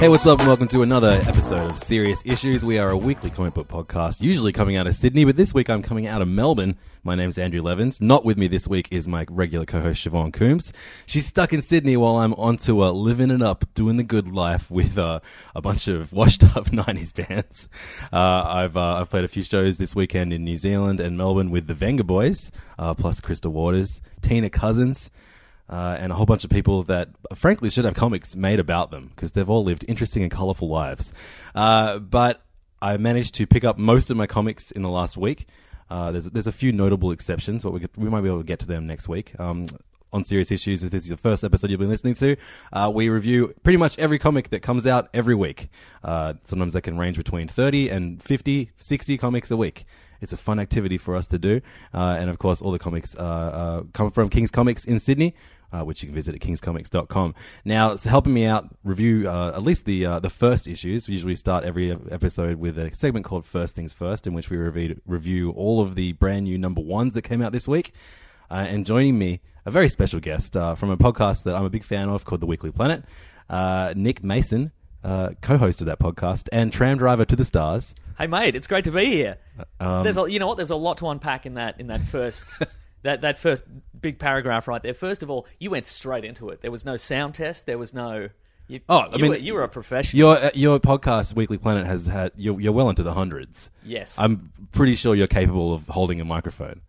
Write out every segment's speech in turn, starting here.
Hey, what's up, and welcome to another episode of Serious Issues. We are a weekly comic book podcast, usually coming out of Sydney, but this week I'm coming out of Melbourne. My name's Andrew Levins. Not with me this week is my regular co host, Siobhan Coombs. She's stuck in Sydney while I'm on tour, living it up, doing the good life with uh, a bunch of washed up 90s bands. Uh, I've, uh, I've played a few shows this weekend in New Zealand and Melbourne with the Venga Boys, uh, plus Krista Waters, Tina Cousins uh, and a whole bunch of people that frankly should have comics made about them because they've all lived interesting and colorful lives. Uh, but I managed to pick up most of my comics in the last week. Uh, there's, there's a few notable exceptions, but we, could, we might be able to get to them next week. Um, on Serious Issues, if this is the first episode you've been listening to, uh, we review pretty much every comic that comes out every week. Uh, sometimes that can range between 30 and 50, 60 comics a week. It's a fun activity for us to do. Uh, and of course, all the comics uh, uh, come from King's Comics in Sydney. Uh, which you can visit at kingscomics.com. Now, it's helping me out review uh, at least the uh, the first issues. We usually start every episode with a segment called First Things First, in which we review, review all of the brand new number ones that came out this week. Uh, and joining me, a very special guest uh, from a podcast that I'm a big fan of called The Weekly Planet, uh, Nick Mason, uh, co host of that podcast, and tram driver to the stars. Hey mate, it's great to be here. Uh, um, there's a, you know what? There's a lot to unpack in that in that first that that first big paragraph right there. First of all, you went straight into it. There was no sound test. There was no. You, Oh, I you mean- were, you were a professional. Your uh, your podcast, Weekly Planet, has had you're, you're well into the hundreds. Yes, i I'm pretty sure you're capable of holding a microphone.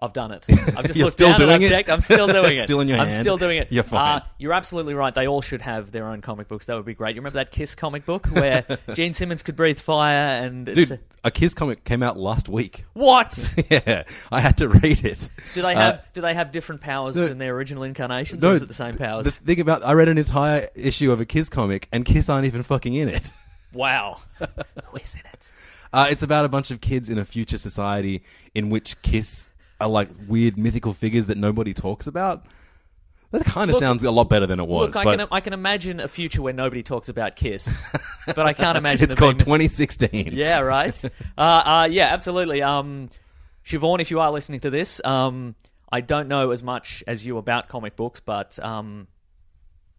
have done it. I've just You're looked still down and doing I've it? checked. I'm still doing It's it. still in your I'm hand. still doing it. You're fine. Uh, you're absolutely right. They all should have their own comic books. That would be great. You remember that Kiss comic book where Gene Simmons could breathe fire and it's Dude, a- a Kiss comic came out last week. what? yeah, I had to read it. Do they Uh, have do they have different powers no- than their original incarnations? or is it the same powers? The thing about I read an entire issue of a Kiss comic, and Kiss aren't even fucking in it. wow, who is in it? Uh, it's about a bunch of kids in a future society in which Kiss are like weird mythical figures that nobody talks about. That kind of Look- sounds a lot better than it was. Look, I but can I can imagine a future where nobody talks about Kiss, but I can't imagine. it's them called being- 2016. Yeah, right. uh, uh, yeah, absolutely. Um, Siobhan, if you are listening to this, um, I don't know as much as you about comic books, but um,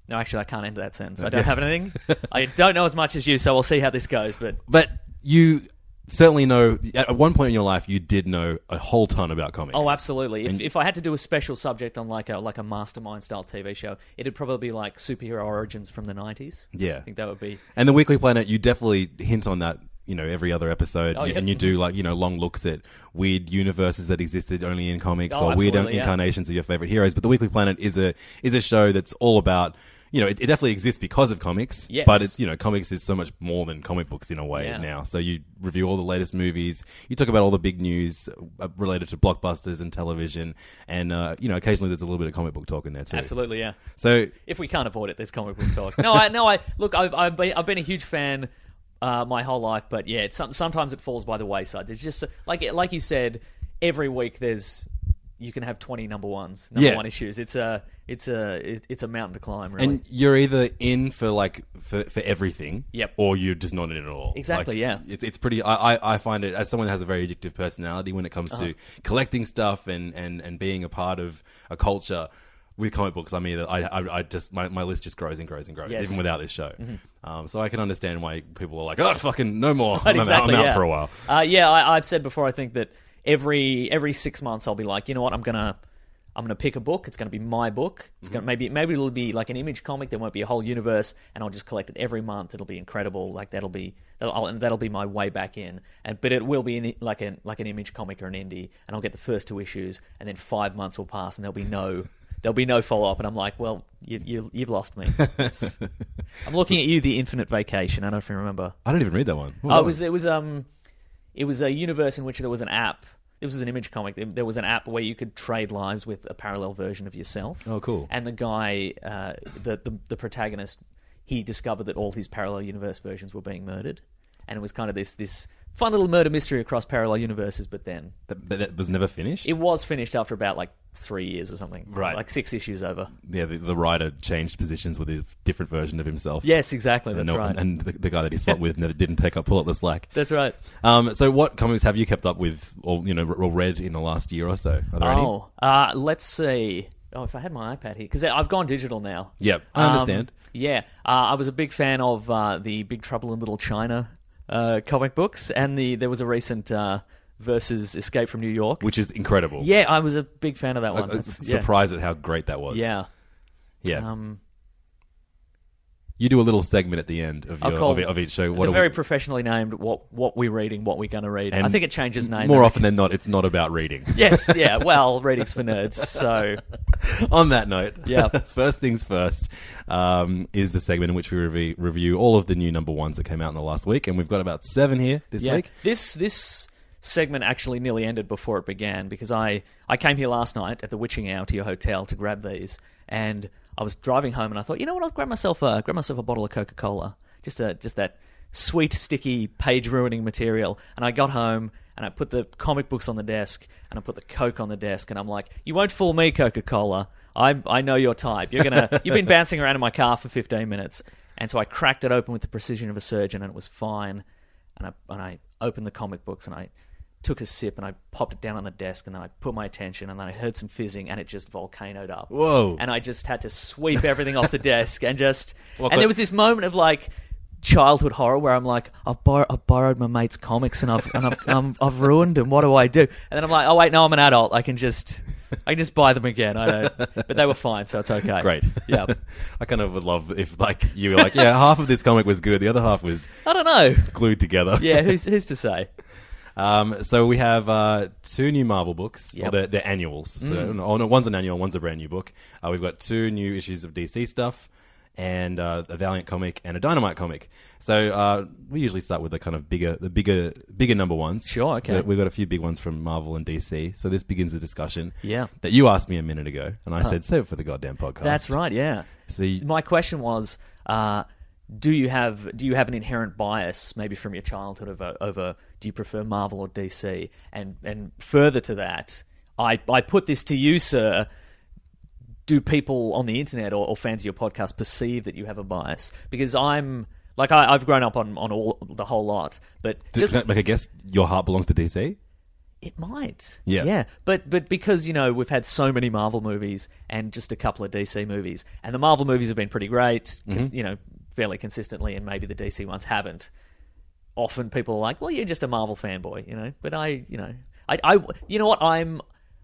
no, actually, I can't end that sentence. I don't have anything. I don't know as much as you, so we'll see how this goes. But But you certainly know. At one point in your life, you did know a whole ton about comics. Oh, absolutely. If, And- if I had to do a special subject on like a like a mastermind style TV show, it'd probably be like superhero origins from the nineties. Yeah. I think that would be And the Weekly Planet, you definitely hint on that. You know, every other episode, Oh, yeah. and you do like you know long looks at weird universes that existed only in comics Oh, or weird absolutely, yeah. incarnations of your favorite heroes. But the Weekly Planet is a is a show that's all about. You know, it, it definitely exists because of comics. Yes. But it's you know, comics is so much more than comic books in a way Yeah. now. So you review all the latest movies. You talk about all the big news uh, related to blockbusters and television, and uh, you know, occasionally there's a little bit of comic book talk in there too. absolutely yeah. So if we can't avoid it, there's comic book talk. No, I no, I look, I've I've been, I've been a huge fan uh, my whole life, but yeah, it's, some, sometimes it falls by the wayside. There's just like like you said, every week there's you can have 20 number ones, number Yeah. one issues. It's a it's a it, it's a mountain to climb, really. And you're either in for like for, for everything, Yep. or you're just not in it at all. Exactly, Like, yeah. It, it's pretty. I, I, I find it as someone that has a very addictive Uh-huh. personality when it comes to collecting stuff and, and and being a part of a culture. with comic books, I mean, I, I, I just my, my list just grows and grows and grows, Yes. Mm-hmm. even without this show. Um, so I can understand why people are like, oh, fucking no more. I'm, out- exactly, I'm out yeah. for a while. Uh, yeah, I, I've said before. I think that every every six months I'll be like, you know what, I'm gonna I'm gonna pick a book. It's gonna be my book. It's Mm-hmm. gonna maybe maybe it'll be like an image comic. There won't be a whole universe, and I'll just collect it every month. It'll be incredible. Like that'll be that'll I'll, and that'll be my way back in. And but it will be in, like an like an image comic or an indie, and I'll get the first two issues, and then five months will pass, and there'll be no. There'll be no follow up, and I'm like, well, you, you, you've lost me. It's- I'm looking at you, The Infinite Vacation. I don't know if you remember. I don't even read that one. What Oh, that it was one? it was um, it was a universe in which there was an app. This was an image comic. There- There was an app where you could trade lives with a parallel version of yourself. Oh, cool. And the guy, uh, the, the the protagonist, he discovered that all his parallel universe versions were being murdered, and it was kind of this this fun little murder mystery across parallel universes. But then that, that- that was never finished. it was finished after about like three years or something. Right. like six issues over. yeah, the, the writer changed positions with a different version of himself. Yes, exactly. and That's no- right. And the, the guy that he swapped with never didn't take up pull up the slack. that's right. Um, so what comics have you kept up with, or you know, re- or read in the last year or so? Are there any? Oh, uh, let's see. Oh, if I had my iPad here, because I've gone digital now. Yep, I Um, understand. yeah, uh, I was a big fan of uh, the Big Trouble in Little China uh, comic books, and the there was a recent uh, versus Escape from New York. Which is incredible. yeah, I was a big fan of that I, one. I was That's- yeah. surprised at how great that was. Yeah. yeah. Um, you do a little segment at the end of I'll your call of, e-, of each show. the are very we- professionally named what what we're reading, what we're going to read. and I think it changes name more every- often than not. It's not about reading. Yes, yeah. Well, reading's for nerds, so on that note, Yeah. first things first um, is the segment in which we review, review all of the new number ones that came out in the last week, and we've got about seven here this yeah. week. This this segment actually nearly ended before it began because I I came here last night at the witching hour to your hotel to grab these, and I was driving home and I thought, you know what, I'll grab myself a grab myself a bottle of Coca Cola, just a just that sweet sticky page ruining material. And I got home and I put the comic books on the desk and I put the Coke on the desk, and I'm like, you won't fool me, Coca Cola. I, I know your type. You're gonna you've been bouncing around in my car for 15 minutes, and so I cracked it open with the precision of a surgeon, and it was fine and I and I opened the comic books and I took a sip and I popped it down on the desk and then I put my attention and then I heard some fizzing and it just volcanoed up. Whoa. And I just had to sweep everything off the desk and just What and got- there was this moment of like childhood horror where I'm like I've, bor- I've borrowed my mate's comics and I've and I've, um, I've ruined them. What do I do? And then I'm like, oh wait, no, I'm an adult. I can just I can just buy them again. I don't. But they were fine, so it's okay. Great. Yeah. I kind of would love if like you were like, yeah, half of this comic was good, the other half was I don't know. glued together. Yeah. Who's who's to say? Um, so we have uh, two new Marvel Yep. books. Mm. Well, they're, they're annuals. So oh, no, one's an annual, one's a brand new book. Uh, we've got two new issues of DC stuff, and uh, a Valiant comic and a Dynamite comic. So uh, we usually start with the kind of bigger, the bigger, bigger number ones. Sure, okay. We- We've got a few big ones from Marvel and DC. So this begins the discussion. Yeah. That you asked me a minute ago, and I said save it for the goddamn podcast. That's right. Yeah. So you- my question was, uh, do you have do you have an inherent bias, maybe from your childhood, over over do you prefer Marvel or DC? And and further to that, I I put this to you, sir. Do people on the internet or, or fans of your podcast perceive that you have a bias? Because I'm like I, I've grown up on on all the whole lot, but Did- just can I- like I guess your heart belongs to DC. it might. Yeah. Yeah. But but because, you know, we've had so many Marvel movies and just a couple of DC movies. And the Marvel movies have been pretty great, cons- Mm-hmm. you know, fairly consistently and maybe the DC ones haven't. Often people are like, "Well, you're just a Marvel fanboy," you know. But I, you know, I I you know what? I'm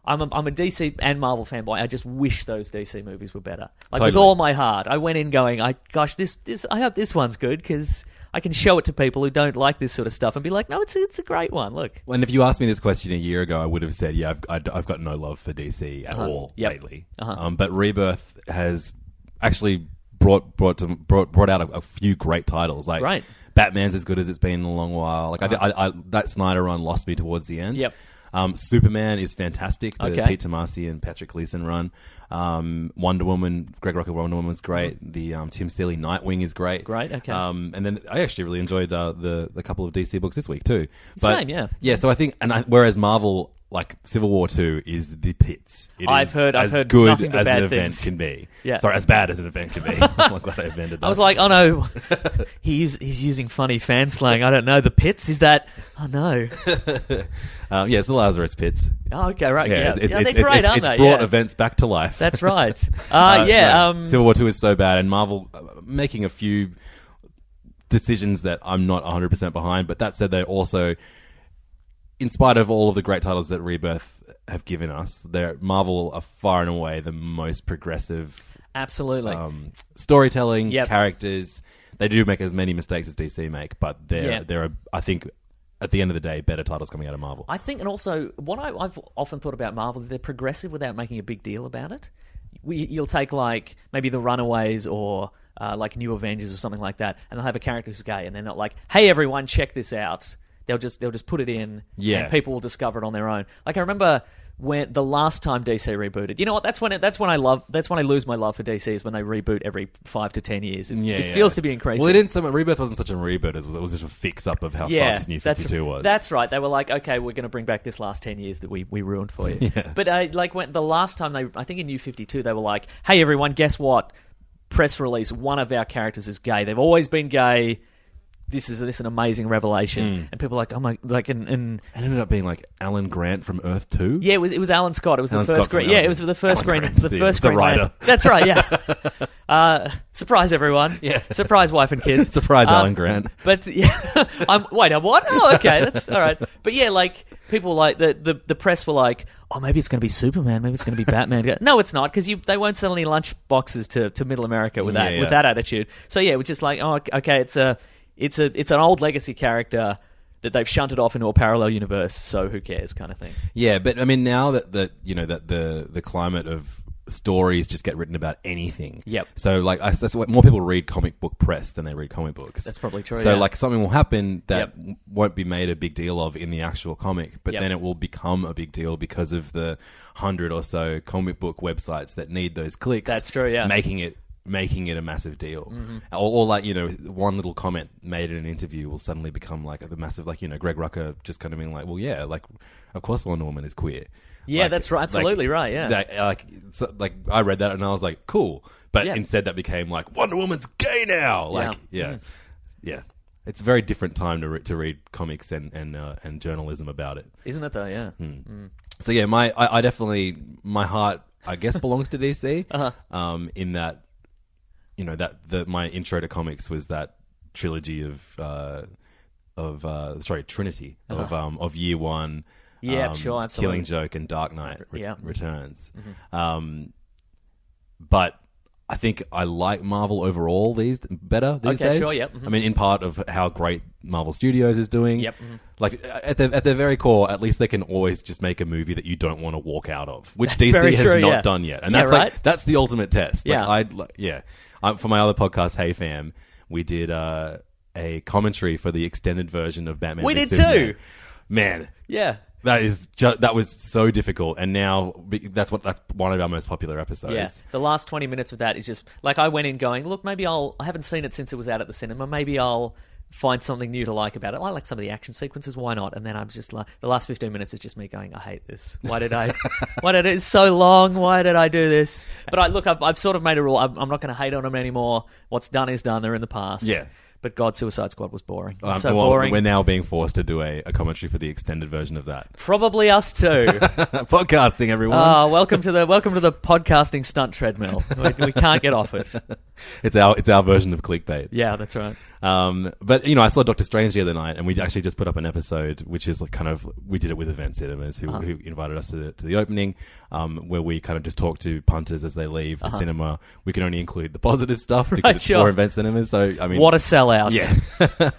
I'm a, I'm a DC and Marvel fanboy. I just wish those DC movies were better. Like with Totally. all my heart, I went in going, "I gosh, this this I hope this one's good because I can show it to people who don't like this sort of stuff and be like, no, it's a, it's a great one. Look, And if you asked me this question a year ago, I would have said, yeah, I've, I'd- I've got no love for DC at all Uh-huh. Yep. Uh-huh. lately. Um, but Rebirth has actually brought brought to, brought, brought out a, a few great titles. Like Right. Uh-huh. Batman's as good as it's been in a long while. Like I did- I, I, that Snyder run lost me towards the end. Yep. Um, Superman is fantastic. The Okay. Pete Tomasi and Patrick Gleason run. Um, Wonder Woman, Greg Rocket Wonder Woman's great. The um, Tim Seeley Nightwing is great. Uh-huh. Great, okay. Um, and then I actually really enjoyed uh, the the couple of DC books this week too. Same, yeah. Yeah, so I think, and I, whereas Marvel like Civil War Two is the pits. It I've is heard- I've as heard good nothing but as bad an event things. can be. Yeah. sorry, as bad as an event can be. I'm glad I invented that. I was like, oh no, he's he's using funny fan slang. I don't know. The pits is that? Oh no. um, yeah, it's the Lazarus pits. Oh, okay, right. Yeah, it's, Yeah, it's, they're it's- great, it's- aren't it's they? brought Yeah. events back to life. That's right. Uh, yeah. no, um, Civil War Two is so bad, and Marvel uh, making a few decisions that I'm not 100 percent behind. But that said, they also, in spite of all of the great titles that Rebirth have given us, they're Marvel are far and away the most progressive absolutely. um, storytelling, Yep. characters. They do make as many mistakes as DC make, but there, Yeah. there are, I think, at the end of the day, better titles coming out of Marvel. I think, and also what I, I've often thought about Marvel, they're progressive without making a big deal about it. We, you'll take like maybe the Runaways or uh, like New Avengers or something like that, and they'll have a character who's gay, and they're not like, "Hey, everyone, check this out." They'll just they'll just put it in, Yeah. and people will discover it on their own. Like I remember when the last time DC rebooted, you know what? That's when it, that's when I love that's when I lose my love for DC is when they reboot every five to ten years. It, yeah, it yeah. feels to be increasing. Well, it didn't. So much- Rebirth wasn't such a reboot as it was just a fix up of how Fox New Fifty Two that's, was. That's right. They were like, okay, we're going to bring back this last ten years that we, we ruined for you. But uh, like when the last time they, I think in New Fifty Two, they were like, hey everyone, guess what? Press release: one of our characters is gay. They've always been gay. This is this is an amazing Hmm. revelation, and people are like, oh my, like, and, and and it ended up being like Alan Grant from Earth Two. yeah, it was it was Alan Scott. It was Alan the first Scott from green. Yeah, Alan- it was the first Alan green. Grant, The the- first the green. writer. Lantern. That's right. Yeah. uh, surprise everyone. Yeah. Surprise wife and kids. Surprise, Um, Alan Grant. But yeah, I'm wait. I what? Oh, okay. That's all right. But yeah, like people like the the, the press were like, oh, maybe it's going to be Superman. Maybe it's going to be Batman. no, it's not because you they won't sell any lunch boxes to, to Middle America with that Yeah, yeah. with that attitude. So yeah, we're just like, oh, okay. It's a it's a it's an old legacy character. That they've shunted off into a parallel universe, so who cares, kind of thing. Yeah, but I mean, now that that you know that the the climate of stories just get written about anything. Yep. So like, I, that's what more people read comic book press than they read comic books. That's probably true, So yeah. like, something will happen that Yep. w- won't be made a big deal of in the actual comic, but Yep. then it will become a big deal because of the hundred or so comic book websites that need those clicks. That's true, yeah. Mm-hmm. Making it. Making it a massive deal, or, or like you know, one little comment made in an interview will suddenly become like the massive, like you know, Greg Rucker just kind of being like, well, yeah, like of course Wonder Woman is queer. Yeah, that's right. Absolutely right, yeah. that- like, so- like I read that and I was like, cool. But Yeah. instead, that became like Wonder Woman's gay now. Like, yeah, yeah. Mm-hmm. It's a very different time to, re- to read comics and and uh, and journalism about it. Isn't it though? Yeah. So yeah, my I, I definitely my heart I guess belongs to DC. Uh-huh. Um, in that, you know that the my intro to comics was that trilogy of uh, of uh, sorry Trinity of um, of Year One. Yeah, um, Uh-huh. sure, absolutely. Killing Joke and Dark Knight re- Yeah. Returns. Um, but I think I like Marvel overall these better these Okay, days. sure, yep, mhm. I mean, in part of how great Marvel Studios is doing. Yep, mhm. Like at their at their very core, at least they can always just make a movie that you don't want to walk out of, which That's very DC has true, not yeah. done yet, and Yeah, that's right? like that's the ultimate test. Like, Yeah. I'd like, yeah. Um, for my other podcast, Hey Fam, we did uh, a commentary for the extended version of Batman. We v did too. Superman. Man, Yeah. that is ju- that was so difficult, and now be- that's what that's one of our most popular episodes. Yeah. The last 20 minutes of that is just like I went in going, look, maybe I'll I haven't seen it since it was out at the cinema. Maybe I'll find something new to like about it. I like some of the action sequences, why not? And then I'm just like the last 15 minutes is just me going, I hate this. Why did I Why did it it's so long? Why did I do this? But I look I've, I've sort of made a rule. I'm, I'm not going to hate on them anymore. What's done is done. They're in the past. Yeah. But God, Suicide Squad was boring. It was Um, so well, boring. We're now being forced to do a, a commentary for the extended version of that Oh. Probably us too. podcasting. Everyone, Ah, welcome to the welcome to the podcasting stunt treadmill. We, we can't get off it. it's our it's our version of clickbait. Yeah, that's right. Um, but you know, I saw Doctor Strange the other night, and we actually just put up an episode, which is like kind of we did it with Event Cinemas, Uh-huh. who, who invited us to the, to the opening, um, where we kind of just talk to punters as they leave the cinema. We can only include the positive stuff because Uh-huh. Right, it's sure. for Event Cinemas. So I mean, What a sellout! yeah.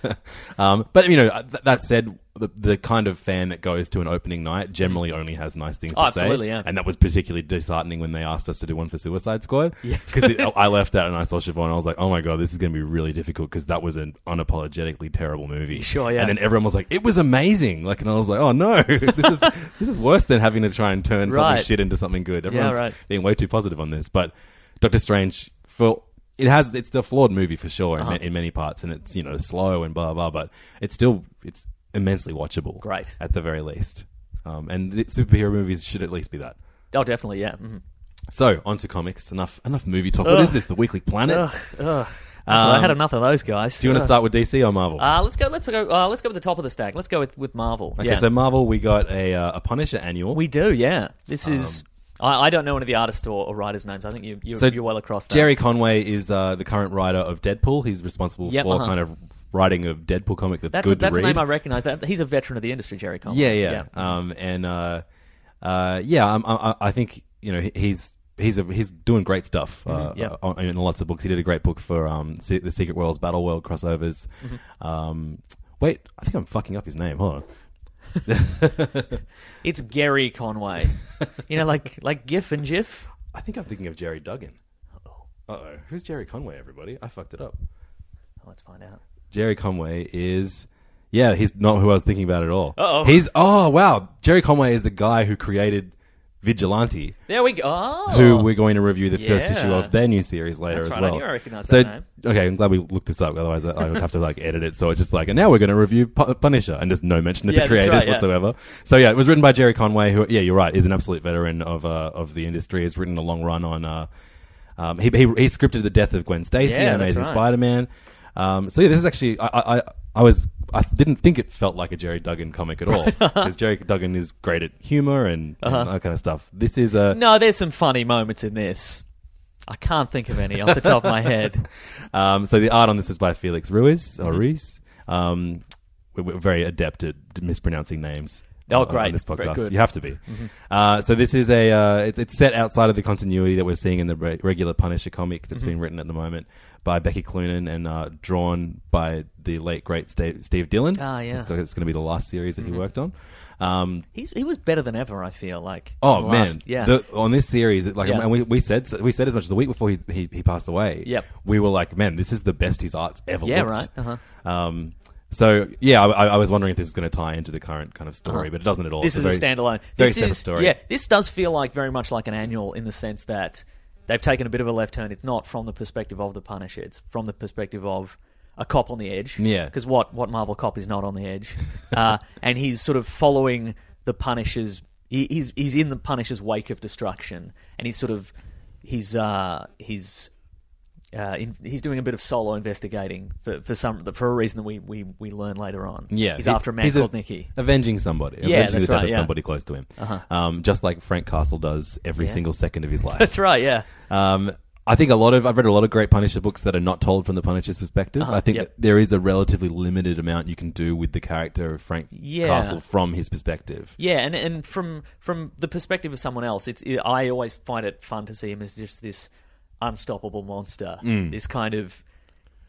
um, but you know, th- that said, the, the kind of fan that goes to an opening night generally only has nice things to Oh, say. absolutely, yeah. And that was particularly disheartening when they asked us to do one for Suicide Squad. Because I left out and I saw Siobhan. I was like, oh my god, this is going to be really difficult because that was an unapologetically terrible movie. Sure, yeah. And then everyone was like, it was amazing. Like, and I was like, oh no, this is this is worse than having to try and turn Right. something shit into something good. Everyone's right. being way too positive on this, but Doctor Strange for it has it's a flawed movie for sure Uh-huh. in, ma- in many parts, and it's you know slow and blah blah, but it's still it's immensely watchable. Great. at the very least. Um, and th- superhero movies should at least be that. Oh, definitely, yeah. mhm. So onto comics. Enough enough movie talk. What is this? The Weekly Planet. Um, I had enough of those guys. Do you want to start with DC or Marvel? Uh, let's go. Let's go. Uh, let's go with the top of the stack. Let's go with with Marvel. okay, yeah. so Marvel, we got a uh, a Punisher annual. we do. Yeah, this Um, is. I, I don't know any of the artist or, or writers' names. I think you you So you're well across. That. Jerry Conway is uh, the current writer of Deadpool. He's responsible Yep, for uh-huh. kind of writing a Deadpool comic that's, That's good that's to a read. name I recognise. That he's a veteran of the industry. Jerry Conway. yeah, yeah, Um, and uh, uh, yeah, I'm, I, I- I think you know he- he's. He's a, he's doing great stuff uh, yeah. uh, in lots of books. He did a great book for um, Se- the Secret Worlds, Battle World crossovers. Um, wait, I think I'm fucking up his name. Hold on. It's Gary Conway. you know, like like GIF and GIF. I think I'm thinking of Jerry Duggan. Uh oh. Who's Jerry Conway, everybody? I fucked it up. Oh, let's find out. Jerry Conway is. Yeah, he's not who I was thinking about at all. oh. He's. Oh, wow. Jerry Conway is the guy who created Vigilante, There we go. Oh. who we're going to review the first Yeah. issue of their new series later That's as right, I well. knew I recognised so, that name. okay, I'm glad we looked this up. Otherwise, I, I would have to like edit it. So it's just like, and now we're going to review Pu- Punisher, and just no mention of Yeah, the that's right, creators yeah. whatsoever. So yeah, it was written by Jerry Conway, who yeah, you're right, is an absolute veteran of uh, of the industry. Has written a long run on. Uh, um, he, he he scripted the death of Gwen Stacy Yeah, and that's Amazing right. Spider-Man. Um, so yeah, this is actually I, I I- I was I didn't think it felt like a Jerry Duggan comic at all because Jerry Duggan is great at humor and, and that kind of stuff. This is a Uh-huh. no, there's some funny moments in this. I can't think of any off the top of my head. Um, so the art on this is by Felix Ruiz Mm-hmm. or Ruiz. Um, we're, we're very adept at mispronouncing names. Oh, on- On great. this Very podcast, good. Mm-hmm. you have to be. Uh, so this is a uh, it's, it's set outside of the continuity that we're seeing in the re- regular Punisher comic Mm-hmm. that's being written at the moment by Becky Cloonan and uh, drawn by the late great Steve, Steve Dillon. Ah, yeah. Mm-hmm. it's, going to be the last series that he worked on. Um, He's he was better than ever. I feel like. Oh The man, last- yeah. The- on this series, it- like, Yeah. and we, we said we said as much as the week before he he, he passed away. Yep. we were like, man, this is the best his art's ever. Yeah, looked. right, Um, so yeah, I, I- I was wondering if this is going to tie into the current kind of story, but it doesn't at all. Uh-huh. this It's is a very- standalone. very this separate is, story. Yeah, this does feel like very much like an annual in the sense that they've taken a bit of a left turn. It's not from the perspective of the Punisher. It's from the perspective of a cop on the edge. Yeah. because what what Marvel cop is not on the edge, uh, and he's sort of following the Punisher's. He, he's he's in the Punisher's wake of destruction, and he's sort of he's uh he's uh, in, he's doing a bit of solo investigating for, for some for a reason that we, we, we learn later on. Yeah, he's he- after a man he's called Nicky. avenging somebody, Yeah, avenging that's the death right, of yeah. Uh-huh. somebody close to him, um, just like Frank Castle does every single second of his life. That's right. Yeah. Um, I think a lot of I've read a lot of great Punisher books that are not told from the Punisher's perspective. I think Uh-huh, yep. that there is a relatively limited amount you can do with the character of Frank Yeah. Castle from his perspective. Yeah, and and from from the perspective of someone else, it's I always find it fun to see him as just this unstoppable monster. Mm. This kind of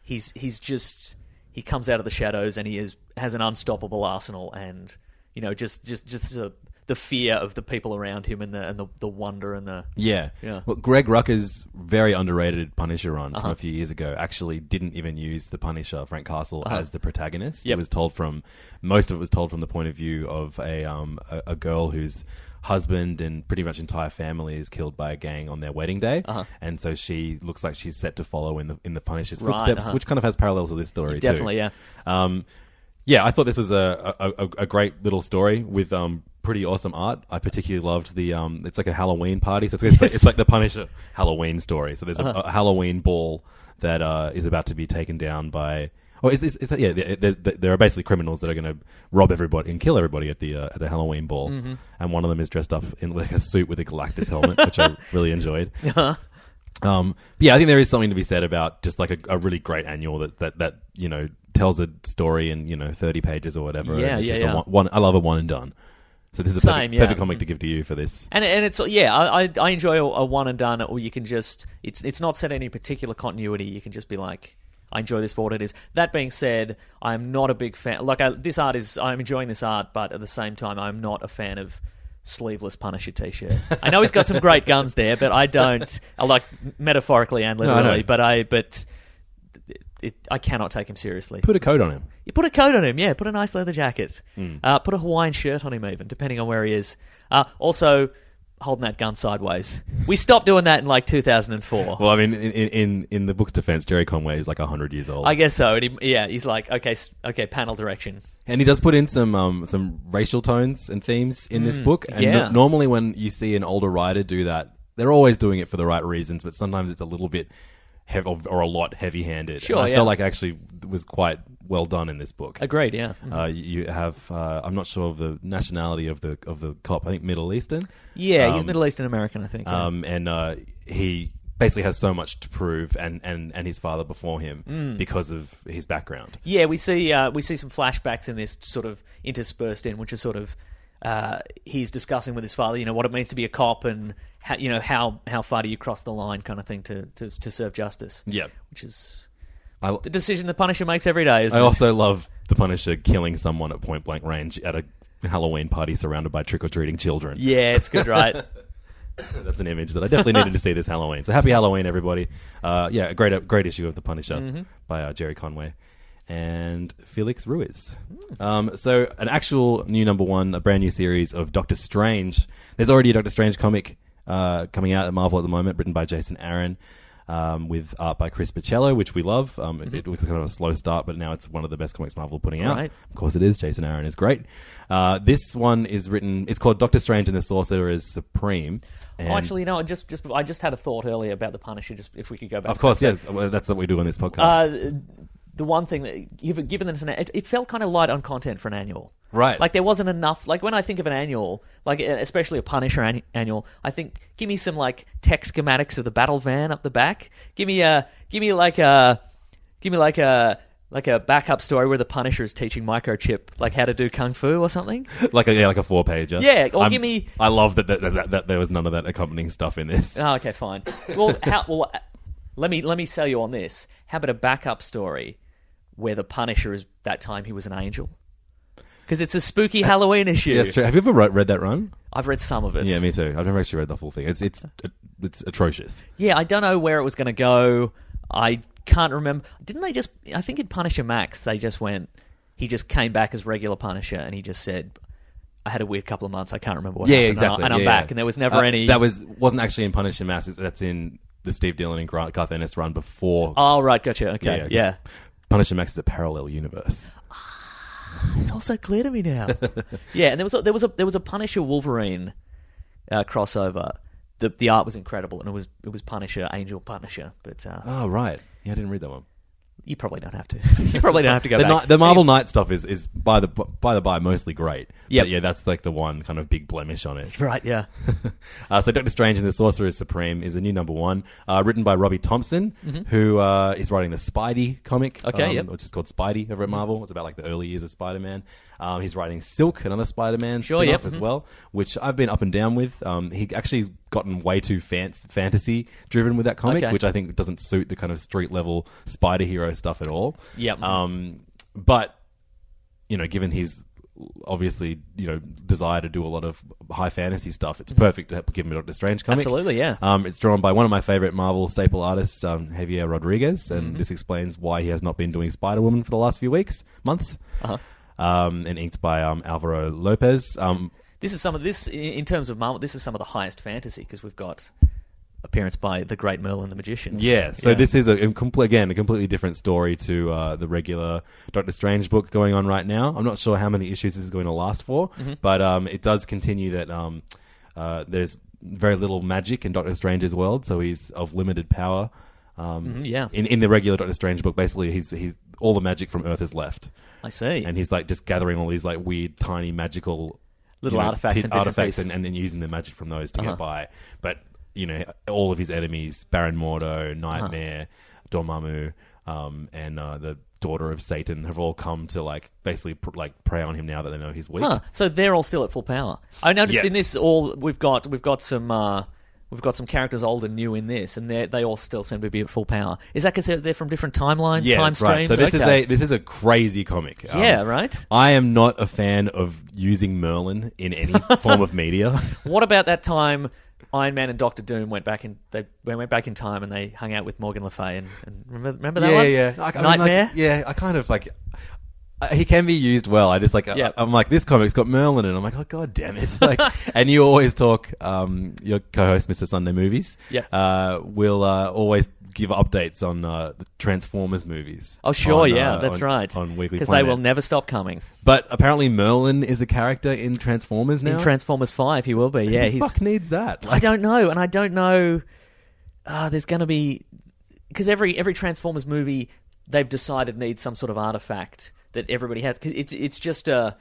he's he's just he comes out of the shadows and he is has an unstoppable arsenal and you know just just just the, the fear of the people around him and the and the, the wonder and the Yeah. Yeah. Uh-huh. Well, Greg Rucker's very underrated Punisher run from a few years ago actually didn't even use the Punisher, Frank Castle, as the protagonist. It Uh-huh. Yep. was told from, most of it was told from the point of view of a, um, a, a girl whose husband and pretty much entire family is killed by a gang on their wedding day. Uh-huh. And so she looks like she's set to follow in the, in the Punisher's Right, footsteps, uh-huh. which kind of has parallels to this story too. definitely yeah Um, yeah, I thought this was a, a, a- a great little story with um, pretty awesome art. I particularly loved the um, it's like a Halloween party, so it's, it's, like, it's like the Punisher Halloween story. So there's a, a Halloween ball that uh, is about to be taken down by. Or is this? Is that, yeah, there, there, there are basically criminals that are going to rob everybody and kill everybody at the uh, at the Halloween ball, and one of them is dressed up in like a suit with a Galactus helmet, which I really enjoyed. Um, but yeah, I think there is something to be said about just like a, a really great annual that, that that you know tells a story in you know thirty pages or whatever. and Yeah, it's yeah, just a yeah. one, one- I love a one and done. So this is a Same, perfect, yeah. perfect comic to give to you for this. And and it's yeah, I I- I enjoy a, a one and done, or you can just it's it's not set any particular continuity. You can just be like, I enjoy this for what it is. That being said, I am not a big fan. Like I, this art is, I'm enjoying this art, but at the same time, I'm not a fan of sleeveless Punisher t-shirt. I know he's got some great guns there, but I don't. I like metaphorically and I know. literally, but I but. It, I cannot take him seriously. Put a coat on him. You put a coat on him, yeah. Put a nice leather jacket. Hmm. Uh, put a Hawaiian shirt on him, even depending on where he is. Uh, also, holding that gun sideways. We stopped doing that in like 2004. Well, I mean, in in, in, in the book's defense, Jerry Conway is like hundred years old. I guess so. And he, yeah, he's like, okay, s- okay, panel direction. And he does put in some um, some racial tones and themes in this book. And Mm, yeah. normally, when you see an older writer do that, they're always doing it for the right reasons, but sometimes it's a little bit hev- or, or a lot heavy handed. Sure, I yeah. felt like actually was quite well done in this book. Agreed. Yeah. Uh, you you have uh, I'm not sure of the nationality of the of the cop. I think Middle Eastern. Yeah, he's Um, Middle Eastern American, I think. yeah. Um, and uh, he basically has so much to prove, and and and his father before him Mm. because of his background. Yeah, we see uh, we see some flashbacks in this sort of interspersed in, which is sort of uh, he's discussing with his father, you know, what it means to be a cop and how, you know how how far do you cross the line, kind of thing, to to, to serve justice. Yep. which is I, the decision the Punisher makes every day. Isn't I it? also love the Punisher killing someone at point blank range at a Halloween party surrounded by trick or treating children. Yeah, it's good, right? That's an image that I definitely needed to see this Halloween. So happy Halloween, everybody! Uh, yeah, a great great issue of the Punisher Mm-hmm. by uh, Jerry Conway and Felix Ruiz. Um, so an actual new number one, a brand new series of Doctor Strange. There's already a Doctor Strange comic uh, coming out at Marvel at the moment, written by Jason Aaron. Um, with art by Chris Pacello, which we love. Um, it, it was kind of a slow start, but now it's one of the best comics Marvel are putting out. Mm-hmm. Right. Of course, it is. Jason Aaron is great. Uh, this one is written. It's called Doctor Strange and the Sorcerer is Supreme. And oh, actually, no, I just just I just had a thought earlier about the Punisher. Just if we could go back, Of course, yeah. Well, that's what we do on this podcast. Uh, the one thing that given given that it's an it, it felt kind of light on content for an annual. Right. Like there wasn't enough. Like when I think of an annual, like uh, especially a Punisher an- annual, I think give me some like tech schematics of the battle van up the back. Give me a give me like a give me like a like a backup story where the Punisher is teaching Microchip like how to do kung fu or something. like a yeah, like a four pager. Yeah, or give me- I love that that, that, that that there was none of that accompanying stuff in this. Oh, okay, fine. Well, how, well, uh, let me let me sell you on this. How about a backup story where the Punisher is that time he was an angel? Because it's a spooky Halloween issue. Uh, Yeah, that's true. Have you ever re- read that run? I've read some of it. Yeah, me too. I've never actually read the full thing. It's it's it's atrocious. Yeah, I don't know where it was going to go. I can't remember. Didn't they just? I think in Punisher Max, they just went. He just came back as regular Punisher, and he just said, "I had a weird couple of months. I can't remember what yeah, happened, and I- exactly. And I'm Yeah, back, yeah. and there was never Uh, any. that was wasn't actually in Punisher Mass. It's- That's in the Steve Dillon and Grant Garth Ennis run before. Oh right, gotcha. Okay, 'cause yeah. Punisher Max is a parallel universe. It's all so clear to me now. yeah, and there was a, there was a there was a Punisher Wolverine uh, crossover. The the art was incredible, and it was it was Punisher Angel Punisher. But uh, Oh right, yeah, I didn't read that one. you probably don't have to. you probably don't have to go the, back. Ni- the Marvel Knight stuff is, is by the by the by mostly great. Yep. But yeah, that's like the one kind of big blemish on it. right? Yeah. Uh, so Doctor Strange and the Sorcerer Supreme is a new number one, uh, written by Robbie Thompson, who uh, is writing the Spidey comic, Okay, um, yep. which is called Spidey over at Marvel. It's about like the early years of Spider-Man. Um, he's writing Silk, another Spider-Man Sure, spin-off yep, as mhm. well, which I've been up and down with. Um, he actually's gotten way too fan- fantasy driven with that comic, Okay. which I think doesn't suit the kind of street level spider hero stuff at all. Yep. Um, but you know, given his obviously you know desire to do a lot of high fantasy stuff, it's perfect to give him a Doctor Strange comic. Mm-hmm. Absolutely, yeah. Um, it's drawn by one of my favorite Marvel staple artists, um, Javier Rodriguez, and Mm-hmm. this explains why he has not been doing Spider Woman for the last few weeks, months. Uh-huh. Um, and inked by um, Alvaro Lopez. Um, This is some of this in- in terms of Marvel. This is some of the highest fantasy because we've got appearance by the Great Merlin the Magician. Yeah, so this is a, a comple- again a completely different story to uh, the regular Doctor Strange book going on right now. I'm not sure how many issues this is going to last for, but um, it does continue that um, uh, there's very little magic in Doctor Strange's world, so he's of limited power. Um, yeah. in, in the regular Doctor Strange book, basically he's he's all the magic from Earth is left, I see. and he's like just gathering all these like weird, tiny magical Little artifacts tit- and bits and artifacts, pieces. Uh-huh. and, and then using the magic from those to get by. But you know, all of his enemies: Baron Mordo, Nightmare, Uh-huh. Dormammu, um, and uh, the daughter of Satan have all come to like basically pr- like prey on him now that they know he's weak. Huh. So they're all still at full power. I noticed Yeah. in this all we've got we've got some uh, we've got some characters old and new in this, and they they all still seem to be at full power. Is that because they're, they're from different timelines, time that's right. streams? So this is Okay. a this is a crazy comic. Um, Yeah, right? I am not a fan of using Merlin in any form of media. What about that time? Iron Man and Doctor Doom went back in. They they went back in time and they hung out with Morgan Le Fay. And, and remember, remember that yeah, one? Yeah, yeah. I- I mean, like, Nightmare. yeah, I kind of like. I- He can be used well. I just like Yeah. I, am like this comic's got Merlin, and I'm like, oh god damn it! Like, and you always talk. Um, your co-host, Mr. Sunday Movies, Yeah. uh, will uh, always give updates on uh, the Transformers movies. Oh, sure, on, yeah, uh, that's on- right. On Weekly Because they will Planet. never stop coming. But apparently, Merlin is a character in Transformers now. In Transformers 5, he will be. Yeah, Who the he's. fuck needs that. I Like, don't know, and I don't know. Uh, there's going to be because every every Transformers movie they've decided needs some sort of artifact that everybody has. 'Cause it's it's just a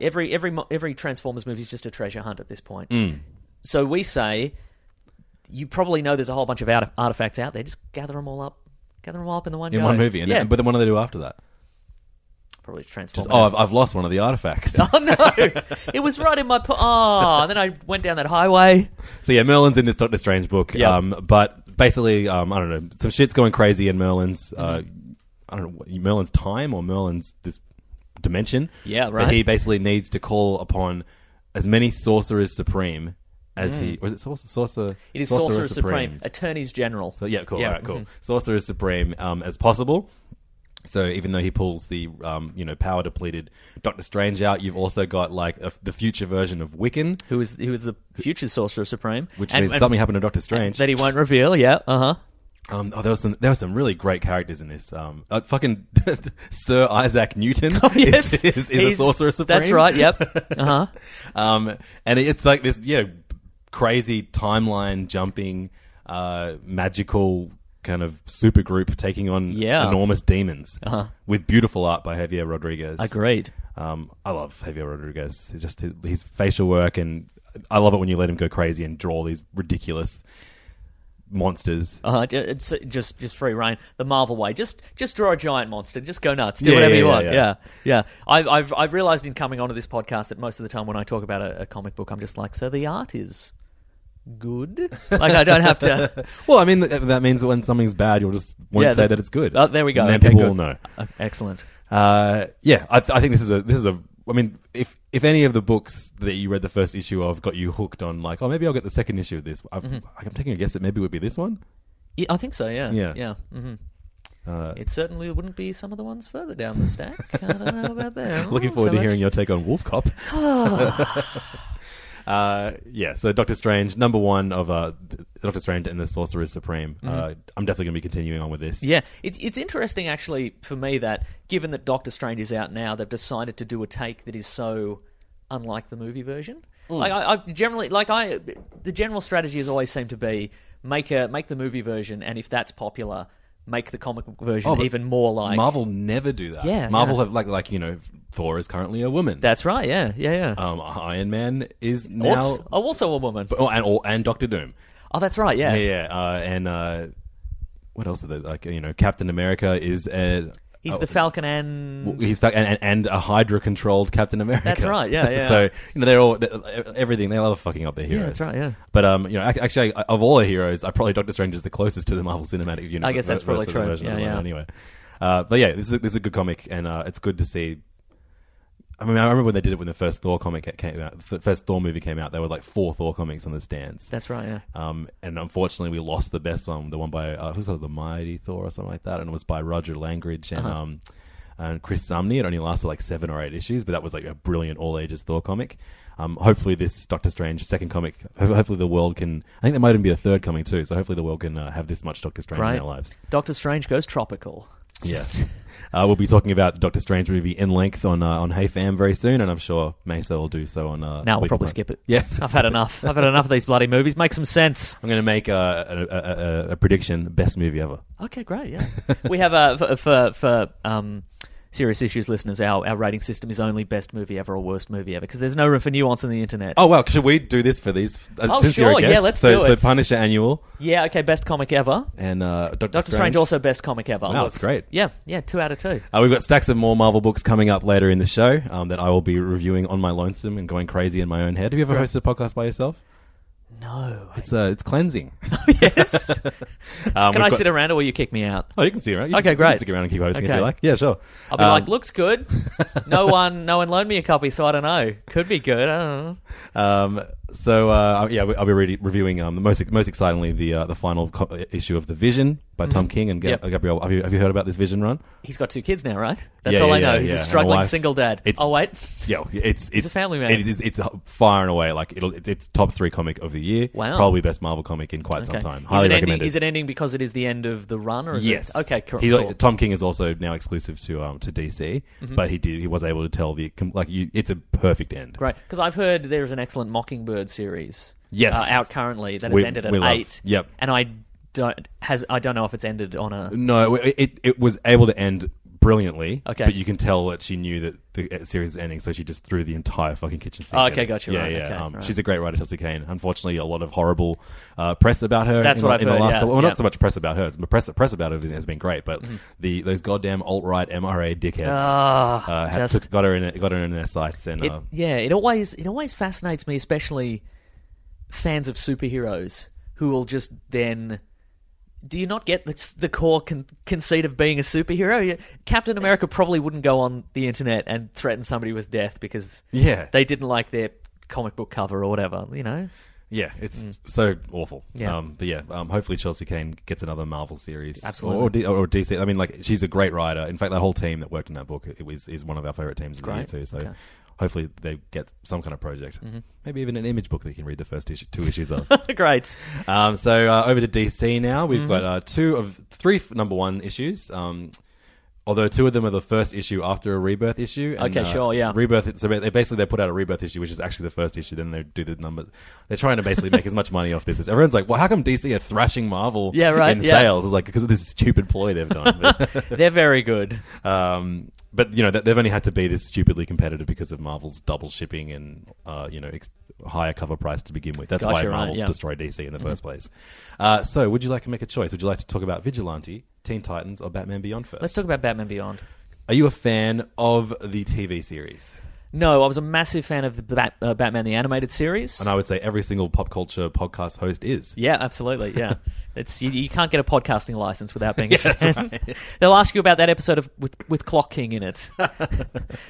every every mo- every Transformers movie is just a treasure hunt at this point. Mm. So we say you probably know there's a whole bunch of art- artifacts out there. Just gather them all up, gather them all up in the one in go. one movie, and yeah. but then what do they do after that? probably Just, Transformers. oh, I've, I've lost one of the artifacts. Oh no! it was right in my po- oh, and then I went down that highway. So yeah, Merlin's in this Doctor Strange book. Yep. Um, but basically, um, I don't know, some shit's going crazy in Merlin's. Uh, Mm-hmm. I don't know, what- Merlin's time or Merlin's this dimension. Yeah, But right. he basically needs to call upon as many sorcerers supreme as he. Was it sorcerer? sorcerer Mm. It is Sorcerer Sorcerer Supreme, Supremes. Attorneys General. So yeah, cool. Yeah. Mm-hmm. All right, cool. Sorcerer Supreme um, as possible. So even though he pulls the um, you know power depleted Doctor Strange out, you've also got like a, the future version of Wiccan, who is who is the future Sorcerer Supreme, which and- means and- something happened to Doctor Strange that he won't reveal. Yeah, uh huh. Um, oh, there was some. There were some really great characters in this. Um, uh, fucking Sir Isaac Newton Oh, Yes, is, is, is a He's- sorcerer supreme. That's right. Yep. Uh huh. Um, and it's like this, you know, crazy timeline jumping, uh, magical kind of supergroup taking on Yeah. Uh-huh. enormous demons with beautiful art by Javier Rodriguez. Agreed. Um, I love Javier Rodriguez. It's Just his, his facial work, and I love it when you let him go crazy and draw these ridiculous monsters. Uh huh. It's just just free reign the Marvel way. Just just draw a giant monster. Just go nuts. Do Yeah, whatever yeah, you yeah, want. yeah. Yeah, yeah. I've, I've I've realized in coming onto this podcast that most of the time when I talk about a, a comic book, I'm just like, so the art is good. Like I don't have to. Well, I mean, th- that means that when something's bad, you'll just won't Yeah, say that's- that it's good. Oh, there we go. And then Okay, people good. will know. Uh, Excellent. Uh, yeah, I, th- I think this is a this is a. I mean, if if any of the books that you read the first issue of got you hooked on, like, oh, maybe I'll get the second issue of this. I've, Mm-hmm. I'm taking a guess that maybe it would be this one. Yeah, I think so. Yeah. Yeah. Uh, Yeah. hmm it certainly wouldn't be some of the ones further down the stack. I don't know about that. Looking Oh, forward so to much- hearing your take on Wolf Cop. uh, yeah, so Doctor Strange, number one of uh, th- Doctor Strange and the Sorcerer Supreme. Uh, I'm definitely going to be continuing on with this. Mm-hmm. Yeah, it's it's interesting actually for me that given that Doctor Strange is out now, they've decided to do a take that is so unlike the movie version. Hmm. Like I, I generally like I the general strategy has always seemed to be make a make the movie version, and if that's popular, make the comic book version Oh, but even more like Marvel never do that. Yeah, Marvel yeah. have like like you know, Thor is currently a woman. That's right. Yeah, yeah, yeah. um, Iron Man is now also, oh, also a woman. oh, and or, and Doctor Doom. Oh, that's right. Yeah, Yeah, yeah. Uh, and uh, what else are there? Like you know, Captain America is a he's oh, the Falcon and well, He's fa- and, and, and a Hydra controlled Captain America. Mm. That's right, yeah, yeah. so you know they're all they're- everything. They love fucking up their heroes. that's right, yeah. But um, you know, ac- actually, I- of all the heroes, I probably Doctor Strange is the closest to the Marvel Cinematic Universe. I guess that's ver- probably versus true, the version yeah, of the one yeah. Anyway, uh, but yeah, this is a, this is a good comic, and uh, it's good to see. I mean, I remember when they did it when the first Thor comic came out, the first Thor movie came out. There were like four Thor comics on the stands. That's right. Yeah. Um, and unfortunately, we lost the best one, the one by uh, who's that, the Mighty Thor or something like that, and it was by Roger Langridge and Uh-huh. um, and Chris Sumney. It only lasted like seven or eight issues, but that was like a brilliant all ages Thor comic. Um, hopefully, this Doctor Strange second comic, ho- hopefully the world can. I think there might even be a third coming too. So hopefully, the world can uh, have this much Doctor Strange in Right. their lives. Doctor Strange goes tropical. Yes. Uh, we'll be talking about the Doctor Strange movie in length on uh, on Hey Fam very soon, and I'm sure Mesa will do so on. Uh, Now we'll Weekly probably Planet. skip it. Yeah, I've had enough. I've had enough of these bloody movies. Make some sense. I'm going to make uh, a, a, a, a prediction: best movie ever. Okay, great. Yeah, we have a for for, for um, serious issues listeners. Our our rating system is only best movie ever or worst movie ever because there's no room for nuance on the internet. Oh wow! Should we do this for these? Uh, Oh, since you're a sure, yeah, guest? let's so, do So it. Punisher annual yeah. Okay, best comic ever. and uh, Doctor, Doctor Strange also best comic ever. Wow, that's great. Yeah, yeah. Two out of two. Uh, we've got stacks of more Marvel books coming up later in the show um, that I will be reviewing on my lonesome and going crazy in my own head. Have you ever hosted a podcast by yourself? No. It's uh, it's cleansing. Oh, yes. Um, Can we've I got- sit around or will you kick me out? Oh, you can see around. You Okay, can, You can great. stick around and keep hosting if Okay. you like. Yeah, sure. I'll be Um, like, looks good. No one, no one loaned me a copy, so I don't know. Could be good. I don't know. Um, So uh, yeah, I'll be re- reviewing um, the most most excitingly the uh, the final co- issue of the Vision by Tom King and Ga- Mm. Yep. Gabriel. Have you, have you heard about this Vision run? He's got two kids now, right? That's Yeah, all yeah, I know. yeah, He's yeah. a And a struggling wife. single dad. It's- oh wait, Yo, it's it's, a family man. It is it's far and away like it'll it's top three comic of the year. Wow. probably best Marvel comic in quite some okay. time. Is Highly it ending? recommended. Is it ending because it is the end of the run, or is Yes. it? Okay, cool. He- cool. Mm-hmm. Tom King is also now exclusive to um to DC, but he did he was able to tell the com- like you, it's a perfect end. Great, because I've heard there's an excellent Mockingbird series. Yes. uh, out currently that has We- ended at we love- eight. yep. and I don't has I don't know if it's ended on a. No, it, it it was able to end brilliantly. Okay. but you can tell that she knew that the uh, series is ending, so she just threw the entire fucking kitchen sink. Oh, at okay, it. gotcha, Yeah, right, yeah. okay, um, right. She's a great writer, Chelsea Kane. Unfortunately, a lot of horrible uh, press about her. That's in the, what I've in heard, The last yeah, couple, well, yeah. Mm-hmm. not so much press about her, but press press about her has been great. But the those goddamn alt right MRA dickheads uh, had, Ah, just- took, got her in got her in their sights and. It, uh, yeah, it always it always fascinates me, especially fans of superheroes who will just then. Do you not get the, the core con- conceit of being a superhero? You- Captain America probably wouldn't go on the internet and threaten somebody with death because Yeah. they didn't like their comic book cover or whatever. You know, it's, Yeah, it's so awful. Mm. Yeah. Um, but yeah, um, hopefully Chelsea Kane gets another Marvel series. Absolutely. Or, or, D- or DC. I mean, like, she's a great writer. In fact, that whole team that worked on that book it was, is one of our favorite teams in the year, Great. too. So Okay. Mm-hmm. hopefully they get some kind of project. Maybe even an image book that you can read the first issue, two issues of. great. Um, so uh, over to DC now. We've Mm-hmm. got uh, two of three f- number one issues. Um, although two of them are the first issue after a rebirth issue. and, Okay, uh, sure, yeah. Rebirth. So ba- they basically they put out a rebirth issue, which is actually the first issue. Then they do the number. They're trying to basically make as much money off this as everyone's like. Well, how come DC are thrashing Marvel? Yeah, right, In yeah. sales, it's like because of this stupid ploy they've done. But, They're very good. um, but you know th- they've only had to be this stupidly competitive because of Marvel's double shipping and uh, you know ex- higher cover price to begin with. That's Gotcha, why right, Marvel yeah. Mm-hmm. destroyed DC in the first place. Uh, so, would you like to make a choice? Would you like to talk about Vigilante, Teen Titans, or Batman Beyond 1st Let's talk about Batman Beyond. Are you a fan of the TV series? No, I was a massive fan of the Bat- uh, Batman the animated series. And I would say every single pop culture podcast host is. Yeah, absolutely. Yeah, it's you, you can't get a podcasting license without being. a fan. they'll ask you about that episode of with with Clock King in it.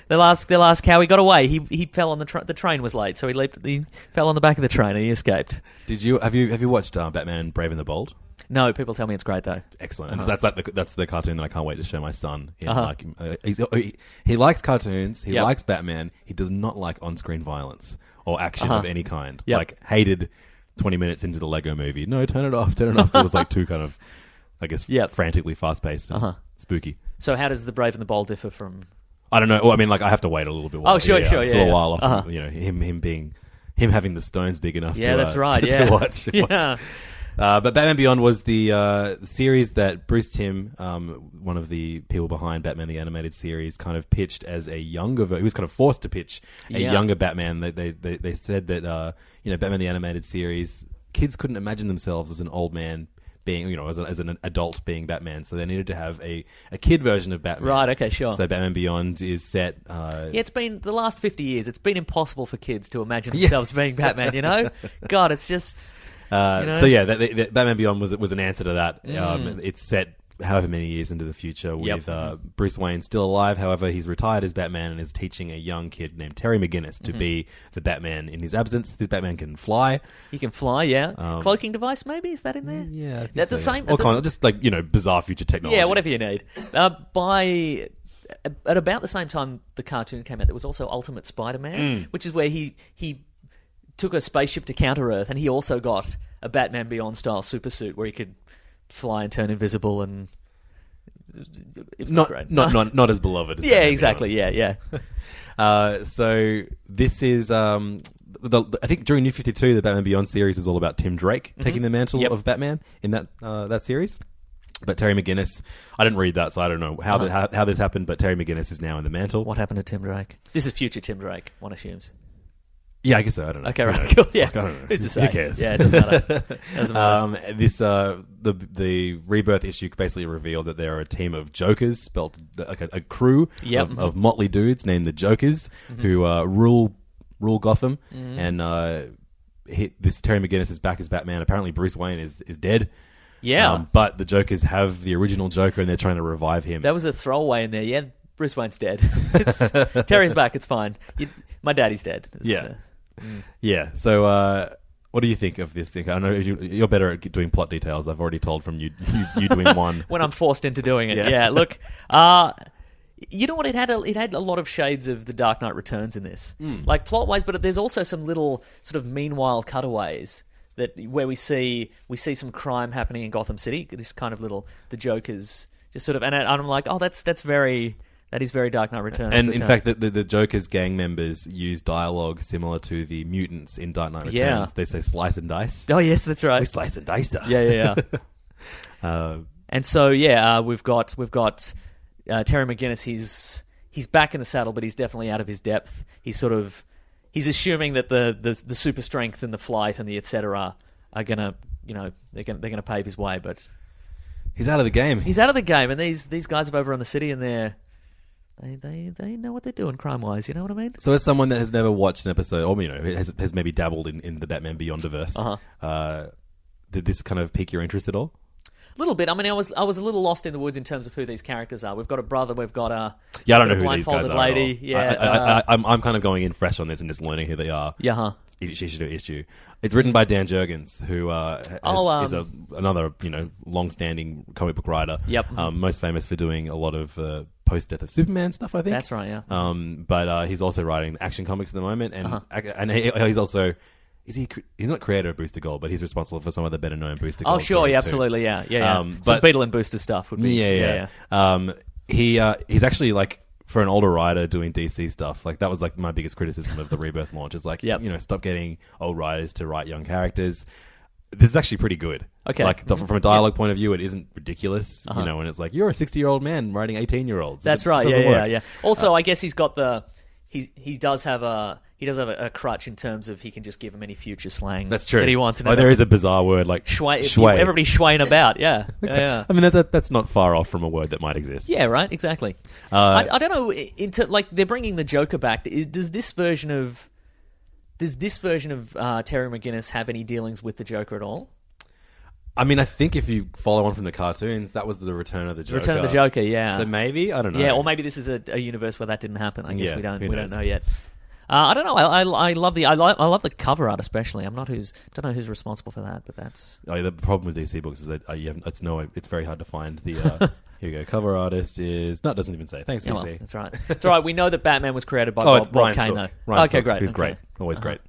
they'll ask they'll ask how he got away. He he fell on the tra- the train was late, so he leaped. He fell on the back of the train and he escaped. Did you have you have you watched uh, Batman and Brave and the Bold? No, people tell me it's great though. Excellent. And That's like the, that's the cartoon that I can't wait to show my son. In, Uh-huh. like, uh, he's, he, he likes cartoons. He Yep. likes Batman. He does not like on-screen violence or action of any kind. Uh-huh. Yep. Like hated twenty minutes into the Lego Movie. No, turn it off. Turn it off. It was like too kind of, I guess, Yep. Uh-huh. frantically fast-paced and spooky. So how does the Brave and the Bold differ from? I don't know. Well, I mean, like I have to wait a little bit. while- Oh, sure, sure, I'm yeah, Still yeah. Uh-huh. a while off. from, You know, him him being him having the stones big enough. Yeah, to, that's uh, right. To, yeah, to watch. yeah. watch. Uh, but Batman Beyond was the uh, series that Bruce Tim, um, one of the people behind Batman the animated series, kind of pitched as a younger. Ver- he was kind of forced to pitch a Yeah. younger Batman. They they, they, they said that uh, you know Batman the animated series kids couldn't imagine themselves as an old man. Being you know as, a, as an adult being Batman, so they needed to have a, a kid version of Batman. Right, okay, sure. So Batman Beyond is set. Uh, Yeah, it's been the last fifty years. It's been impossible for kids to imagine themselves being Batman. You know, God, it's just Uh, You know? Mm. So yeah, that, that Batman Beyond was was an answer to that. Um, it's set however many years into the future with Yep. uh, Bruce Wayne still alive. However, he's retired as Batman and is teaching a young kid named Terry McGinnis Mm-hmm. to be the Batman in his absence. This Batman can fly. you can fly. Yeah, cloaking device maybe is that in there? at the same. or at the s- kind of just like you know bizarre future technology. Yeah, whatever you need. Uh, by at about the same time the cartoon came out, there was also Ultimate Mm. Spider-Man, which is where he he took a spaceship to Counter Earth, and he also got a Batman Beyond style super suit where he could fly and turn invisible, and it was not, Not, great. not not not as beloved. As yeah, Batman Beyond. exactly. Yeah, yeah. Uh, so this is um, the, the- I think during New Fifty Two, the Batman Beyond series is all about Tim Drake taking the mantle Mm-hmm. Yep. of Batman in that uh, that series. But Terry McGinnis, I didn't read that, so I don't know how, the, how how this happened. But Terry McGinnis is now in the mantle. Uh-huh. What happened to Tim Drake? This is future Tim Drake. One assumes. Yeah, I guess so. I don't know. Okay, Who right. knows? Cool. Yeah. Fuck, I don't know. Who's to say? Who cares? Yeah, it doesn't matter. doesn't matter. Um, this uh, the the rebirth issue basically revealed that there are a team of jokers, spelt like a, a crew Yep. Mm-hmm. of, of motley dudes named the Jokers who uh, rule rule Gotham. And uh, he, this Terry McGinnis is back as Batman. Apparently, Bruce Wayne is is dead. Um, yeah. but the Jokers have the original Joker, and they're trying to revive him. That was a throwaway in there. Yeah, Bruce Wayne's dead. It's, Terry's back. It's fine. You, my daddy's dead. It's, yeah. uh, Yeah. So, uh, what do you think of this? thing? I know you, you're better at doing plot details. I've already told from you you, you doing one. when I'm forced into doing it. Yeah. Yeah. Look, uh, you know what? It had a, it had a lot of shades of The Dark Knight Returns in this, Hmm. like plot wise, but there's also some little sort of meanwhile cutaways that where we see we see some crime happening in Gotham City. This kind of little the Joker's just sort of, and I- I'm like, oh, that's that's very that is very Dark Knight Returns. And but, in uh, fact, the, the, the Joker's gang members use dialogue similar to the mutants in Dark Knight Returns. Yeah. They say slice and dice. oh yes, that's right. We slice and dicer. Yeah, yeah, yeah. Uh, And so yeah, uh, we've got we've got uh, Terry McGinnis. He's he's back in the saddle, but he's definitely out of his depth. He's sort of he's assuming that the the, the super strength and the flight and the etc. are gonna you know they're gonna they're gonna pave his way, but he's out of the game. he's out of the game. And these these guys are over on the city and they're. They, they, they know what they're doing crime wise, you know what I mean? so, as someone that has never watched an episode, or you know, has, has maybe dabbled in, in the Batman Beyondiverse, uh-huh. did this kind of pique your interest at all? A little bit. I mean, I was I was a little lost in the woods in terms of who these characters are. We've got a brother, we've got a Yeah, I don't know we've got a who these guys blindfolded are. Lady, at yeah, all. I, I, uh, I, am I'm kind of going in fresh on this and just learning who they are. yeah, huh. Each issue to issue. It's written by Dan Jurgens, who uh, has, Oh, is a, another you know long-standing comic book writer. Yep. um, most famous for doing a lot of uh, post-death of Superman stuff. I think That's right, yeah. Uh-huh. Um, but uh, he's also writing Action Comics at the moment, and ac- and he, he's also is he cr- he's not creator of Booster Gold, but he's responsible for some of the better-known Booster Gold. Oh, sure, stories yeah, too. absolutely, yeah, yeah, yeah. Um, Some but- Beetle and Booster stuff would be, Yeah, yeah. Um, he uh, he's actually like for an older writer doing DC stuff. Like that was like my biggest criticism of the Rebirth launch. Is like Yep. you know stop getting old writers to write young characters. This is actually pretty good. Okay. Mm-hmm. Uh-huh. like th- from a dialogue point of view, it isn't ridiculous. You know, and it's like you're a sixty year old man writing eighteen year olds. That's right. Yeah, yeah, yeah. Uh, Also, I guess he's got the he he does have a he does have a, a crutch in terms of he can just give him any future slang. That's true. That he wants. and Oh, it there is a doesn't- bizarre word like shway. shway. Everybody shwaying about. Yeah, yeah, yeah. I mean, that, that, that's not far off from a word that might exist. Yeah, right. Exactly. Uh, I, I don't know. Into like they're bringing the Joker back. Is- Does this version of does this version of uh, Terry McGinnis have any dealings with the Joker at all? I mean, I think if you follow on from the cartoons, that was the Return of the Joker. Return of the Joker, yeah. Oh, So maybe I don't know. Yeah, or maybe this is a, a universe where that didn't happen. I guess Yeah, we don't who we knows? don't know yet. Uh, I don't know. I, I, I love the I, li- I love the cover art especially. I'm not who's don't know who's responsible for that, but that's Oh, yeah, the problem with DC books is that uh, you have it's no, it's very hard to find the. Uh, here you go. Cover artist is no, it doesn't even say. Thanks, yeah, well, DC. oh, that's right. It's all right. We know that Batman was created by Oh, Bob, it's Bob Brian Kane Silk. though. Ryan okay, Silk, great. Who's okay. Uh-huh. great, always great.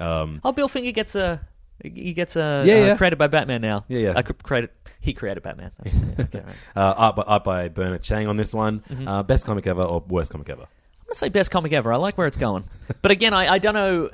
Um, Oh, Bill Finger gets a he gets a Yeah, uh, yeah. created by Batman now. Yeah, yeah. Uh, cr- created he created Batman. That's, yeah, okay, right. uh, art, by, art by Bernard Chang on this one. Mm-hmm. Uh, best comic ever or worst comic ever? I'm gonna say best comic ever. I like where it's going, but again, I, I don't know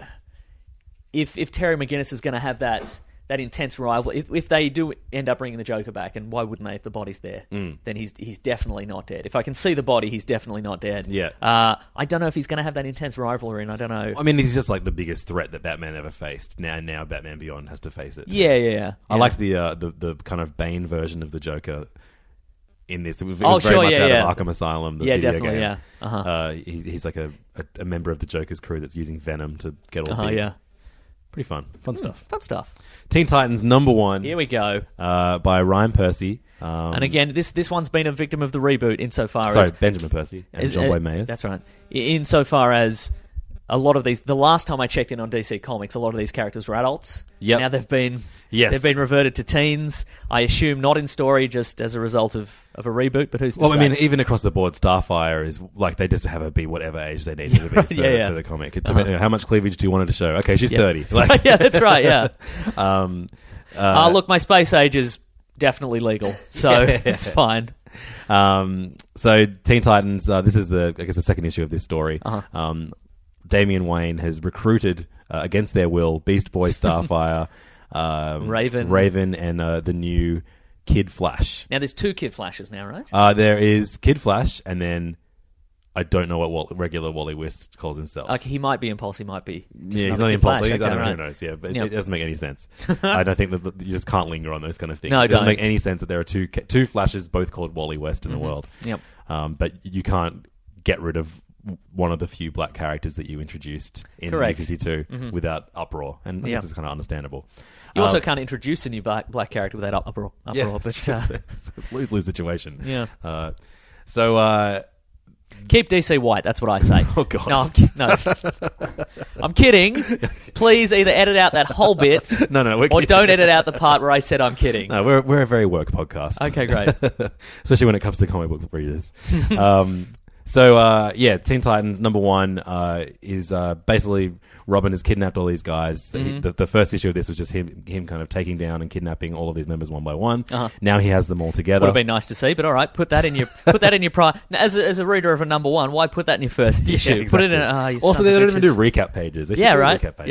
if if Terry McGinnis is going to have that that intense rival. If, if they do end up bringing the Joker back, and why wouldn't they? If the body's there, Mm. then he's he's definitely not dead. If I can see the body, he's definitely not dead. Yeah. Uh, I don't know if he's going to have that intense rivalry, and I don't know. I mean, he's just like the biggest threat that Batman ever faced. Now, now Batman Beyond has to face it. yeah, yeah, yeah. I liked the, uh, the the kind of Bane version of the Joker in this. It was, it Oh, was very sure, much yeah, out yeah. of Arkham Asylum. The Yeah, video definitely, game. yeah. Uh-huh. Uh, he's, he's like a, a, a member of the Joker's crew that's using venom to get all. Uh-huh, big. yeah. Hmm. pretty fun, fun stuff. Fun stuff. Teen Titans number one Here we go. uh, by Ryan Percy. Um, and again, this this one's been a victim of the reboot insofar sorry, as Benjamin Percy and Is- John uh, Boy Mayer. That's right. I- Insofar as a lot of these, the last time I checked in on DC Comics, a lot of these characters were adults. Yep. Now they've been Yes. they've been reverted to teens. I assume not in story, just as a result of, of a reboot. But who's to Well, I say? mean, even across the board, Starfire is like they just have her be whatever age they need her to be right, for, yeah, yeah. Uh-huh. for the comic. It's about, you know, how much cleavage do you want her to show? Okay, she's thirty. Like, yeah, that's right. Yeah. um, Ah, look, my space age is definitely legal, so it's fine. Um, so Teen Titans, uh, this is the I guess the second issue of this story. Um, Damian Wayne has recruited uh, against their will Beast Boy, Starfire, um, Raven. Raven, and uh, the new Kid Flash. Now there's two Kid Flashes now, right? Uh, there is Kid Flash, and then I don't know what Wall- regular Wally West calls himself. Like he might be impulse, he might be. just Yeah, another he's not Kid impulsive. Flash. He's, I Okay, don't know right. who knows. Yeah, but it- Yep. it, doesn't make any sense. I don't think that that you just can't linger on those kind of things. No, it doesn't don't. Mm-hmm. make any sense that there are two ca- two flashes, both called Wally West, in the world. Yep. Um, but you can't get rid of w- one of the few black characters that you introduced in Correct. Fifty without uproar, and I Yeah. guess it's kind of understandable. You also Um, can't introduce a new black, black character without up- uproar. uproar yeah, but, it's uh, just a lose lose situation. Yeah. Uh, so. Uh, Keep DC white. That's what I say. oh god. No, I'm, ki- no. I'm kidding. Please either edit out that whole bit. No, no, we're or kidding. don't edit out the part where I said I'm kidding. No, we're, we're a very work podcast. Okay, great. Especially when it comes to comic book readers. um, so, uh, yeah, Teen Titans number one uh, is uh, basically Robin has kidnapped all these guys. Mm-hmm. He- the, the first issue of this was just him, him kind of taking down and kidnapping all of these members one by one. Now he has them all Would together. have Uh-huh. been nice to see, but all right, put that in your put that in your pri Now, As a, as a reader of a number one, why put that in your first issue? Put it in. A, oh, you also, sons they of don't even do bitches. recap pages. They should Yeah, do right. Recap pages.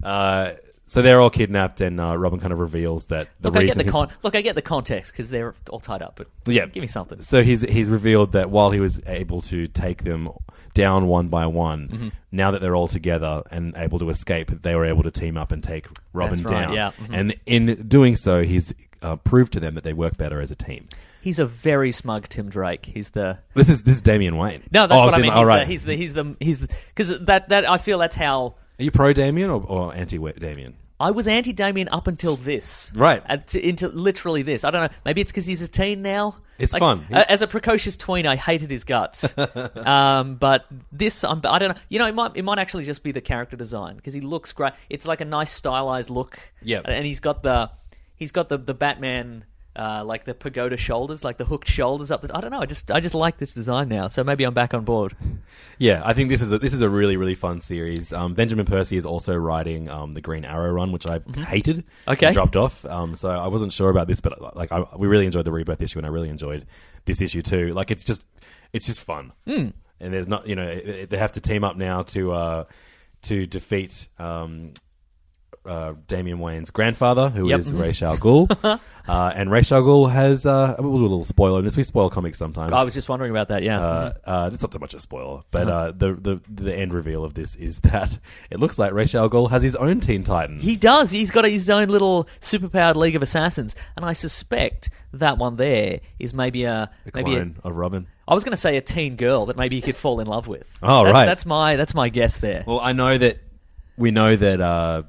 Yeah. Uh, so they're all kidnapped, and uh, Robin kind of reveals that the Look, I get reason the he's- con- look, I get the context because they're all tied up. But Yeah, give me something. So he's he's revealed that while he was able to take them down one by one, Mm-hmm. now that they're all together and able to escape, they were able to team up and take Robin That's right, down. yeah. Mhm. And in doing so, he's uh, proved to them that they work better as a team. He's a very smug Tim Drake. He's the This is this is Damian Wayne. no, that's Oh, what I was in- mean. all He's, right. the, he's the he's the he's because that that I feel that's how Are you pro Damien or, or anti Damien? I was anti Damien up until this. Right. At, to, into literally this. I don't know. Maybe it's because he's a teen now. It's fun. a- He's- as a precocious tween, I hated his guts. um, but this, I'm, I don't know. You know, it might it might actually just be the character design because he looks great. It's like a nice stylized look. Yeah. And he's got the he's got the the Batman. Uh, like the pagoda shoulders, like the hooked shoulders up. The, I don't know. I just I just like this design now, so maybe I'm back on board. Yeah, I think this is a, this is a really really fun series. Um, Benjamin Percy is also writing um, the Green Arrow run, which I hated. Mm-hmm. Okay. and dropped off. Um, so I wasn't sure about this, but uh, like I, we really enjoyed the Rebirth issue, and I really enjoyed this issue too. Like it's just it's just fun. Hmm. And there's not you know it- it- they have to team up now to uh, to defeat. Um, uh, Damian Wayne's grandfather, who is Yep. Ra's al Ghul, uh, and Ra's al Ghul has uh, we'll do a little spoiler in this. We spoil comics sometimes I was just wondering about that. Yeah. uh, uh, it's not so much a spoiler, but uh, the, the the end reveal of this is that it looks like Ra's al Ghul has his own Teen Titans. He does. He's got his own little superpowered League of Assassins, and I suspect that one there is maybe a, a maybe a, clone of Robin. I was going to say a teen girl that maybe he could fall in love with. Oh, that's, right. That's my that's my guess there. Well, I know that we know that uh,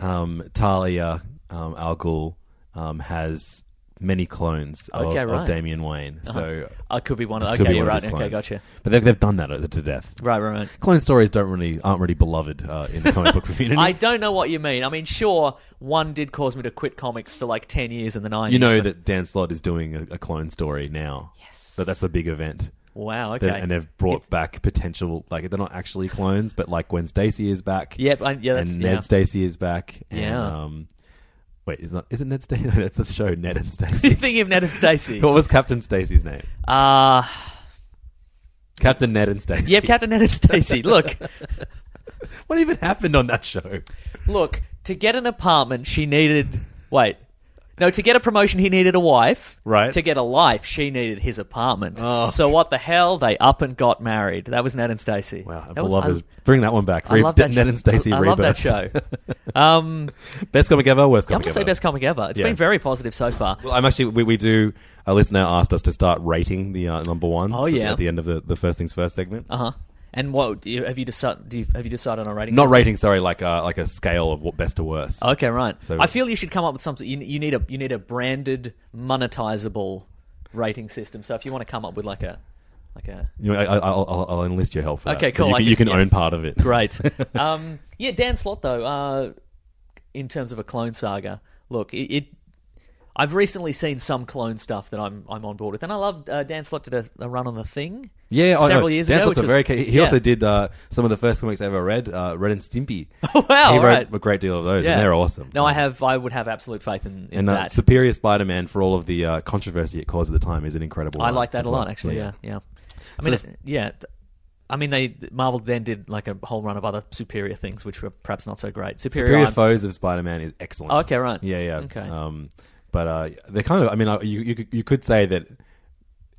um, Talia um, al Ghul um, has many clones of, Okay, of right. Damian Wayne, so I could be one of. this Okay, could be you're one right. of his Okay, clones. gotcha. But they've, they've done that to death. Right, right, right. Clone stories don't really aren't really beloved uh, in the comic book community. I don't know what you mean. I mean, sure, one did cause me to quit comics for like ten years in the nineties. you know that Dan Slott is doing a, a clone story now. Yes, but that's a big event. Wow. Okay. They- and they've brought back potential like they're not actually clones, but like Gwen Stacy is back. Yep, I- yeah, that's- and Ned yeah. Stacy is back. And, Yeah. Um, wait, is not is it Ned Stacy? No, that's the show Ned and You're Stacy. thinking of Ned and Stacy. what was Captain Stacy's name? Uh, Captain Ned and Stacy. yep, Captain Ned and Stacy. Look, What even happened on that show? Look, to get an apartment, she needed. Wait. No, to get a promotion, he needed a wife. Right. Oh. To get a life, she needed his apartment. So what the hell? They up and got married. That was Ned and Stacy. Wow, I That was- beloved. Bring that one back. I, I Re- love that Ned and sh- Stacy. I, I love that Rebirth. show. Um, Best comic ever. Worst I'm comic gonna ever. say best comic ever. It's Yeah. been very positive so far. Well, I'm actually. We, we do. A listener asked us to start rating the uh, number ones. Oh, yeah. At the end of the, the first things first segment. Uh huh. And what do you- have you decided? Do you, have you decided on a rating? Not system? rating. Sorry, like uh, like a scale of what best to worst. Okay, right. So- I feel you should come up with something. You, you need a you need a branded, monetizable rating system. So if you want to come up with like a like a You know, I, I- I'll, I'll, I'll enlist your help for Okay, that. So cool, you, I can, can- you can yeah. own part of it. Great. um, yeah, Dan Slott though. Uh, in terms of a clone saga, look, it, it. I've recently seen some clone stuff that I'm I'm on board with, and I loved uh, Dan Slott did a, a run on the thing. Yeah, I several know. years Dan ago. Slott's which a was- very. He yeah. also did uh, some of the first comics I ever read. Uh, Red and Stimpy. Oh, wow, he all wrote right. a great deal of those, Yeah. and they're awesome. No, I Um, have I would have absolute faith in, in And uh, that. Superior Spider-Man, for all of the uh, controversy it caused at the time, is an incredible. I art like that as a well. lot, actually. Yeah, yeah. I So mean, if- it- yeah. th- I mean, they Marvel then did like a whole run of other superior things, which were perhaps not so great. Superior, Superior Iron- Foes of Spider-Man is excellent. Oh, okay, right. Yeah, yeah. Okay. Um, but uh, they're kind of. I mean, uh, you, you could- you could say that.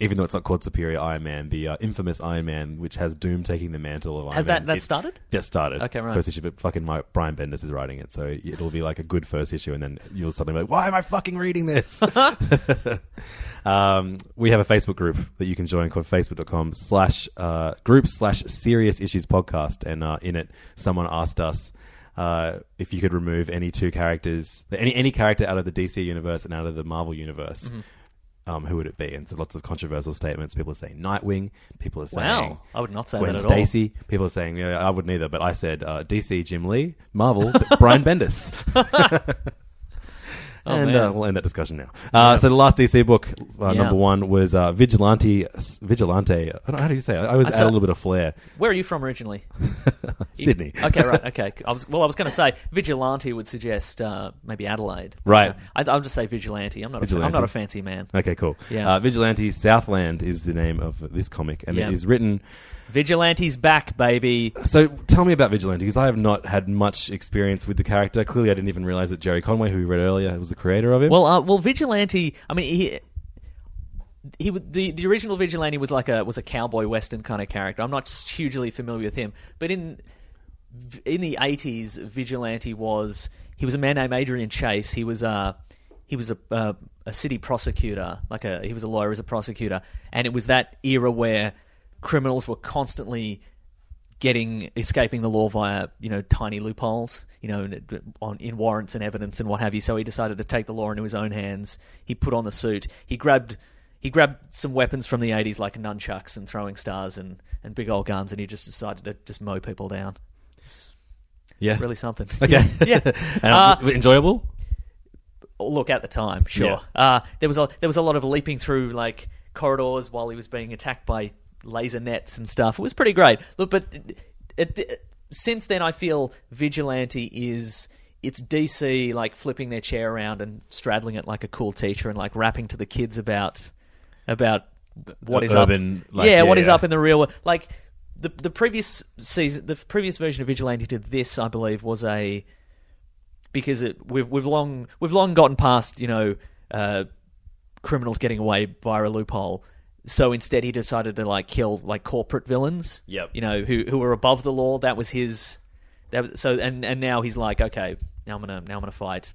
Even though it's not called Superior Iron Man, the uh, infamous Iron Man, which has Doom taking the mantle of Iron Has Man, that that it- started? Get started. Okay, right. First issue, but fucking Mike, Brian Bendis is writing it, so it'll be like a good first issue, and then you'll suddenly be like, "Why am I fucking reading this?" um, we have a Facebook group that you can join called facebook.com slash uh, group slash serious issues podcast, and uh, in it, someone asked us. Uh, if you could Mm-hmm. remove any two characters, any any character out of the DC universe and out of the Marvel universe, um, who would it be? And so lots of controversial statements. People are saying Nightwing. People are saying Wow. I would not say Gwen that at all. Stacy. People are saying yeah, I wouldn't either, but I said uh, DC Jim Lee, Marvel Brian Bendis. and uh, Oh, man. we'll end that discussion now. Uh, So the last DC book, uh, Yeah. number one, was uh, Vigilante. Vigilante. I don't know how do you say. It? I always I add saw- a little bit of flair. Where are you from originally? Sydney. okay, right. Okay. I was well. I was going to say vigilante would suggest uh, maybe Adelaide. but, Right. uh, I, I'll just say vigilante. I'm not. A, I'm Vigilante. not a fancy man. Okay, cool. Yeah. Uh, Vigilante Southland is the name of this comic, and Yeah. it is written. Vigilante's back, baby. So tell me about Vigilante, because I have not had much experience with the character. Clearly, I didn't even realize that Jerry Conway, who we read earlier, was the creator of him. Well, uh, well, vigilante. I mean, he. He would, the the original vigilante was like a was a cowboy western kind of character. I'm not hugely familiar with him, but in in the 80s vigilante was he was a man named adrian chase he was a he was a, a, a city prosecutor like a he was a lawyer as a prosecutor and it was that era where criminals were constantly getting escaping the law via you know tiny loopholes you know in- on in warrants and evidence and what have you so he decided to take the law into his own hands he put on the suit he grabbed he grabbed some weapons from the 80s like nunchucks and throwing stars and, and big old guns and he just decided to just mow people down yeah, really something. Okay. yeah. And, Uh, w- enjoyable. Look at the time, sure. Uh, there was a there was a lot of leaping through like corridors while he was being attacked by laser nets and stuff. It was pretty great. Look, but it, it- since then, I feel Vigilante is it's DC like flipping their chair around and straddling it like a cool teacher and like rapping to the kids about about what Uh, is urban, up. like, yeah, yeah, what is yeah. up in the real world? Like the the previous season, the previous version of Vigilante to this, I believe, was a because it, we've we've long we've long gotten past you know uh, criminals getting away via a loophole. So instead, he decided to like kill like corporate villains. Yep. You know who who were above the law. That was his. That was so and and now he's like okay now I'm gonna now I'm gonna fight.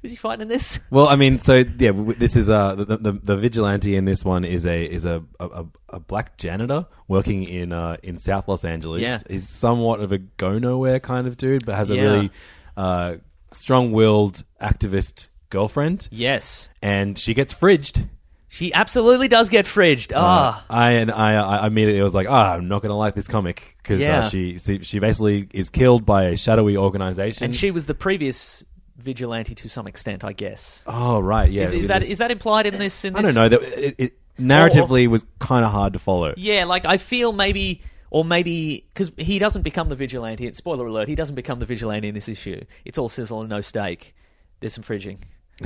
Who's he fighting in this? Well, I mean, so yeah, w- this is uh, the, the the vigilante in this one is a is a a, a- a black janitor working in uh, in South Los Angeles. Yeah. he's somewhat of a go nowhere kind of dude, but has a Yeah. really uh, strong willed activist girlfriend, Yes, and she gets fridged. she absolutely does get fridged. Uh, Ah, I and I, I immediately was like, ah, I'm not gonna like this comic because Yeah. uh, she, she she basically is killed by a shadowy organization. and she was the previous vigilante to some extent, I guess. oh right, yeah, Is, is it that is- is that implied in this? In I this? don't know. That it, it narratively was kind of hard to follow. Yeah, like I feel maybe, or maybe because he doesn't become the vigilante. And spoiler alert: he doesn't become the vigilante in this issue. It's all sizzle and no steak. There's some fridging,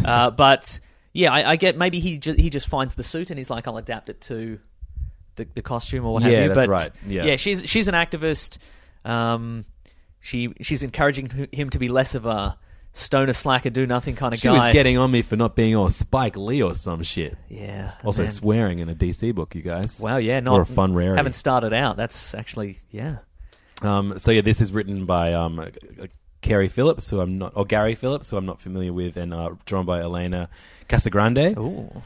uh, but yeah, I, I get maybe he ju- he just finds the suit and he's like, I'll adapt it to the, the costume or what Yeah, have you. that's but right. Yeah. she's she's an activist. Um, she she's encouraging him to be less of a stoner slacker, do nothing kind of She guy. was getting on me for not being all Spike Lee or some shit. yeah, Also man. swearing in a DC book, you guys. Wow, yeah, not or a fun rarity. Haven't started out. That's actually yeah. Um, so yeah, this is written by um, uh, uh, Kerry Phillips, who I'm not, or Gary Phillips, who I'm not familiar with, and uh, drawn by Elena Casagrande. Ooh.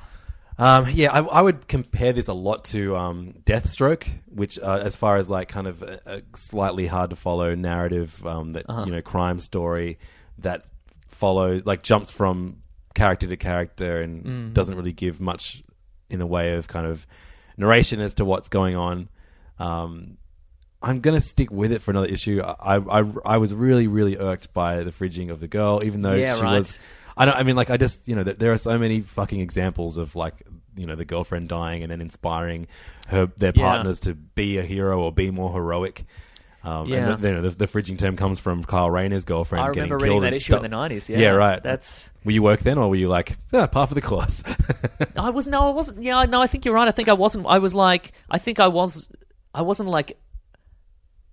Um, yeah, I, I would compare this a lot to um, Deathstroke, which, uh, as far as like kind of a, a slightly hard to follow narrative, um, that Uh-huh. you know, crime story that follows, like jumps from character to character and Mm-hmm. doesn't really give much in the way of kind of narration as to what's going on. Um, I'm gonna stick with it for another issue. I, I I was really really irked by the fridging of the girl, even though Yeah, she right. was. I don't. I mean, like, I just you know, th- there are so many fucking examples of like you know the girlfriend dying and then inspiring her their Yeah. partners to be a hero or be more heroic. Um, Yeah. And the, you know, the, the fridging term comes from Kyle Rayner's girlfriend. I getting remember killed reading that and issue stuff. in the 90s, yeah, yeah. right. That's- were you work then, or were you like ah, part of the course? I was no, I wasn't. Yeah, no, I think you're right. I think I wasn't. I was like, I think I was. I wasn't like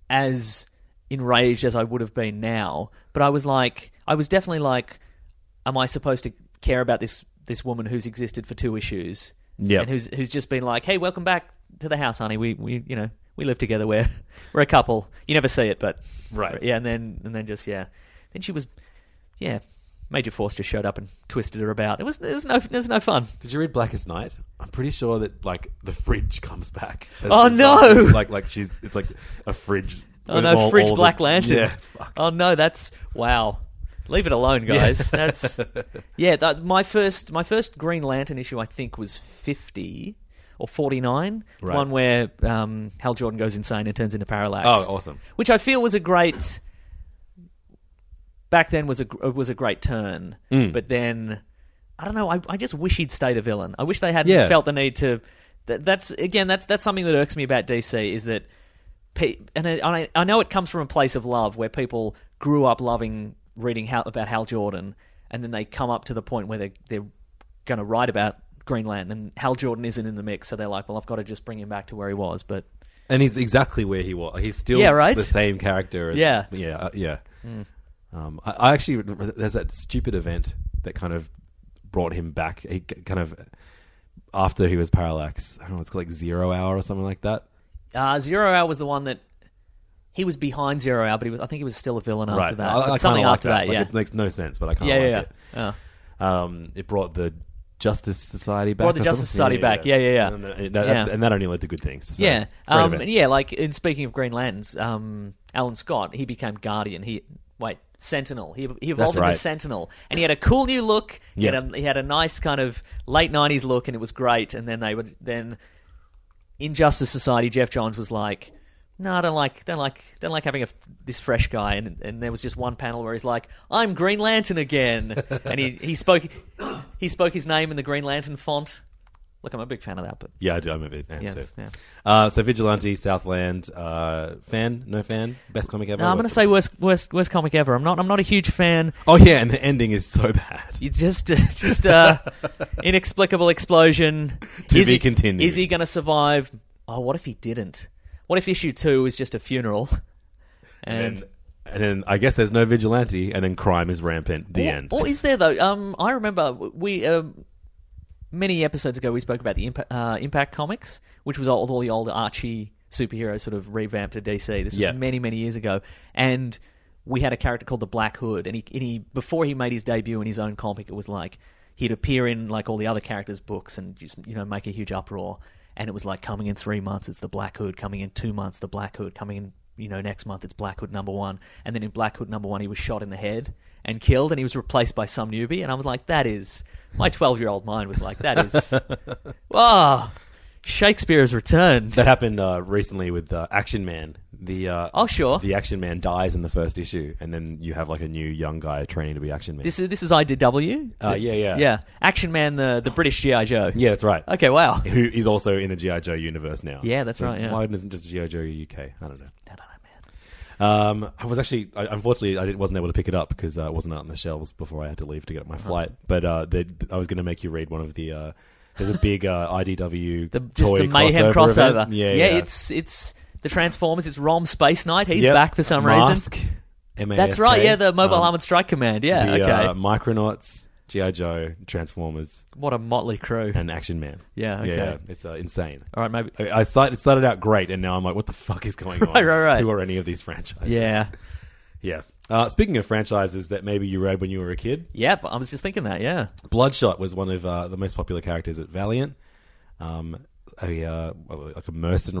as enraged as I would have been now, but I was like, I was definitely like, am I supposed to care about this this woman who's existed for two issues? Yep. and who's who's just been like, hey, welcome back to the house, honey. We we you know we live together. We're we're a couple. You never see it, but Right. yeah, and then and then just yeah, then she was yeah. Major Force just showed up and twisted her about. It was there's no there's no fun. Did you read Blackest Night? I'm pretty sure that like the fridge comes back. as Oh, this, no! uh, Like like she's it's like a fridge. Oh with no, all- Fridge all the- Black Lantern. Yeah. fuck. Oh no, that's wow. Leave it alone, guys. That's yeah. That, my first my first Green Lantern issue, I think, was fifty or forty nine. Right. One where um, Hal Jordan goes insane and turns into Parallax. Oh, awesome. Which I feel was a great. Back then was a gr- was a great turn, but then I don't know. I, I just wish he'd stayed a villain. I wish they hadn't Yeah. felt the need to. That, that's again. That's that's something that irks me about DC is that pe- and I- I, I know it comes from a place of love where people grew up loving reading Hal, about Hal Jordan, and then they come up to the point where they're, they're going to write about Green Lantern, and Hal Jordan isn't in the mix, so they're like, well, I've got to just bring him back to where he was. But And he's exactly where he was. He's still Yeah, right? the same character. As, Yeah. Hmm. yeah, uh, yeah. Um, I, I actually there's that stupid event that kind of brought him back. He k- kind of after he was Parallax. I don't know. It's called like Zero Hour or something like that. uh, Zero Hour was the one that he was behind Zero Hour, but he was, I think he was still a villain after that. I- I But kinda something like after that, Like, yeah. it makes no sense, but I kind yeah, of yeah, like yeah. it. Uh, Um, it brought the Justice Society back. Brought the or Justice Society something? back. Yeah, yeah, yeah. And, the- that, Yeah. and that only led to good things. So, yeah, great um, event. and yeah. Like in speaking of Green Lanterns, um, Alan Scott he became Guardian. He wait Sentinel. He, he evolved into right. Sentinel, and he had a cool new look. He, Yeah. had a, he had a nice kind of late '90s look, and it was great. And then they would then Injustice Society. Jeff Johns was like. No, I don't like, don't like, don't like having a, f- this fresh guy. And, and there was just one panel where he's like, "I'm Green Lantern again," and he, he spoke, he spoke his name in the Green Lantern font. Look, I'm a big fan of that, but Yeah, I do. I'm a bit. yeah, Yeah, it's- yeah. Uh, so Vigilante, Southland, uh, fan, no fan, best comic ever. No, I'm going to Worst- say worst, worst, worst comic ever. I'm not. I'm not a huge fan. Oh yeah, and the ending is so bad. It's just, just uh, inexplicable explosion. To be he, continued. Is he going to survive? Oh, what if he didn't? What if issue two is just a funeral? And, And, and then I guess there's no vigilante, and then crime is rampant. The or, end. or is there though? Um, I remember we um, many episodes ago we spoke about the Impa- uh, Impact Comics, which was all, all the old Archie superheroes sort of revamped to DC. This Yeah. was many many years ago, and we had a character called the Black Hood, and he, and he before he made his debut in his own comic, it was like he'd appear in like all the other characters' books and just you know make a huge uproar. And it was like coming in three months, it's the Black Hood. Coming in two months, the Black Hood. Coming in you know next month, it's Black Hood number one. And then in Black Hood number one, he was shot in the head and killed, and he was replaced by some newbie. And I was like, that is my twelve-year-old mind was like, that is, wow, Shakespeare has returned. that happened uh, recently with uh, Action Man. The uh, Oh, sure. the Action Man dies in the first issue, and then you have like a new young guy training to be Action Man. This is this is IDW. uh, yeah, yeah, yeah, Action Man, the the British GI Joe. yeah. That's right. Okay, wow. Who is also in the GI Joe universe now? Yeah, that's right, yeah. Why isn't just GI Joe UK? I don't know. I don't know, man. Um, I was actually, I, unfortunately, I didn't- wasn't able to pick it up because uh, it wasn't out on the shelves before I had to leave to get Uh-huh. my flight. But uh, the, I was going to make you read one of the. Uh, there's a big uh, IDW The, just toy the mayhem crossover. crossover. event. Yeah, yeah, It's it's the Transformers. It's Rom Space Knight. He's Yep. back for some Mask, reason. M-A-S-K. That's right. Yeah, the Mobile Um, Armored Strike Command. Yeah. the, okay. uh, Micronauts, GI Joe, Transformers, what a motley crew. and Action Man. Yeah, okay. It's uh, insane. All right, maybe. I, I started, it started out great, and now I'm like, what the fuck is going on? Right, right, right. Who are any of these franchises? Yeah. yeah. Uh, speaking of franchises that maybe you read when you were a kid, Yep. I was just thinking that. Yeah. Bloodshot was one of uh, the most popular characters at Valiant. Um, a uh, well, like a mercenary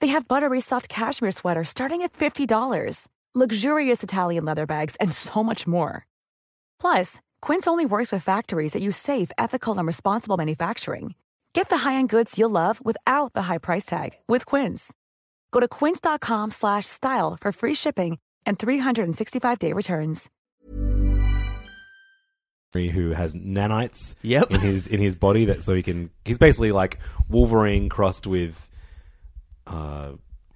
They have buttery soft cashmere sweaters starting at $50, luxurious Italian leather bags, and so much more. Plus, Quince only works with factories that use safe, ethical, and responsible manufacturing. Get the high-end goods you'll love without the high price tag with Quince. Go to quince.com/style slash style for free shipping and 365-day returns. who has nanites Yep. in his in his body that so he can he's basically like Wolverine crossed with uh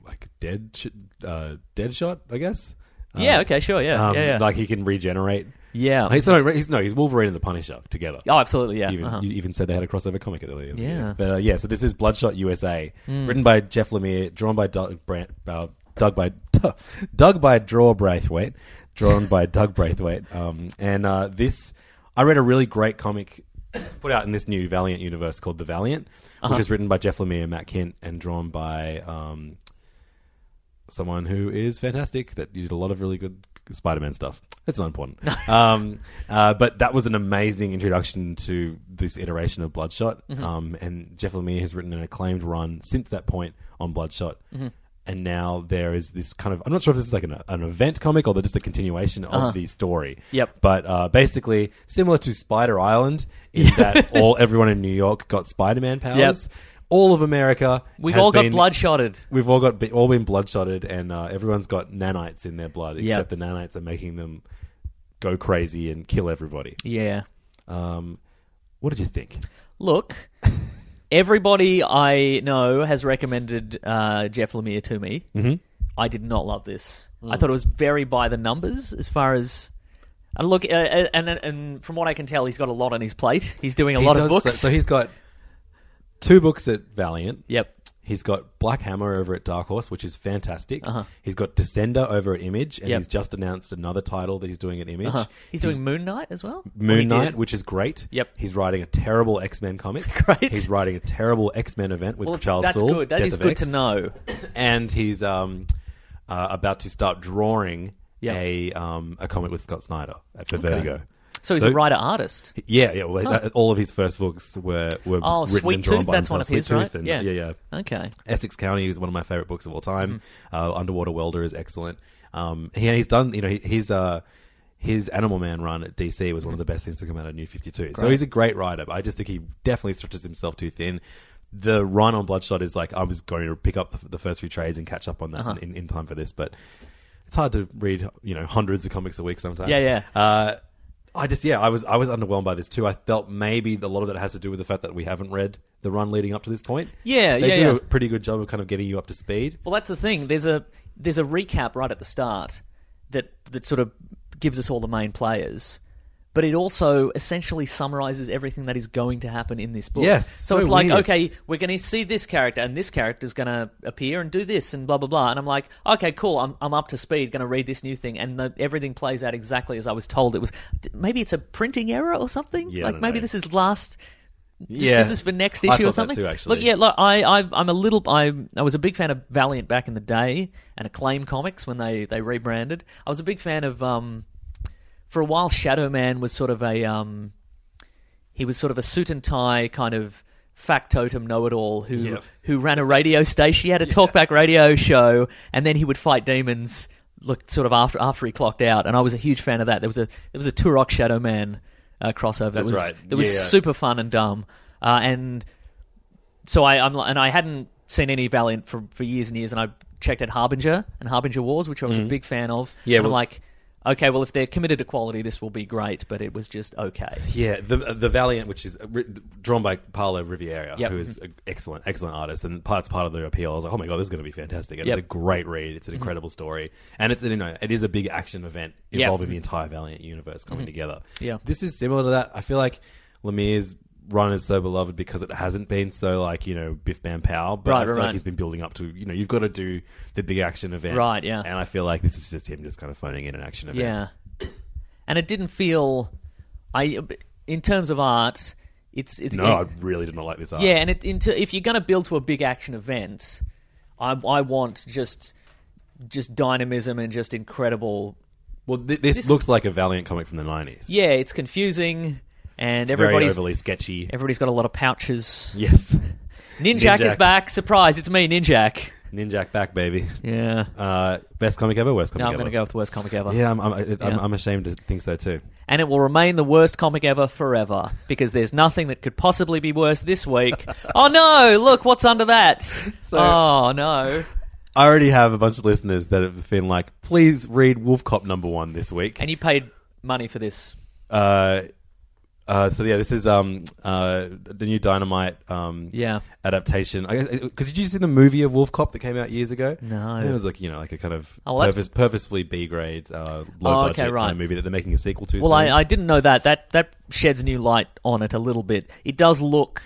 like dead sh- uh dead shot I guess yeah. Okay. Sure. Yeah. Uh, um, yeah. Yeah. like he can regenerate yeah. he's, no, he's no he's Wolverine and the Punisher together oh, absolutely. Yeah. even, uh-huh. you even said they had a crossover comic at the other Yeah. Hmm. but uh, yeah so this is Bloodshot USA written by Jeff Lemire drawn by Doug Brand uh, Doug by Doug by Draw Braithwaite drawn by Doug Braithwaite um, and uh, this I read a really great comic put out in this new Valiant universe called The Valiant Uh-huh. which is written by Jeff Lemire Matt Kent and drawn by um, someone who is fantastic that did a lot of really good Spider-Man stuff. It's not important. um, uh, but that was an amazing introduction to this iteration of Bloodshot. Mm-hmm. Um, and Jeff Lemire has written an acclaimed run since that point on Bloodshot. Mm-hmm. And now there is this kind of I'm not sure if this is like an, an event comic or just a continuation of the story. Uh-huh. Yep. But uh, basically similar to Spider Island in that all everyone in New York got Spider-Man powers. All of America We've has all got been- bloodshotted. We've all got all been bloodshotted, and uh, everyone's got nanites in their blood. Yeah. Except the nanites are making them go crazy and kill everybody. Yeah. Um, what did you think? Look, everybody I know has recommended uh, Jeff Lemire to me. Mm-hmm. I did not love this. Mm. I thought it was very by the numbers as far as. And look, uh, uh, and and from what I can tell, he's got a lot on his plate. He's doing a lot of books. So, so he's got two books at Valiant. yep. He's got Black Hammer over at Dark Horse, which is fantastic. He's got Descender over at Image, and Uh-huh. Yep. Uh-huh. he's just announced another title that he's doing at Image. He's doing Moon Knight as well. Or he Moon did. Knight, which is great. Yep. He's writing a terrible X Men comic. Great. He's writing a terrible X Men event with Well, it's- Charles that's Soule, good. That Death is of good X. to know. and he's um, uh, about to start drawing Yeah. a um, a comic with Scott Snyder for Vertigo. So he's So- a writer artist. Yeah, yeah. Well, that- all of his first books were were Oh, written Sweet and drawn Tooth, by that's himself. one of Sweet his, right? Tooth and- Yeah. yeah, yeah. Okay. Essex County is one of my favorite books of all time. Uh, Underwater Welder is excellent. Um, he, he's done, you know, he, he's uh, his Animal Man run at DC was one of the best things to come out of New Fifty Two. So he's a Mm-hmm. great writer. But I just think he definitely stretches himself too thin. The run on Bloodshot is like I was going to pick up the, the first few trades and catch up on that in, in time for this, but it's hard to read, you know, hundreds of comics a week sometimes. Yeah, yeah. Uh, I just yeah, I was I was underwhelmed by this too. I felt maybe a lot of that has to do with the fact that we haven't read the run leading up to this point. Yeah, they yeah, do yeah. a pretty good job of kind of getting you up to speed. Well, that's the thing. There's a there's a recap right at the start that that sort of gives us all the main players, but it also essentially summarizes everything that is going to happen in this book. Yes, So, so it's like, weird. okay, we're going to see this character, and this character's going to appear and do this, and blah blah blah. And I'm like, okay, cool. I'm I'm up to speed. Going to read this new thing, and the, everything plays out exactly as I was told. It was maybe it's a printing error or something. Yeah, I like don't maybe know. this is last. Yeah. Is this for next I issue or thought something? that too, actually. Look, yeah, look, I, I, I'm a little. I, I was a big fan of Valiant back in the day, and Acclaim Comics when they they rebranded. I was a big fan of. Um, for a while, Shadow Man was sort of a. Um, he was sort of a suit and tie kind of factotum know-it-all who Yep. who ran a radio station. He had a talkback radio show, and then he would fight demons. Looked sort of after after he clocked out, and I was a huge fan of that. There was a there was a Turok Shadow Man uh, crossover. That's that was, right. That was Yeah, yeah. super fun and dumb, uh, and so I I'm, li- and I hadn't seen any Valiant for for years and years, and I checked out Harbinger and Harbinger Wars, which I was a big fan of. Mm-hmm. Yeah, and I'm well- like. Okay, well, if they're committed to quality, this will be great, but it was just okay. Yeah, the uh, the Valiant, which is writ- drawn by Paolo Riviera, Yep. who is an excellent, excellent artist, and that's part of the appeal. I was like, oh my god, this is going to be fantastic. And Yep. Mm-hmm. It's a great read. It's an incredible story, and it's you know it is a big action event Yep. Mm-hmm. involving the entire Valiant universe coming together. Yeah. this is similar to that. I feel like Lemire's run is so beloved because it hasn't been so like you know Biff Bam Pow, but Right, I feel right, like right. he's been building up to you know you've got to do the big action event, Right, yeah. And I feel like this is just him just kind of phoning in an action event. Yeah, and it didn't feel, I, in terms of art, it's it's No, I really did not like this art. yeah, and it into if you're going to build to a big action event, I I want just just dynamism and just incredible. Well, th- this, looks like a Valiant comic from the nineties. Yeah, it's confusing, and very everybody's overly sketchy. everybody's got a lot of pouches. yes, Ninjak, is Ninjak. back! Surprise, it's me, Ninjak. Ninjak back, baby. Yeah, Uh, best comic ever, worst comic no, I'm ever. going to go with the worst comic ever. Yeah, I'm, I'm, I'm, I'm ashamed to think so too. and it will remain the worst comic ever forever because there's nothing that could possibly be worse this week. oh no! Look what's under that. oh no! I already have a bunch of listeners that have been like, please read Wolf Cop number one this week. And you paid money for this. Uh, uh, so yeah, this is um, uh, the new Dynamite um, Yeah. adaptation. Because did you see the movie of Wolf Cop that came out years ago? No. it was like you know like a kind of Oh, well, that's- purpose, purposefully B grade, uh, low Oh, budget okay, right. kind of movie that they're making a sequel to. Well, soon. I, I didn't know that. That that sheds new light on it a little bit. It does look,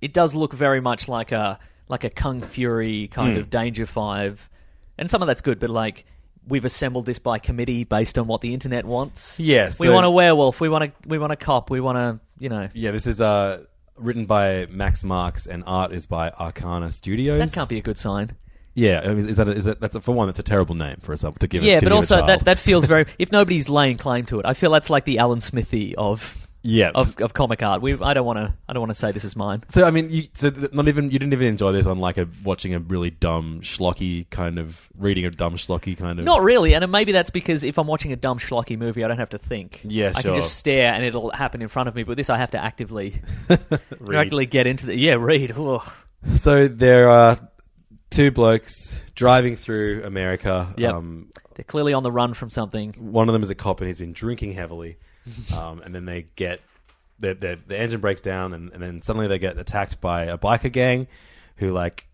it does look very much like a like a Kung Fury kind of Danger Five, and some of that's good. But like we've assembled this by committee based on what the internet wants. Yeah, we so- want a werewolf. We want a we want a cop. We want a you know yeah, this is uh, written by Max Marks and art is by Arcana Studios. that can't be a good sign. Yeah, I mean, is that a, is that that's a, for one? That's a terrible name for a sub to give. it- Yeah, to give but a also child. that that feels very. if nobody's laying claim to it, I feel that's like the Alan Smithy of. yeah Of, of comic art, we I don't want to I don't want to say this is mine. So I mean, you so th- not even you didn't even enjoy this on like a watching a really dumb schlocky kind of reading a dumb schlocky kind of Not really, and maybe that's because if I'm watching a dumb schlocky movie, I don't have to think. Yeah, I sure. can just stare, and it'll happen in front of me. But this, I have to actively, actively get into the yeah, read. Ugh. So there are two blokes driving through America. Yep. Um, They're clearly on the run from something. one of them is a cop and he's been drinking heavily, um, and then they get their, their, the engine breaks down, and, and then suddenly they get attacked by a biker gang, who like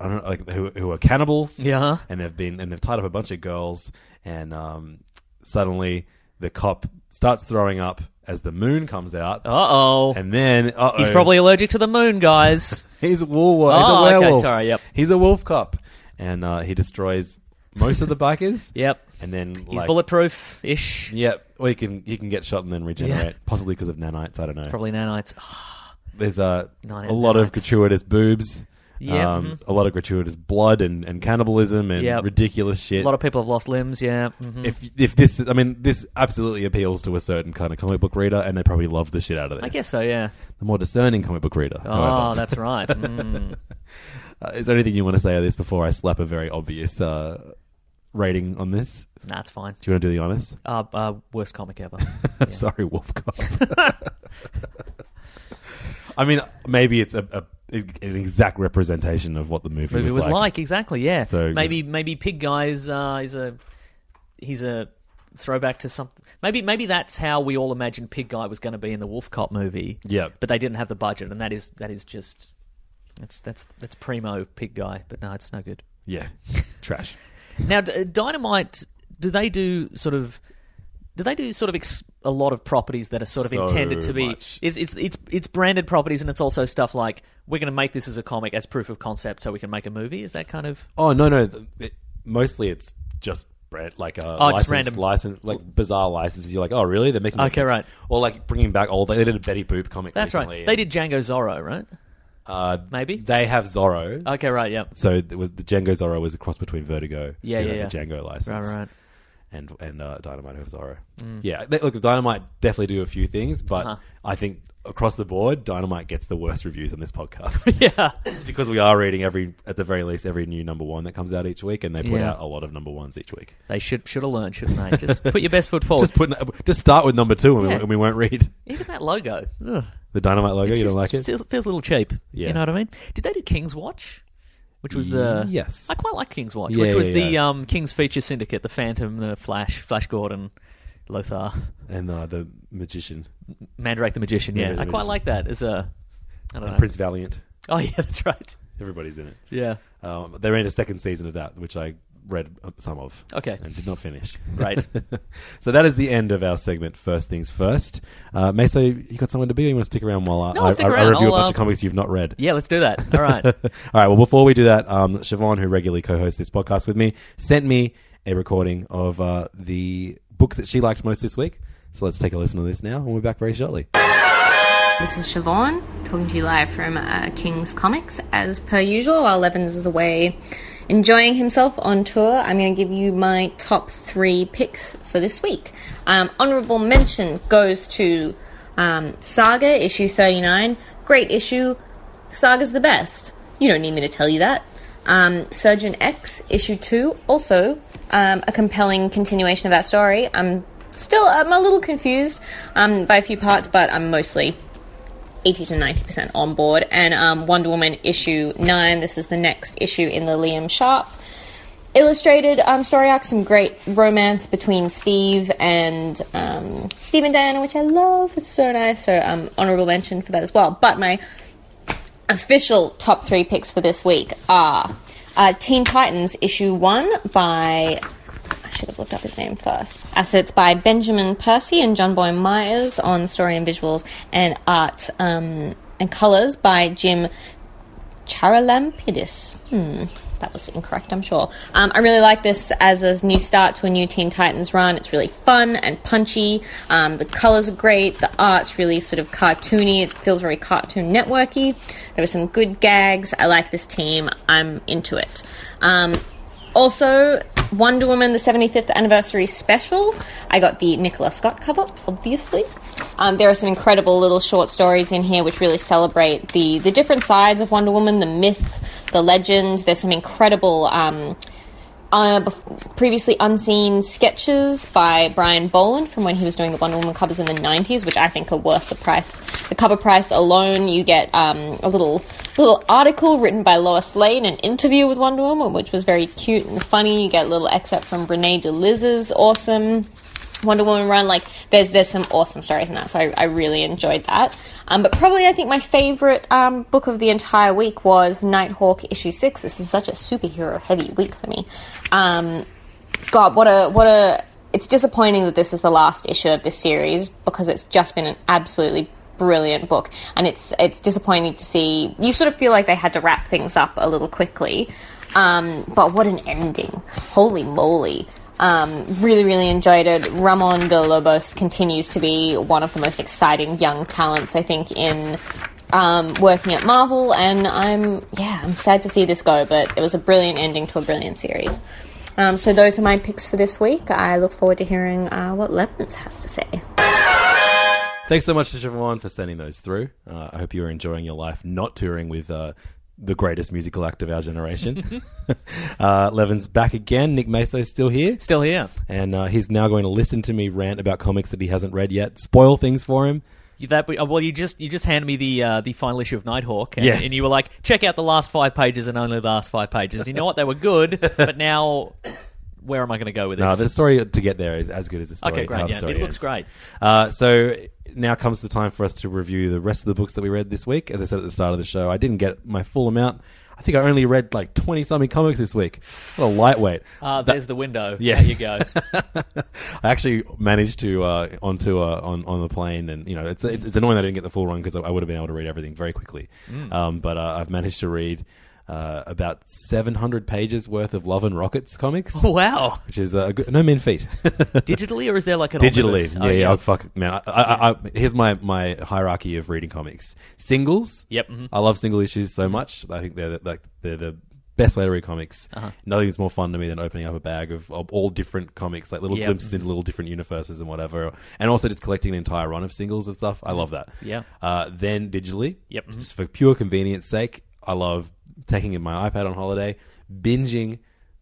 I don't know, like who, who are cannibals. Yeah. and they've been and they've tied up a bunch of girls, and um, suddenly the cop starts throwing up as the moon comes out, Uh oh, and then uh-oh, he's probably allergic to the moon, guys. He's a wolf. he's a Oh, okay, werewolf. sorry, yep. He's a wolf cop, and uh, he destroys most of the bikers. yep, And then he's like, bulletproof ish. Yep. Or he can he can get shot and then regenerate, Yeah. possibly because of nanites. I don't know. Probably nanites. There's uh, Nanite- a lot of nanites. gratuitous boobs. Um, Yeah, mhm. a lot of gratuitous blood and, and cannibalism and Yep. ridiculous shit. A lot of people have lost limbs. Yeah, mhm. if if this, I mean, this absolutely appeals to a certain kind of comic book reader, and they probably love the shit out of this. I guess so. Yeah. the more discerning comic book reader. Oh, however. that's right. Mm. Uh, is there anything you want to say of this before I slap a very obvious uh, rating on this? Nah, it's fine. Do you want to do the honors? Uh, uh, worst comic ever. Sorry, Wolf Cop. I mean, maybe it's a, a an exact representation of what the movie, movie was like. exactly yeah So- maybe maybe pig guy is uh is a he's a throwback to something maybe maybe that's how we all imagined pig guy was going to be in the wolf cop movie Yeah. but they didn't have the budget and that is that is just that's that's that's primo pig guy but no it's no good Yeah, trash. now D- uh, dynamite do they do sort of do they do sort of ex- a lot of properties that are sort of So intended to be much. it's, it's it's it's branded properties and it's also stuff like we're going to make this as a comic as proof of concept so we can make a movie is that kind of Oh no, no. th- It, mostly it's just brand like a Oh, license, just random. license, like bizarre licenses. You're like, oh really? They're making Okay, right. Or like bringing back old. They did a Betty Boop comic. That's recently, right. They did Django Zorro, right? Uh, Maybe. they have Zorro. okay, right. Yeah. so it was, the Django Zorro was a cross between Vertigo, Yeah, you know, yeah, the yeah. Django license, Right, right. Mm. and and uh, Dynamite of Zorro. Yeah, they, look, Dynamite definitely do a few things, but Uh-huh. I think across the board, Dynamite gets the worst reviews on this podcast Yeah. because we are reading every, at the very least, every new number one that comes out each week, and they put Yeah. out a lot of number ones each week. They should should have learned, shouldn't they? Just put your best foot forward. Just put, just start with number two, and, we, Oh. Yeah. and we won't read Even that logo. Ugh. the Dynamite logo. It's you just- don't like it? Feels, feels a little cheap. Yeah. You know what I mean? Did they do King's Watch? Which was the Yes. I quite like King's Watch, Yeah, which was yeah, the yeah. um, King's Feature Syndicate, the Phantom, the Flash, Flash Gordon, Lothar, And uh, the magician, Mandrake the Magician. Yeah, Mandrake I the quite Magician. like that as a. I don't know. Prince Valiant. Oh yeah, that's right. Everybody's in it. Yeah. Um, they made a second season of that, which I read uh, some of. Okay. And did not finish. Great. so that is the end of our segment, First Things First. Uh, Meso, you got somewhere to be? Or you want to stick around while I, No, I'll I, stick I- I around. review a I'll, bunch uh, of comics you've not read? Yeah, let's do that. All right. All right. Well, before we do that, um, Siobhan, who regularly co-hosts this podcast with me, sent me a recording of uh, the books that she liked most this week. So let's take a listen to this now, and we'll be back very shortly. This is Siobhan talking to you live from uh, King's Comics. As per usual, while Levins is away enjoying himself on tour, I'm going to give you my top three picks for this week. Um, honorable mention goes to um, Saga, issue 39. Great issue. Saga's the best. You don't need me to tell you that. Um, Surgeon X, issue 2, also um, a compelling continuation of that story. I'm still, I'm a little confused um, by a few parts, but I'm mostly 80 to 90% on board. And um, Wonder Woman issue 9, this is the next issue in the Liam Sharp illustrated um, story arc, some great romance between Steve and um, Steve and Diana, which I love. It's so nice. So, um, honorable mention for that as well. But my official top three picks for this week are uh, Teen Titans issue one by. I should have looked up his name first. Assets by Benjamin Percy and John Boy Myers on story and visuals and art um, and colors by Jim Charalampidis. Hmm, that was incorrect, I'm sure. Um, I really like this as a new start to a new Teen Titans run. It's really fun and punchy. Um, the colors are great. The art's really sort of cartoony. It feels very Cartoon Networky. There were some good gags. I like this team. I'm into it. Um, also, Wonder Woman, the 75th anniversary special. I got the Nicola Scott cover, obviously. Um, there are some incredible little short stories in here which really celebrate the, the different sides of Wonder Woman, the myth, the legend. There's some incredible um, uh, bef- previously unseen sketches by Brian Boland from when he was doing the Wonder Woman covers in the 90s, which I think are worth the price. The cover price alone, you get um, a little little article written by Lois Lane, an interview with Wonder Woman, which was very cute and funny. You get a little excerpt from Brene DeLiz's awesome Wonder Woman run. Like there's there's some awesome stories in that, so I, I really enjoyed that. Um, but probably I think my favorite um, book of the entire week was Nighthawk issue six. This is such a superhero heavy week for me. Um, God, what a what a it's disappointing that this is the last issue of this series because it's just been an absolutely brilliant book and it's it's disappointing to see you sort of feel like they had to wrap things up a little quickly um, but what an ending holy moly um, really really enjoyed it ramon villalobos continues to be one of the most exciting young talents i think in um, working at marvel and i'm yeah i'm sad to see this go but it was a brilliant ending to a brilliant series um, so those are my picks for this week i look forward to hearing uh, what levins has to say Thanks so much to Siobhan for sending those through. Uh, I hope you are enjoying your life not touring with uh, the greatest musical act of our generation. uh, Levin's back again. Nick Meso's still here. Still here. And uh, he's now going to listen to me rant about comics that he hasn't read yet, spoil things for him. You- That we, oh, well, you just you just handed me the uh, the final issue of Nighthawk, and, Yeah. and you were like, check out the last five pages and only the last five pages. You know what? They were good, but now where am I going to go with this? No, the story to get there is as good as the story. Okay, great, how the yeah, story it looks ends. great. Uh, so now comes the time for us to review the rest of the books that we read this week. As I said at the start of the show, I didn't get my full amount. I think I only read like twenty something comics this week. What a lightweight! Ah, there's the window. Yeah. there you go. I actually managed to uh, on tour on, on the plane, and you know it's it's, it's annoying that I didn't get the full run because I, I would have been able to read everything very quickly. Um, but uh, I've managed to read uh, about seven hundred pages worth of Love and Rockets comics, Oh. wow, which is uh, a good, no mean feat. digitally or is there like an Digitally, omnibus? yeah, Oh, yeah, Oh, fuck, man. I, I, I, here's my, my hierarchy of reading comics: singles. Yep, mhm. I love single issues so much. I think they're the, like they're the best way to read comics. Uh-huh. Nothing's more fun to me than opening up a bag of, of all different comics, like little Yep. glimpses into little different universes and whatever, and also just collecting an entire run of singles and stuff. I love that. Mm-hmm. Yeah. Uh, then digitally, Yep, mhm. just for pure convenience sake, I love taking in my iPad on holiday, binging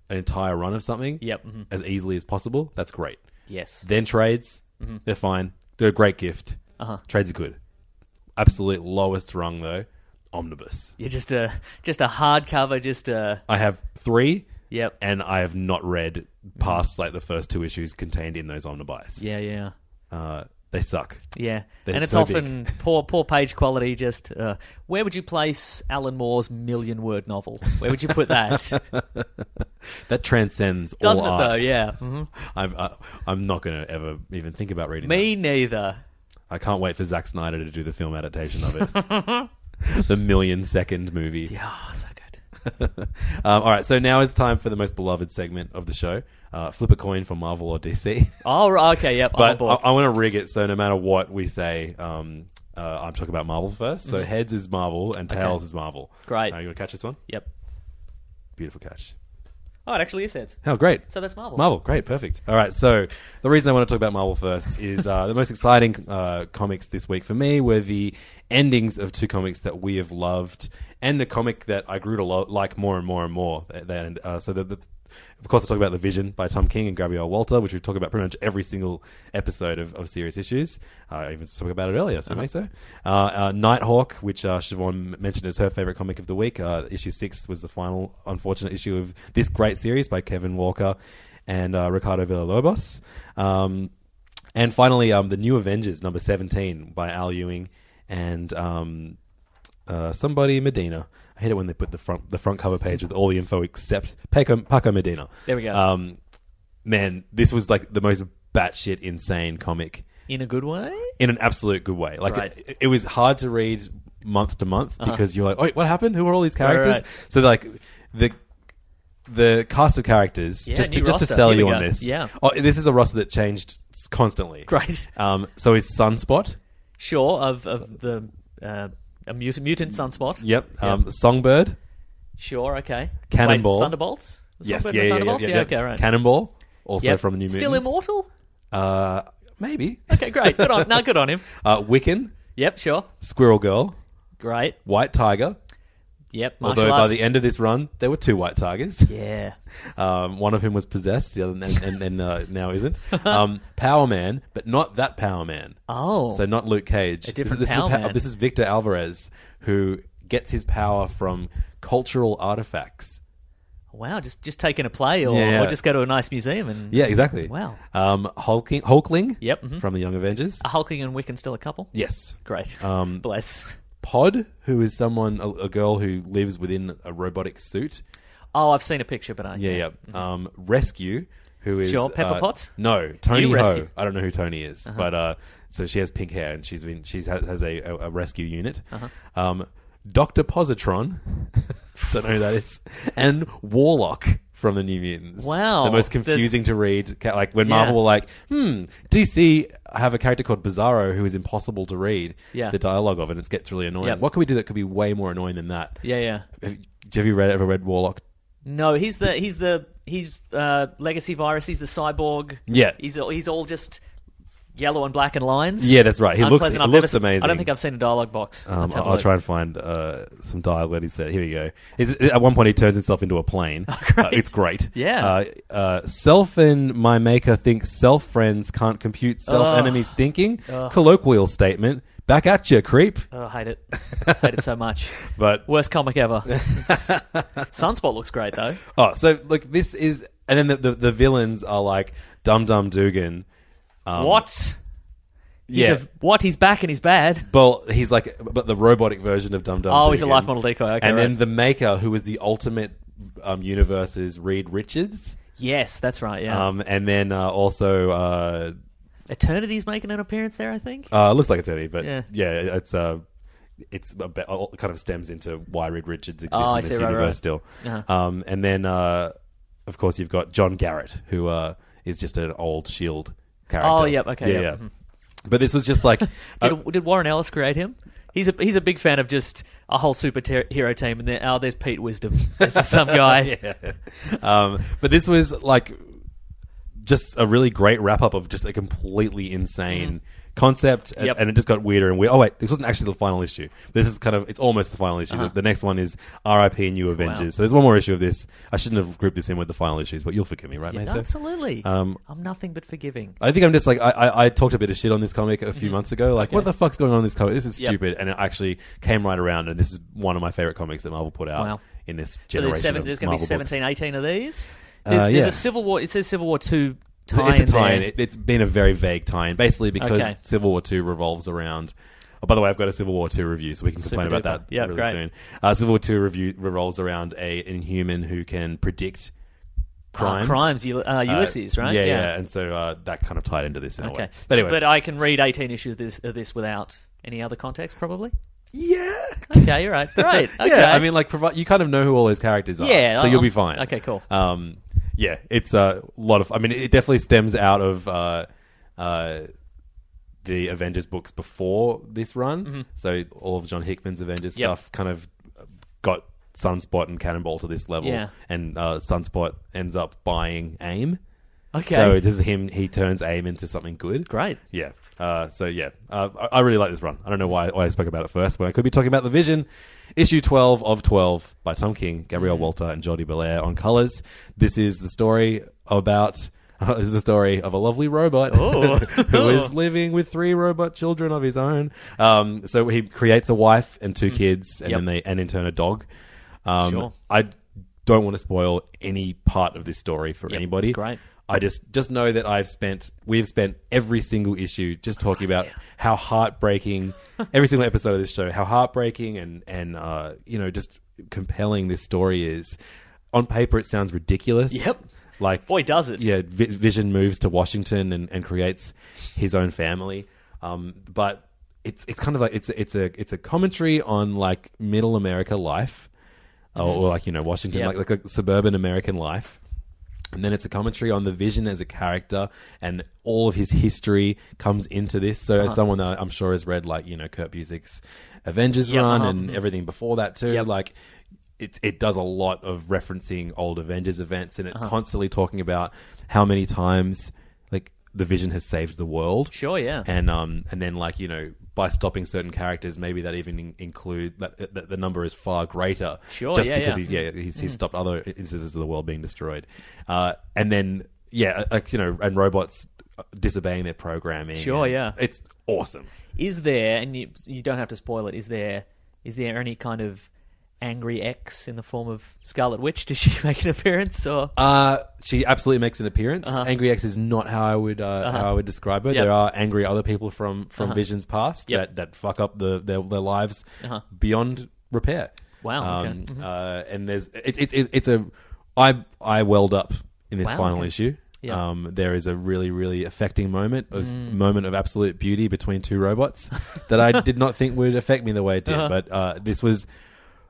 an entire run of something Yep, mhm. as easily as possible. That's great. Yes. Then trades, Mm-hmm. they're fine. They're a great gift. Uh-huh. Trades are good. Absolute lowest rung though, omnibus. You're just a just a hardcover, just a I have three, yep, and I have not read past like the first two issues contained in those omnibuys. Mm-hmm. yeah, yeah, Uh, they suck. yeah. They're and it's so big. often poor poor page quality. Just uh, where would you place Alan Moore's million word novel? Where would you put that? That transcends Doesn't all it art. though? Yeah. hmm I'm I, I'm not going to ever even think about reading. Me neither. that. I can't wait for Zack Snyder to do the film adaptation of it. the million second movie. Yeah, Ah, so good. um, all right, so now it's time for the most beloved segment of the show. Uh, flip a coin for Marvel or DC. Oh, right, okay, yep. I'm on but I, board. I want to rig it so no matter what we say, um, uh, I'm talking about Marvel first. So heads is Marvel and tails is Marvel. Mm-hmm. Great. Are you going to catch this one? yep. Beautiful catch. Oh, it actually is heads. How great. So that's Marvel. Marvel, great, perfect. All right, so the reason I want to talk about Marvel first is uh, the most exciting uh, comics this week for me were the endings of two comics that we have loved, and the comic that I grew to lo- like more and more and more. They- they- uh, so the, the Of course, I talk about The Vision by Tom King and Gabrielle Walter, which we talk about pretty much every single episode of, of Serious Issues. Uh, I even spoke about it earlier, so I think so. Uh, uh, Nighthawk, which uh, Siobhan m- mentioned as her favorite comic of the week. Uh, issue six was the final unfortunate issue of this great series by Kevin Walker and uh, Ricardo Villalobos. Um, and finally, um, The New Avengers, number 17 by Al Ewing and um, uh, somebody Medina. I hate it when they put the front the front cover page with all the info except Paco, Paco Medina. There we go. Um, man, this was like the most batshit insane comic in a good way. in an absolute good way. Like Right. Uh-huh. it, it was hard to read month to month because you're like, oh, what happened? Who are all these right, characters? So like the the cast of characters Yeah, just to, new just to roster. sell Here you we on go. this. Yeah. oh, this is a roster that changed s- constantly. Great. Um, so is Sunspot. Sure, of of the uh, a mutant, mutant sunspot. Yep. Um, Songbird. Sure, okay. Cannonball. Wait, Thunderbolts? Was Yes. Songbird Yeah. in Yeah. Yeah, Thunderbolts? yeah, okay, right. Cannonball. Also Yep. from the New Mutants. Still immortal? Uh, maybe. Okay, great. Good on, no, good on him. Uh, Wiccan. Yep, sure. Squirrel Girl. Great. White Tiger. Yep, martial Although by arts. the end of this run, there were two White Tigers. yeah. Um, one of whom was possessed, the other and, and, and uh, now isn't. Um, Power Man, but not that Power Man. Oh. So not Luke Cage. A different this, is- this Power is the Man. This is Victor Alvarez, who gets his power from cultural artifacts. wow, just just take in a play or, Yeah. or just go to a nice museum and Yeah, exactly. Wow. Um, Hulking, Hulkling Yep, mhm. from the Young Avengers. a Hulking and Wiccan still a couple? yes. Great. Um, Bless. Pod, who is someone, a, a girl who lives within a robotic suit. Oh, I've seen a picture, but I Yeah, yeah. Um, Rescue, who is Sure, Pepper uh, Potts? No, Tony You Ho. Rescue. Uh-huh. I don't know who Tony is, but uh, so she has pink hair and she's been she has, has a, a, a rescue unit. Uh-huh. Um, Doctor Positron, don't know who that is, and Warlock from the New Mutants. Wow, the most there's- confusing to read. ca- Like when Yeah. Marvel were like, "Hmm, DC have a character called Bizarro who is impossible to read Yeah. the dialogue of, and it gets really annoying. Yep. What can we do that could be way more annoying than that? Yeah, yeah. Have, have you read ever read Warlock? No, he's the he's the he's uh, legacy virus. He's the cyborg. Yeah. he's all- he's all just yellow and black and lines. Yeah, that's right. He looks- Unpleasant. he I've never looks s- I amazing. don't think I've seen a dialogue box. Um, Let's have a I'll look. try and find uh, some dialogue that he said. Here we go. Is at one point, he turns himself into a plane. Uh, it's great. Oh, Yeah. Uh, uh, self and my maker think self friends can't compute self enemies thinking. Colloquial statement. Back at you, creep. Oh, I hate it. hate it so much. But Worst comic ever. It's- Sunspot looks great though. oh, so look, this is, and then the the, the villains are like Dum Dum Dugan. what? He's Um, yeah. Um, a, what? He's back and he's bad. Well, he's like, but the robotic version of Dum Dum. Oh, he's a Dugan. life model decoy. Okay, and then right. the maker, who is the ultimate um, universe's Reed Richards. Yes, that's right. Yeah. Um, and then uh, also, uh, Eternity's making an appearance there. I think. uh, it looks like Eternity, but yeah, Yeah. it's uh, it's a bit, uh, all- kind of stems into why Reed Richards exists Oh, in I this see, right, universe right. still. Uh-huh. Um, and then, uh, of course, you've got John Garrett, who uh, is just an old Shield E character. Oh, yep, okay, yeah, yep, yeah. mhm. But this was just like, Did, uh, did Warren Ellis create him? He's a he's a big fan of just a whole superhero team, and then oh, there's Pete Wisdom. There's just some guy. um, but this was like just a really great wrap up of just a completely insane concept, and, Mm-hmm. Yep. and it just got weirder and weird. Oh wait, this wasn't actually the final issue. This is kind of it's almost the final issue. Uh-huh. The, the next one is R.I.P. and New Avengers. So there's one more issue of this. I shouldn't have grouped this in with the final issues, but you'll forgive me, right, Mesa? Absolutely. Um, I'm nothing but forgiving. I think I'm just like I, I, I talked a bit of shit on this comic a few months ago. Like, what the fuck's going on in this comic? This is Mm-hmm. Yep. stupid, and it actually came right around. And this is one of my favorite comics that Marvel put out Wow. in this So generation. there's seven. of There's going to be Marvel books. 17, 18 of these. Uh, There's, there's yeah. a Civil War. It says Civil War two. It's a- Tie it's a tie-in. there. It, it's been a very vague tie-in, basically because Okay. Civil War Two revolves around. Oh, by the way, I've got a Civil War Two review, so we can complain Super about that duper. Yeah, really great. soon. Uh, Civil War Two review revolves around a inhuman who can predict crimes. Ah, crimes. Ul- Uh, Uh, Ulysses, right? Yeah, yeah, and so uh, that kind of tied into this in a Okay. way. But anyway, but uh, I can read 18 issues of this, of this without any other context, probably. yeah, Okay, you're right. Great. Okay. yeah. I mean, like, provi- you kind of know who all those characters are, Yeah, so you'll I'm- be fine. okay, cool. Um, yeah, it's a lot of. I mean, it definitely stems out of uh, uh, the Avengers books before this run. So all of John Hickman's Avengers Mm-hmm. Yep. stuff kind of got Sunspot and Cannonball to this level, Yeah. and uh, Sunspot ends up buying AIM. okay. So this is him. He turns AIM into something good. Great. Yeah. Uh, so yeah, uh, I, I really like this run. I don't know why, why I spoke about it first, but I could be talking about the Vision, issue twelve of twelve by Tom King, Gabrielle Mm. Walter, and Jordi Belair on colors. This is the story about. this is the story of a lovely robot Oh. who is living with three robot children of his own. Um, so he creates a wife and two kids, and Mm. Yep. then they and in turn a dog. Um, Sure. I don't want to spoil any part of this story for anybody. great. I just just know that I've spent we've spent every single issue just Oh, talking about how heartbreaking every single episode of this show, how heartbreaking and and uh, you know just compelling this story is. On paper, it sounds ridiculous. Yep. Like Boy, does it. Yeah, Vi- Vision moves to Washington and, and creates his own family. Um, but it's it's kind of like it's a- it's a it's a commentary on like middle America life, or, or like you know Washington, Mm-hmm. Yep. like like a suburban American life. And then it's a commentary on the Vision as a character, and all of his history comes into this. So, Uh-huh. as someone that I'm sure has read, like you know, Kurt Busiek's Avengers Yep, run uh-huh. and everything before that too, like it it does a lot of referencing old Avengers events, and it's Uh-huh. constantly talking about how many times like the Vision has saved the world. Sure, yeah. And um, and then like you know, by stopping certain characters, maybe that even in- include that, that the number is far greater. Sure, just yeah, because yeah. Mm. he's yeah he's, he's stopped other instances of the world being destroyed. Uh, and then yeah, uh, like you know, and robots uh, disobeying their programming. Sure, And yeah. it's awesome. Is there, and you, you don't have to spoil it, is there is there any kind of angry ex in the form of Scarlet Witch? Does she make an appearance? Or Uh, she absolutely makes an appearance. Angry X is not how I would uh, how I would describe her. Uh-huh. Yep. Uh-huh. There are angry other people from from Vision's past Yep. Uh-huh. that that fuck up the their, their lives beyond repair. Wow, okay. Mhm. Uh, and there's it's it, it, it's a I I welled up in this Wow, final okay. issue. Yeah. Mm. Um, there is a really really affecting moment, a s- moment of absolute beauty between two robots that I did not think would affect me the way it did. Uh-huh. But uh, this was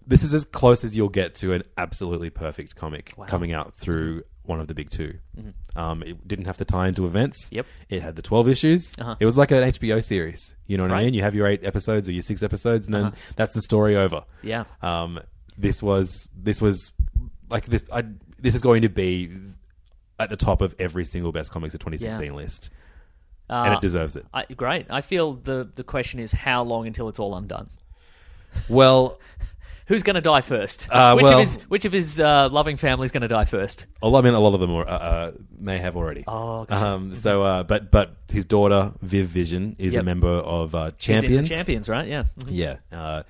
this is as close as you'll get to an absolutely perfect comic coming out through one of the big 2 Um, it didn't have to tie into events. Mm-hmm. Yep. Uh-huh. It had the 12 issues. It was like an HBO series. You know what I Right. Uh-huh. mean? You have your eight episodes or your six episodes, and then that's the story over. Yeah. Um, this was, this was like this, I, this is going to be at the top of every single best comics of 2016 list. and it deserves it. uh, I, great. I feel the the question is how long until it's all undone. Well, Who's going to die first? Uh, which well- of his which of his uh, loving family is going to die first? A lot, I mean, a lot of them are, uh, uh, may have already. Oh, gotcha. um, so, uh, but but his daughter Viv Vision is a Yep. member of uh, He's in the Champions. champions, right? Yeah. Mhm. Yeah, uh,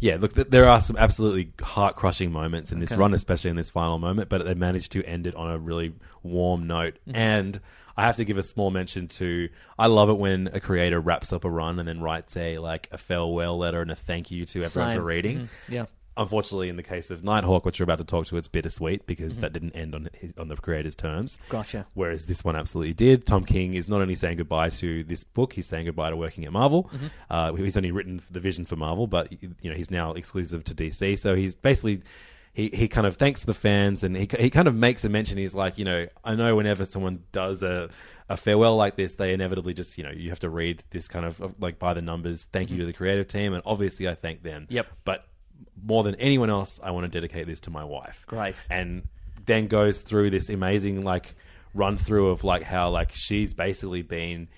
yeah. Look, th- there are some absolutely heart crushing moments in this run, especially in this final moment. But they managed to end it on a really warm note. Mm-hmm. And I have to give a small mention to. I love it when a creator wraps up a run and then writes a like a farewell letter and a thank you to everyone Same. for reading Yeah. unfortunately, in the case of Nighthawk, which we're about to talk to, it's bittersweet because that didn't end on his, on the creator's terms. Mm-hmm. Gotcha. Whereas this one absolutely did. Tom King is not only saying goodbye to this book, he's saying goodbye to working at Marvel. Mm-hmm. Uh, he's only written the vision for Marvel, but you know he's now exclusive to DC. So he's basically. He, he kind of thanks the fans and he, he kind of makes a mention. He's like, you know, I know whenever someone does a, a farewell like this, they inevitably just, you know, you have to read this kind of like by the numbers, thank you to the creative team. And obviously, I thank them. Mm-hmm. Yep. But more than anyone else, I want to dedicate this to my wife. Great. And then goes through this amazing like run through of like how like she's basically been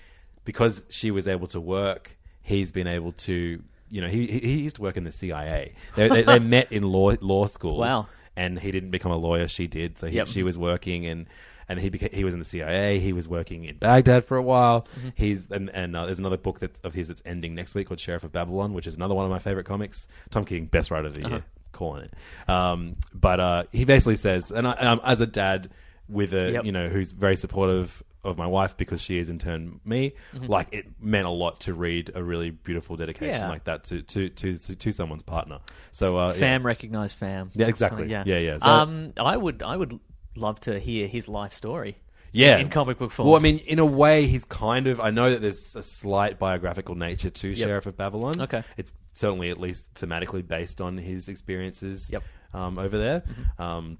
because she was able to work, he's been able to you know he he he used to work in the CIA. They they, they met in law law school. Wow. And he didn't become a lawyer. She did. So he, Yep. she was working and. And he became, he was in the CIA. He was working in Baghdad for a while. Mm-hmm. He's and, and uh, there's another book that of his that's ending next week called Sheriff of Babylon, which is another one of my favorite comics. Tom King, best writer of the Uh-huh. year, calling it. Um, but uh, he basically says, and I, um, as a dad with a Yep. you know who's very supportive of my wife because she is in turn me, Mm-hmm. like it meant a lot to read a really beautiful dedication Yeah. like that to to, to to to someone's partner. So uh, yeah. Fam recognize fam. Yeah, That's kinda- exactly. Yeah, yeah. So- um, I would I would love to hear his life story. yeah, in comic book form. Well, I mean, in a way, he's kind of. I know that there's a slight biographical nature to Sheriff of Babylon. Okay. it's certainly at least thematically based on his experiences. Yep. Mm-hmm. um, over there. Um,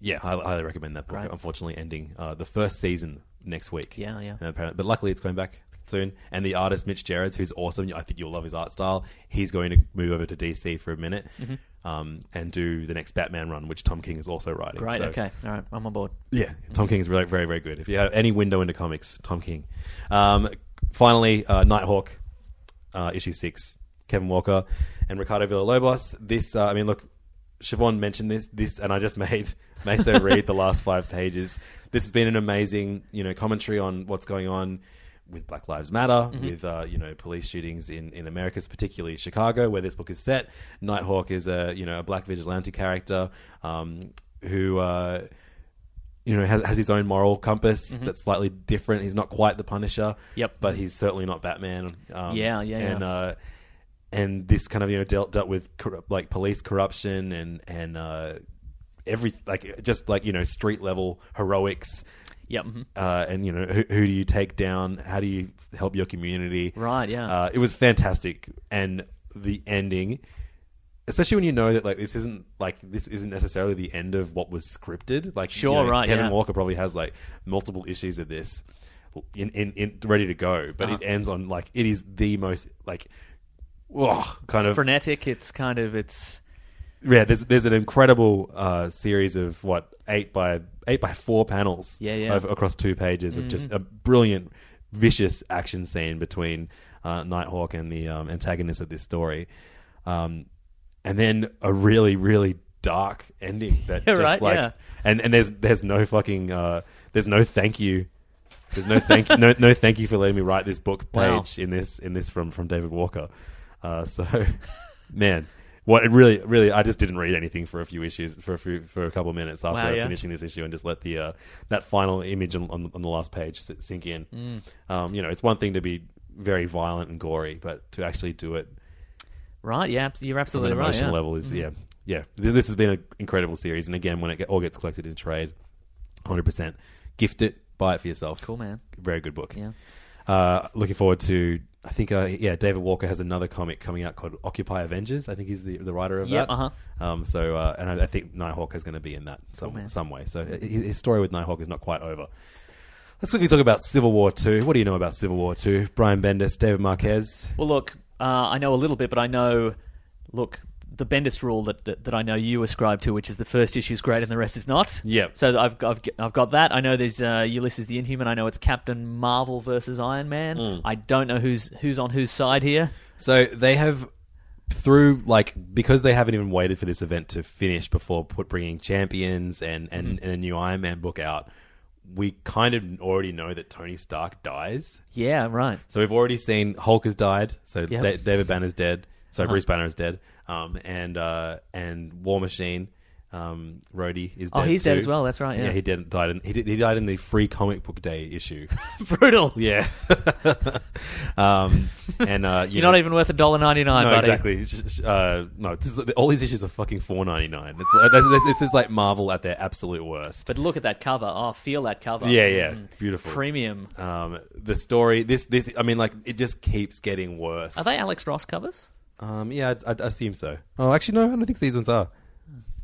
yeah, I highly recommend that book. Unfortunately, ending uh, the first season next week. Yeah, yeah. And apparently- but luckily, it's going back soon. And the artist Mitch Gerrards, who's awesome, I think you'll love his art style. He's going to move over to DC for a minute. Mm-hmm. Um, and do the next Batman run, which Tom King is also writing. Right. So- Okay. All right. I'm on board. yeah, Tom King's really, very, very good. If you have any window into comics, Tom King. Um, finally, uh, Nighthawk, uh, issue six, Kevin Walker and Ricardo Villalobos. This, uh, I mean, look, Siobhan mentioned this, this, and I just made Mesa read the last five pages. This has been an amazing, you know, commentary on what's going on with Black Lives Matter, with uh, you know, police shootings in in Americas, particularly Chicago, where this book is set. Nighthawk is a you know a black vigilante character um, who. Uh, you know, has, has his own moral compass that's slightly different. He's not quite the Punisher, Yep. but he's certainly not Batman. Um, Yeah, yeah, and yeah. Uh, and this kind of you know dealt dealt with corrupt, like police corruption and and uh, every like just like you know street level heroics. Yep. mhm. Uh, and you know who, who do you take down? How do you help your community? Right, yeah. Uh, it was fantastic, and the ending, especially when you know that like this isn't like this isn't necessarily the end of what was scripted. Like you Sure, know, right, Kevin yeah. Walker probably has like multiple issues of this in in, in ready to go, but Uh-huh. it ends on like it is the most like. Oh, kind of Frenetic. It's kind of it's yeah, there's there's an incredible uh, series of what eight by eight by four panels, Yeah, yeah. Mm. Over, across two pages of just a brilliant, vicious action scene between uh, Nighthawk and the um, antagonist of this story, um, and then a really really dark ending that just right, like yeah. and and there's there's no fucking uh, there's no thank you. There's no thank no no thank you for letting me write this book page Wow. in this in this from from David Walker. Uh, so, man, what it really really I just didn't read anything for a few issues for a few, for a couple of minutes after Wow, yeah. finishing this issue and just let the uh, that final image on, on, on the last page sit- sink in. Mm. Um, you know, it's one thing to be very violent and gory, but to actually do it right. Yeah, abs- you're on an absolutely right. emotional yeah. Mm-hmm. level is yeah yeah. This, this has been an incredible series, and again, when it get- all gets collected in trade, hundred percent, gift it, buy it for yourself. Cool man. Very good book. Yeah. Uh, looking forward to. I think uh, yeah, David Walker has another comic coming out called Occupy Avengers. I think he's the, the writer of Yep, that. uh-huh. Um, so uh, and I, I think Nighthawk is going to be in that some some way. So uh, hi- his story with Nighthawk is not quite over. Let's quickly talk about Civil War Two. What do you know about Civil War Two? Brian Bendis, David Marquez. Well, look, uh, I know a little bit, but I know, look, the Bendis rule that, that that I know you ascribe to, which is the first issue is great and the rest is not. Yep. So I've I've, g- I've got that. I know there's uh, Ulysses the Inhuman. I know it's Captain Marvel versus Iron Man. Mm. I don't know who's who's on whose side here. So they have through like because they haven't even waited for this event to finish before put bringing champions and and, Mm-hmm. and a new Iron Man book out. We kind of already know that Tony Stark dies. Yeah. Right. So we've already seen Hulk has died. So Yep. Uh-huh. Da- David Banner's dead. Sorry, Bruce Banner is dead. Um, and uh, and War Machine, um, Rhodey is Oh, dead. he's dead too. as well, that's right, yeah. he did, died. In, he, did, he died in the Free Comic Book Day issue. Brutal. yeah. um, and uh, you You're know, not even worth a dollar ninety nine, no, buddy. exactly. It's just, Uh, no, this is, all these issues are fucking four ninety nine. That's what that's, this is like Marvel at their absolute worst. But look at that cover. Oh, feel that cover. yeah, yeah, mm. beautiful. Premium. um, the story, this, this, I mean, like it just keeps getting worse. Are they Alex Ross covers? Um, yeah, I'd, I'd assume so. Oh, actually, no, I don't think these ones are.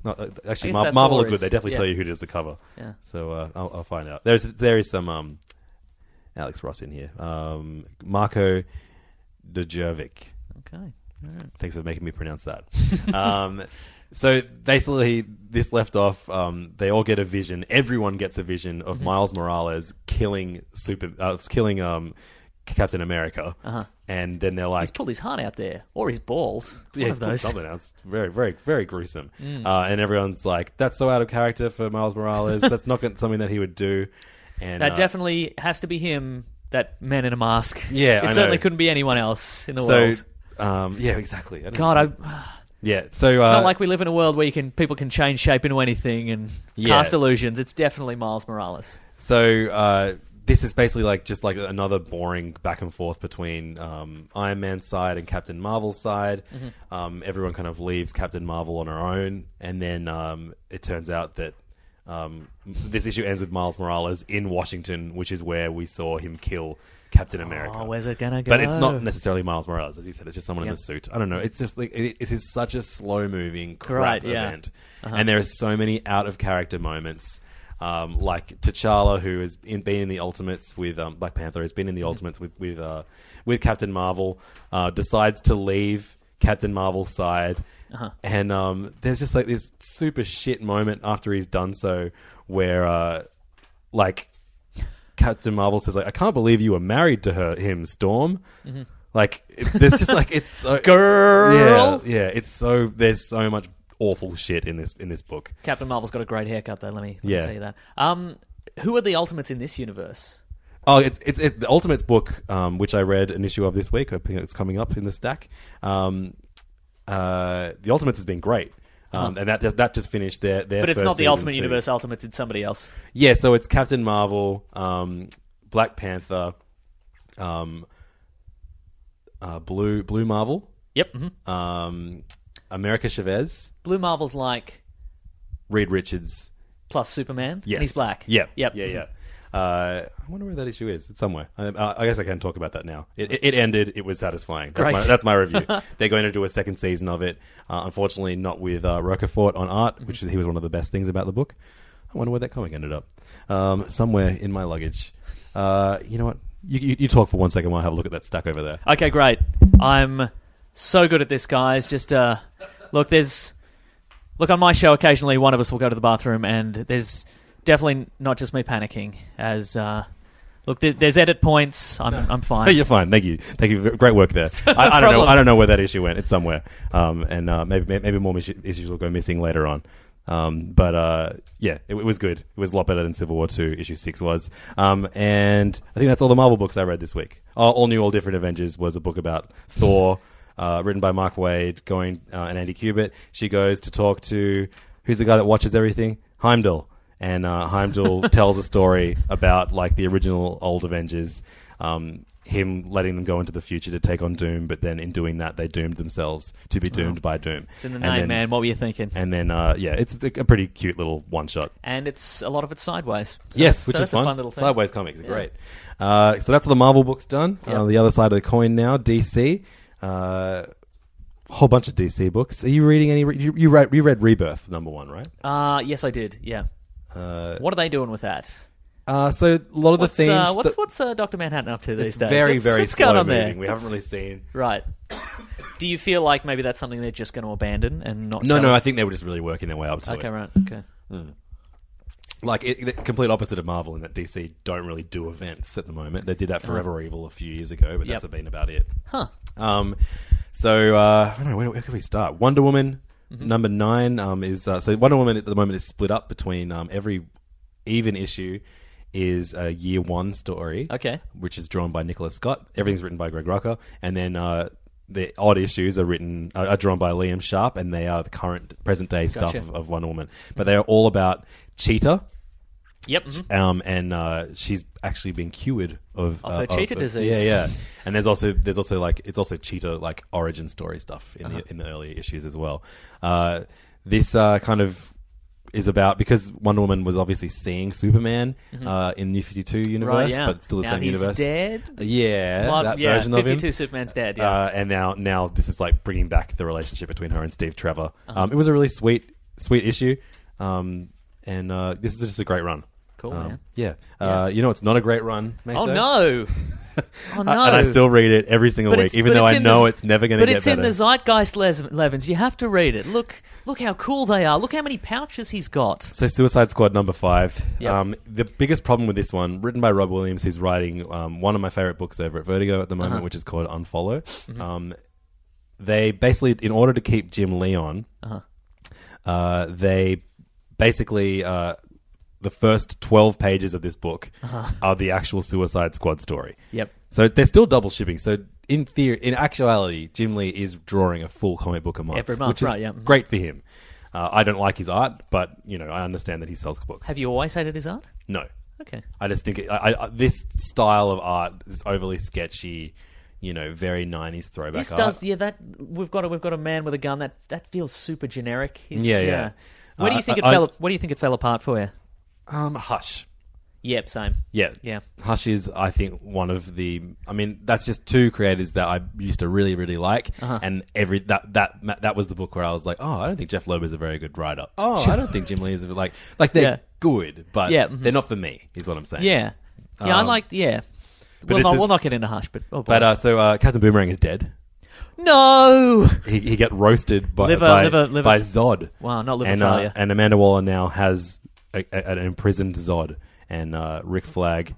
No, uh, actually, guess Mar- that Marvel four are good. They is- definitely yeah. tell you who does the cover. Yeah. So uh, I'll, I'll find out. There's there is some um, Alex Ross in here. Um, Marco Djurjevic. Okay. Thanks for making me pronounce that. um, so basically, this left off. Um, they all get a vision. Everyone gets a vision Mm-hmm. of Miles Morales killing super, uh, killing um, Captain America. Uh-huh. And then they're like, He's pulled his heart out there, or his balls. One yeah, he's of put those. Mm. something out. It's very, very, very gruesome. Uh, and everyone's like, "That's so out of character for Miles Morales. That's not gonna, something that he would do." And That uh, definitely has to be him. That man in a mask. it Yeah, I certainly know. couldn't be anyone else in the so, world. um, yeah, exactly. I don't- God, I, it's yeah. So uh, not like we live in a world where you can people can change shape into anything and Yeah. cast illusions. It's definitely Miles Morales. So uh, this is basically like just like another boring back and forth between um, Iron Man's side and Captain Marvel's side. Mm-hmm. Um, everyone kind of leaves Captain Marvel on her own, and then um, it turns out that. Um, this issue ends with Miles Morales in Washington, which is where we saw him kill Captain America. Oh, where's it gonna go? But it's not necessarily Miles Morales, as you said. It's just someone in Yep. a suit. I don't know. It's just like it, it is such a slow moving crap Right, yeah. Uh-huh. event, and there are so many out of character moments. Um, like T'Challa, who has in, been in the Ultimates with um, Black Panther, has been Mm-hmm. in the Ultimates with with uh, with Captain Marvel, uh, decides to leave Captain Marvel's side, Uh-huh. and um, there's just like this super shit moment after he's done so, where uh, like Captain Marvel says, like, I can't believe you were married to her, him, Storm. Like, it, there's just like it's so Girl. Yeah, yeah, it's so there's so much awful shit in this in this book. Captain Marvel's got a great haircut, though. Let me, let me Yeah. tell you that. Um, who are the Ultimates in this universe? Oh, it's it's it, the Ultimates book, um, which I read an issue of this week. I think it's coming up in the stack. Um, uh, the Ultimates has been great, um, and that just, that just finished their their. But it's first not the season Ultimate too. Universe. Ultimates in somebody else. Yeah, so it's Captain Marvel, um, Black Panther, um, uh, Blue Blue Marvel, Yep. mhm. um, America Chavez, Blue Marvel's like Reed Richards. plus Superman. Yes, And he's black. Yeah, Yep. yeah, yeah. Uh, I wonder where that issue is. It's somewhere. I, uh, I guess I can talk about that now. It, it, it ended. It was satisfying. That's, Great. my, that's my review. They're going to do a second season of it. Uh, unfortunately, not with uh, Rochefort on art, Mm-hmm. which is he was one of the best things about the book. I wonder where that comic ended up. Um, somewhere in my luggage. Uh, you know what? You, you, you talk for one second while I have a look at that stack over there. Okay, great. I'm so good at this, guys. Just uh, look, there's look on my show. Occasionally, one of us will go to the bathroom, and there's definitely not just me panicking. As uh, look, there, there's edit points. I'm I'm Hey, fine. you're fine. Thank you. Thank you. Great work there. I, I don't know. problem. I don't know where that issue went. It's somewhere. Um, and uh, maybe may- maybe more mis- issues will go missing later on. Um, but uh, yeah, it, it was good. It was a lot better than Civil War Two issue six was. Um, and I think that's all the Marvel books I read this week. Uh, all new, all different Avengers was a book about Thor, uh, written by Mark Wade, going uh, and Andy Kubert. She goes to talk to who's the guy that watches everything, Heimdall and uh, Heimdall tells a story about like the original old Avengers, um, him letting them go into the future to take on Doom, but then in doing that, they doomed themselves to be doomed by Doom. It's in the And name, then- man. What were you thinking? And then, uh, yeah, it's a a pretty cute little one shot. And it's a lot of it's sideways. So yes, that's- which so is that's a fun. fun little thing. Sideways comics are great. Uh, so that's all the Marvel books done. Uh, the other side of the coin now, DC. Uh, whole bunch of DC books. Are you reading any? Re- you, you, read, you read Rebirth, number one, right? Uh, yes, I did. Yeah. what are they doing with that? Uh, so a lot of What's the themes. uh, what's that- what's uh, Doctor Manhattan up to these it's days? very, What's- very what's slow going on moving. there? We haven't really seen. Right. Do you feel like maybe that's something they're just going to abandon and not? No, tell no, us? I think they were just really working their way up to okay, it. right. Okay. Like it, the complete opposite of Marvel in that DC don't really do events at the moment. They did that Forever Evil a few years ago, but Uh-huh. Yep. that's been about it. Huh. Um, so uh, I don't know where, where can we start? Wonder Woman Mm-hmm. number nine um, is uh, so Wonder Woman at the moment is split up between um, every even issue is a year one story. Okay. which is drawn by Nicholas Scott. Everything's written by Greg Rucka, and then uh, the odd issues are written uh, are, are drawn by Liam Sharp, and they are the current present day stuff Gotcha. of, of Wonder Woman. But they are all about Cheetah, Yep. mhm. um, and uh, she's actually been cured of, Of her cheetah disease. Yeah, yeah. And there's also there's also like it's also cheetah like origin story stuff in Uh-huh. the in the earlier issues as well. Uh, this uh, kind of is about because Wonder Woman was obviously seeing Superman uh, in New Fifty Two Mm-hmm. universe, Right. Yeah. but still the now same he's universe. Dead. Yeah, Well, that yeah, version 52 of him. Superman's dead. Yeah. Uh, and now, now this is like bringing back the relationship between her and Steve Trevor. Uh-huh. Um, it was a really sweet, sweet issue, um, and uh, this is just a great run. Cool, Um, man. Yeah. Uh, you know, it's not a great run. May oh say. no. oh no. I- and I still read it every single But week, it's- even but though I in know the- it's never going to But get it's better. in the zeitgeist, Les- Levins. You have to read it. Look, look how cool they are. Look how many pouches he's got. So, Suicide Squad number five. Yep. Um, the biggest problem with this one, written by Rob Williams, he's writing um, one of my favorite books over at Vertigo at the Uh-huh. moment, which is called Unfollow. Mm-hmm. Um, they basically, in order to keep Jim Leon, Uh-huh. uh, they basically uh, the first twelve pages of this book are the actual Suicide Squad story. Uh-huh. Yep. So they're still double shipping. So in theory, in actuality, Jim Lee is drawing a full comic book a month Every month, which is right, yeah. Mm-hmm. great for him. Uh, I don't like his art, but you know I understand that he sells books. Have you always hated his art? No, Okay. I just think it, I, I, this style of art, this overly sketchy, you know, very '90s throwback. This art. does. Yeah. That we've got. A, we've got a man with a gun. That that feels super generic. He's- Yeah, yeah. Where do Uh, you think it I- fell? Where do you think it fell apart for you? um, Hush. Yep. Same. Yeah. Yeah. Hush is, I think, one of the. I mean, that's just two creators that I used to really, really like, and every that that ma- that was the book where I was like, oh, I don't think Jeff Loeb is a very good writer. Oh, I don't think Jim Lee is a, like like they're Yeah. good, but Yeah, mhm. they're not for me. Is what I'm saying. Yeah. Yeah. I Um, like. Yeah. but We'll this not, is- we'll not get into hush, but oh, boy. But uh, so uh, Captain Boomerang is dead. no. He, he got roasted by Liver- by, liver- liver- by Zod. Wow, not liver and, uh, failure. and Amanda Waller now has a, a- an imprisoned Zod, and uh, Rick Flag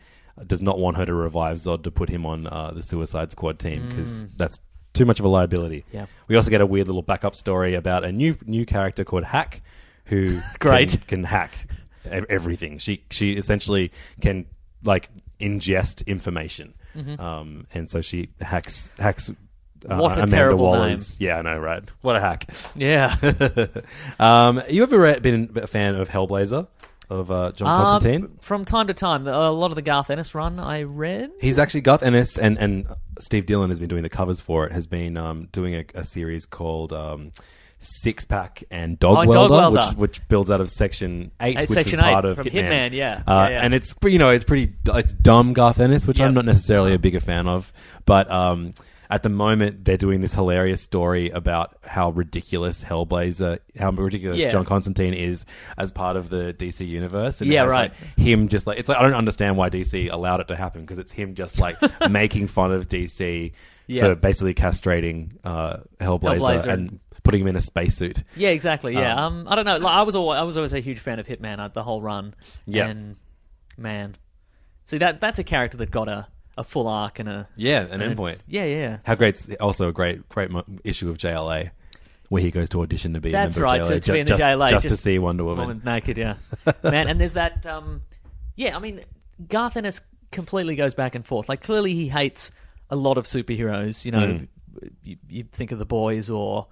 does not want her to revive Zod to put him on uh, the Suicide Squad team because that's too much of a liability. Mm. Yeah. We also get a weird little backup story about a new new character called Hack, who Great. can, can hack ev- everything. She she essentially can like ingest information, um, and so she hacks hacks. Uh, Mm-hmm. What a Amanda terrible Waller's. Yeah, I know, right? What a hack! Yeah. um, you ever re- been a fan of Hellblazer of uh, John Um, Constantine? from time to time, a lot of the Garth Ennis run I read. He's actually Garth Ennis and and Steve Dillon has been doing the covers for it. Has been um, doing a, a series called um, Six Pack and Dog, Oh, Welder, Dog Welder. Which, which builds out of Section Eight, Uh, which Section was part 8 of from Hitman. Hitman, yeah. Uh, Yeah, yeah. and it's you know it's pretty it's dumb Garth Ennis, which I'm Yep. not necessarily a bigger fan of, but. Um, at the moment, they're doing this hilarious story about how ridiculous Hellblazer, how ridiculous Yeah. John Constantine is as part of the DC universe. And it Yeah, has, right. like, him just like it's like I don't understand why DC allowed it to happen because it's him just like making fun of DC Yeah. for basically castrating uh, Hellblazer, Hellblazer. and putting him in a spacesuit. Yeah, exactly. Yeah. Um, I don't know. Like, I was always, I was always a huge fan of Hitman uh, the whole run. Yeah. And man, see that that's a character that got a, a full arc and a Yeah, an endpoint. yeah yeah. How great's also a great great mo- issue of JLA where he goes to audition to be That's a member right, of JLA, to- to ju- be in the just, JLA, just to just- see Wonder Woman. Woman naked, yeah, man. And there's that. Um, yeah, I mean, Garth Ennis completely goes back and forth. Like clearly, he hates a lot of superheroes. You know, Mm. you, you think of the boys, or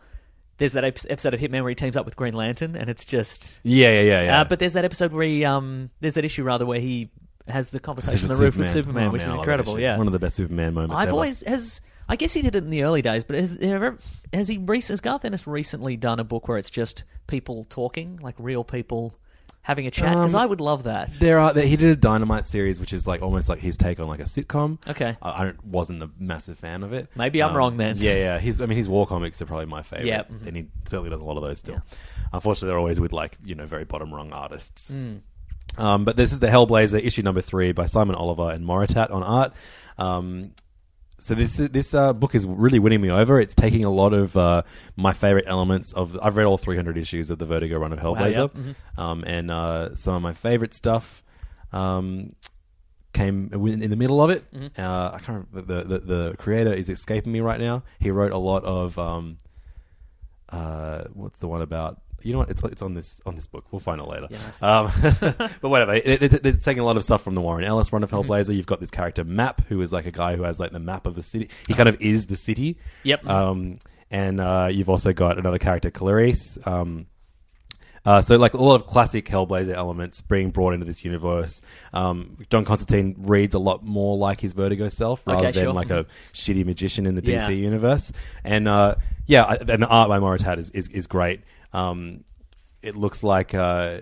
there's that ep- episode of Hitman where he teams up with Green Lantern, and it's just. Yeah, yeah, yeah, yeah. Uh, but there's that episode where he, um, there's that issue rather where he has the Such conversation a on the roof Superman. with Superman, Oh, which man, I is love incredible. that shit. Yeah, one of the best Superman moments. I've ever. always has. I guess he did it in the early days, but has there ever has he rec- has Garth Ennis recently done a book where it's just people talking, like real people having a chat? Because Um, I would love that. There are there, he did a Dynamite series, which is like almost like his take on like a sitcom. Okay. I, I don't, wasn't a massive fan of it. Um, Maybe I'm wrong then. Yeah, yeah. His I mean his war comics are probably my favorite. Yeah, mhm. and he certainly does a lot of those still. Unfortunately, they're always with like you know very bottom rung artists. Um, but this is the Hellblazer issue number three by Simon Oliver and Moritat on art. Um, so this this uh, book is really winning me over. It's taking a lot of uh, my favorite elements of. I've read all 300 issues of the Vertigo run of Hellblazer, yeah. um, and uh, some of my favorite stuff um, came in in the middle of it. Uh, I can't. Remember, the, the the creator is escaping me right now. He wrote a lot of. Um, uh, what's the one about? You know what? It's it's on this on this book. We'll find it later. um, but whatever. It, it, it's taking a lot of stuff from the Warren Ellis run of Hellblazer. You've got this character Map, who is like a guy who has like the map of the city. He kind of is the city. Yep. Um, and uh, you've also got another character, Clarice. Um, uh, so, like a lot of classic Hellblazer elements being brought into this universe. Um, John Constantine reads a lot more like his Vertigo self rather Okay, than sure. Mm-hmm. like a shitty magician in the Yeah. DC universe. And uh, yeah, I- and the art by Moritat is, is, is great. Um, it looks like uh,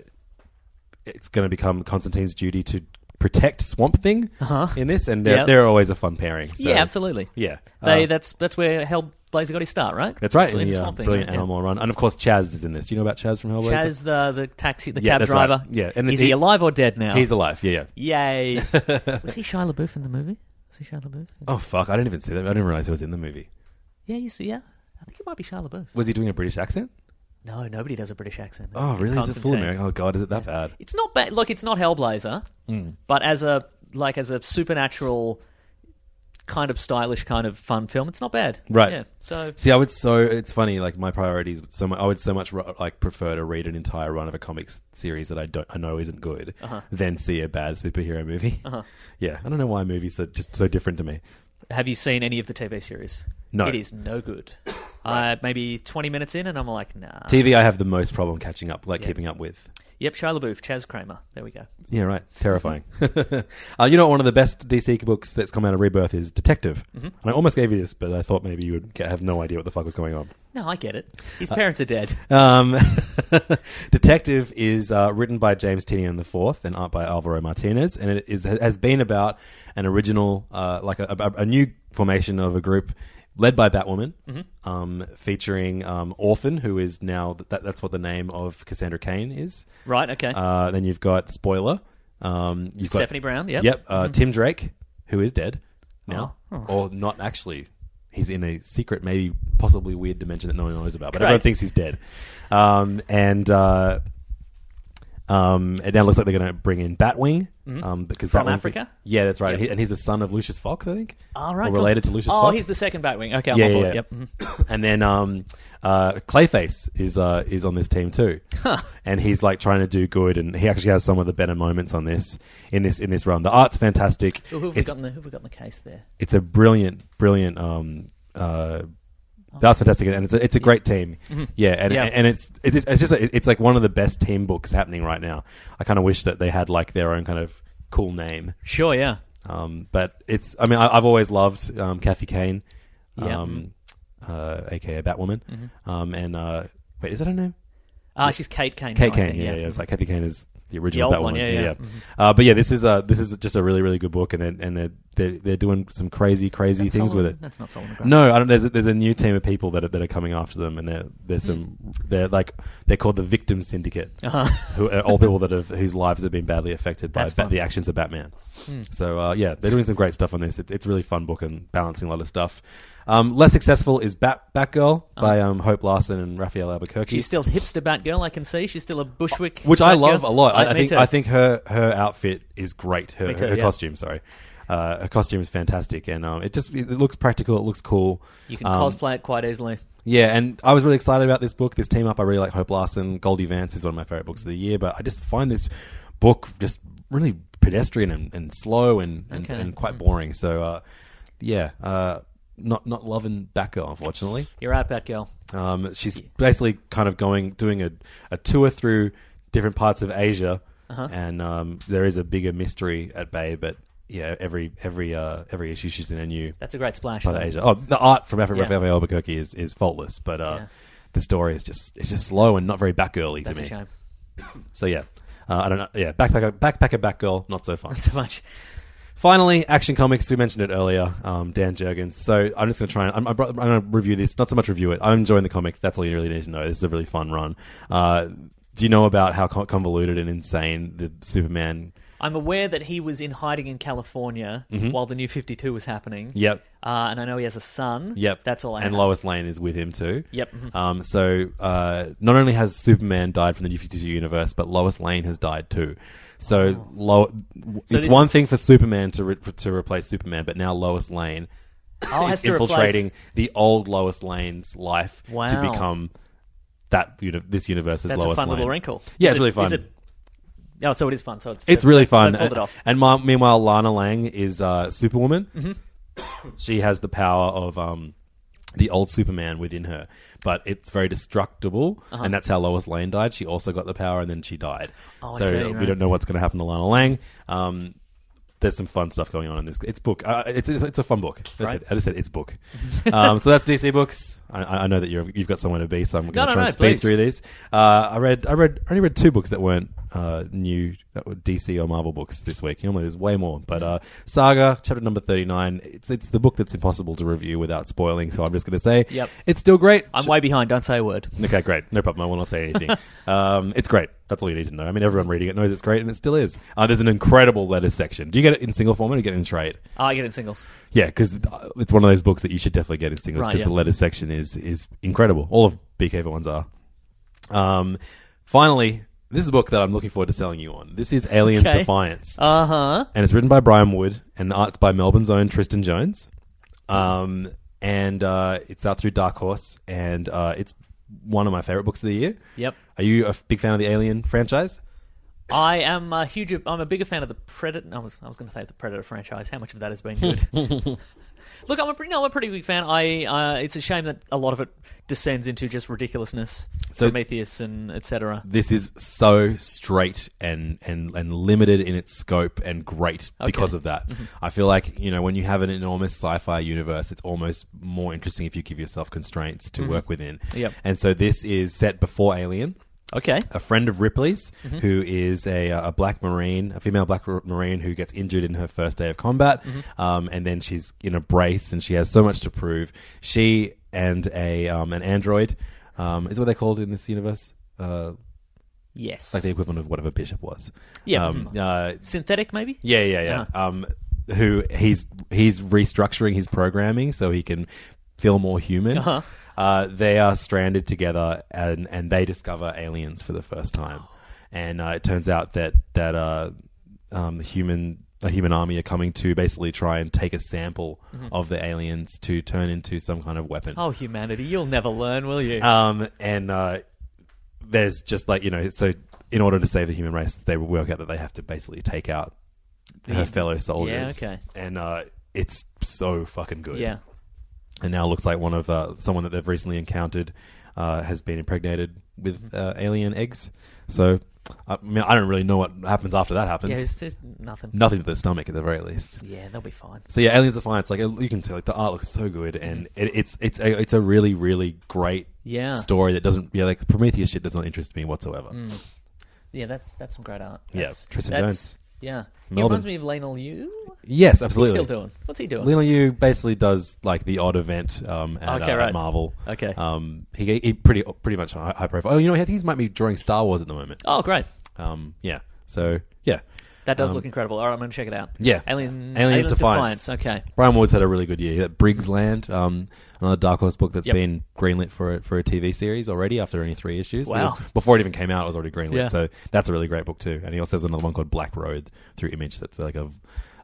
it's going to become Constantine's duty to protect Swamp Thing in this, and they're, Uh-huh. Yep. they're always a fun pairing. So, yeah, absolutely. Yeah. They Uh, that's that's where Hellblazer got his start, right? that's right. In In the, uh, Swamp Thing, brilliant right? Yeah. Animal Run. And of course, Chaz is in this. Do you know about Chaz from Hellblazer? Chaz, the the taxi, the Yeah, cab that's right. driver. Yeah, and is it- he alive or dead now? He's alive. Yeah, yeah. Yay! was he Shia LaBeouf in the movie? Was he Shia LaBeouf? Oh fuck! I didn't even see that. I didn't realize he was in the movie. Yeah, you see, yeah. I think it might be Shia LaBeouf. Was he doing a British accent? No, nobody does a British accent. Oh, really? Is it full Constantine. American? Oh god, is it that bad? It's not bad. Look, it's not Hellblazer, Hmm. but as a like as a supernatural kind of stylish kind of fun film, it's not bad. Right. Yeah. So See, I would so it's funny. Like my priorities, so mu I would so much ru- like prefer to read an entire run of a comics series that I don't, I know isn't good, than see a bad superhero movie. Yeah, I don't know why movies are just so different to me. have you seen any of the TV series? No. It is no good. Uh, maybe 20 minutes in and I'm like, nah. TV, I have the most problem catching up, like keeping up with. yep, Shia LaBeouf, Chaz Kramer. There we go. Yeah, right. Terrifying. uh, you know, one of the best DC books that's come out of Rebirth is Detective, and I almost gave you this, but I thought maybe you would get, have no idea what the fuck was going on. No, I get it. Uh, His parents are dead. Um, Detective is uh, written by James Tinian the Fourth and art by Alvaro Martinez, and it is has been about an original, uh, like a, a, a new formation of a group led by Batwoman, um, featuring um, Orphan, who is now that, that's what the name of Cassandra Kane is. Right, okay. Uh, then you've got spoiler. Um, you've got Stephanie Brown, yep. Mm-hmm. Oh, Yep. Uh, Tim Drake, who is dead now, or not actually. He's in a secret, maybe possibly weird dimension that no one knows about, but everyone Great. thinks he's dead. Um, and uh, Um, it now looks like they're going to bring in Batwing um, because Mm-hmm. From Batwing- Africa? Yeah, that's right. Yep. And he- And he's the son of Lucius Fox, I think. All right. Or cool. related to Lucius oh, Fox. he's the second Batwing. Okay, I'm yeah, on board. yeah. Yep. mhm. and then um, uh, Clayface is uh, is on this team too, and he's like trying to do good, and he actually has some of the better moments on this in this in this run. The art's fantastic. Who, who, have we it's got in the, who have we got in the case there? it's a brilliant, brilliant. Um, uh, that's fantastic, and it's a, it's a great team. Yeah, and Mm-hmm. Yeah. and it's it's, it's just a, it's like one of the best team books happening right now. I kind of wish that they had like their own kind of cool name. Sure, yeah. Um, but it's I mean I, I've always loved um, Kathy Kane, Yeah. Mm-hmm. um, uh, aka Batwoman, um, and uh, wait is that her name? Ah, she's Kate Kane. now, Kate I Kane. think, Yeah, yeah, It's like Kathy Kane is the original The Batwoman. old one, yeah, Mm-hmm. yeah. Uh, but yeah, this is a this is just a really really good book, and they're, and they're they're, they're doing some crazy crazy That's things with Solomon- it. That's not Solomon. Grant. No, I don't. There's a, there's a new team of people that are, that are coming after them, and they're there's some Hmm. they're like they're called the Victim Syndicate, who are all people that have whose lives have been badly affected by Uh-huh. That's ba- fun. Hmm. the actions of Batman. So uh, yeah, they're doing some great stuff on this. It, it's a really fun book and balancing a lot of stuff. Um, less successful is Bat Batgirl by um, Hope Larson and Raphael Albuquerque. Oh. She's still hipster Batgirl. I can see she's still a Bushwick, which I Batgirl. love a lot. I, Uh, I me think too. I think her her outfit is great. Her, Me too, her, her yeah. costume, sorry, uh, her costume is fantastic, and um, it just it looks practical. It looks cool. you can Um, cosplay it quite easily. yeah, and I was really excited about this book, this team up. I really like Hope Larson. Goldie Vance is one of my favorite books of the year, but I just find this book just really pedestrian and, and slow and, and, Okay. and quite boring. So, uh, yeah, uh, not not loving Batgirl, unfortunately. You're right, Batgirl. Um, she's basically kind of going doing a, a tour through different parts of Asia, and um, there is a bigger mystery at bay. But yeah, every every uh, every issue she's in a new That's a great splash. part of though. Asia. Oh, the art from Raphael Yeah. Raphael Albuquerque is, is faultless, but uh, Yeah. the story is just it's just slow and not very back girly to That's me. a shame. So yeah. Uh, I don't know. Yeah, backpacker, backpacker, Batgirl, not so fun. Not so much. Finally, Action Comics. We mentioned it earlier. Um, Dan Jurgens. So I'm just going to try and I'm, I'm going to review this. Not so much review it. I'm enjoying the comic. That's all you really need to know. This is a really fun run. Uh, do you know about how con- convoluted and insane the Superman? I'm aware that he was in hiding in California while the New 52 was happening. Mm-hmm. Yep. Uh, and I know he has a son. Yep. That's all I have. And Lois Lane is with him too. Yep. Mhm. Um, so uh, not only has Superman died from the New 52 universe, but Lois Lane has died too. So Lo- it's this one is- thing for Superman to re- to replace Superman, but now Lois Lane Oh, is has to replace- infiltrating the old Lois Lane's life Wow. to become that you know, this universe's That's Lois a fun Lane. little wrinkle. Yeah, Is it's it- really fun. Is it... Oh, so it is fun. So it's It's they- really they fun. pulled it And, off. and my, meanwhile, Lana Lang is uh, Superwoman. Mm-hmm. she has the power of um, the old Superman within her, but it's very destructible, Uh-huh. and that's how Lois Lane died. She also got the power, and then she died. Oh, I so uh, see, we right. don't know what's going to happen to Lana Lang. Um, there's some fun stuff going on in this. It's book. Uh, it's, it's it's a fun book. I, just Right. said, I just said it's book. um, so that's DC books. I, I I know that you're, you've got somewhere to be, so I'm going to no, try no, and speed please. through these. Uh, I read I read I only read two books that weren't uh, new that were DC or Marvel books this week. Normally there's way more, Mm. but uh, Saga chapter number thirty nine. It's it's the book that's impossible to review without spoiling. So I'm just going to say Yep. it's still great. I'm way behind. Don't say a word. Okay, great. No problem. I will not say anything. um, it's great. That's all you need to know. I mean, everyone reading it knows it's great, and it still is. Uh, there's an incredible letters section. Do you get it in single format or do you get it in trade? Oh, I get it in singles. Yeah, because it's one of those books that you should definitely get in singles Right, because yeah. the letters section is is incredible. All of BK ones are. Um, finally, this is a book that I'm looking forward to selling you on. This is Aliens Okay. Defiance, Uh huh. and it's written by Brian Wood, and the art's by Melbourne's own Tristan Jones. Um, and uh, it's out through Dark Horse, and uh, it's one of my favorite books of the year. Yep. Are you a f- big fan of the Alien franchise? I am a huge. I'm a bigger fan of the Predator. I was, I was going to say the Predator franchise. How much of that has been good? Look, I'm a pretty, no, I'm a pretty big fan. I. Uh, it's a shame that a lot of it descends into just ridiculousness, So- Prometheus and etc. this is so straight and and and limited in its scope and great because of that. I feel like you know when you have an enormous sci-fi universe, it's almost more interesting if you give yourself constraints to work within. Yep. And so this is set before Alien. Okay. A friend of Ripley's, who is a, uh, a black marine, a female black r- marine who gets injured in her first day of combat, um, and then she's in a brace and she has so much to prove. She and a um, an android um, is what they're called in this universe. Uh, Yes. like the equivalent of whatever bishop was. Yeah. Um, uh, Synthetic, maybe. yeah, yeah, yeah. Um, who he's he's restructuring his programming so he can feel more human. uh they are stranded together, and and they discover aliens for the first time. and uh, it turns out that that uh, um, the human a human army are coming to basically try and take a sample of the aliens to turn into some kind of weapon. Oh, humanity, you'll never learn, will you? Um, and uh, there's just like you know, so in order to save the human race, they work out that they have to basically take out her fellow soldiers. okay. And uh, it's so fucking good. yeah. And now it looks like one of uh, someone that they've recently encountered uh, has been impregnated with uh, Mm-hmm. alien eggs. So I mean, I don't really know what happens after that happens. Yeah, it's just nothing. Nothing to their stomach at the very least. Yeah, they'll be fine. So yeah, Aliens Defiance, like you can tell, like the art looks so good, and it, it's it's a, it's a really really great Yeah. Mm. story that doesn't yeah like Prometheus shit does not interest me whatsoever. Yeah, that's that's some great art. Yeah, That's- Tristan that's- Jones. Yeah. He Melbourne. reminds me of Lionel Yu. What's Yes, he absolutely. still doing? What's he doing? Lionel Yu basically does like the odd event um, at, Okay, uh, at right. Marvel. Okay. um, he, he pretty pretty much high, high profile. Oh, you know, I think he might be drawing Star Wars at the moment. Oh, great. Um, yeah. So yeah, That does Um, look incredible. All right, I'm going to check it out. Yeah. Alien, Aliens Aliens, Defiance. Defiance. Okay. Brian Woods had a really good year. That Briggs Land, um, another Dark Horse book that's Yep. been greenlit for a, for a TV series already after only three issues. It Wow. was- before it even came out, it was already greenlit. Yeah. So that's a really great book too. And he also has another one called Black Road through Image. That's like a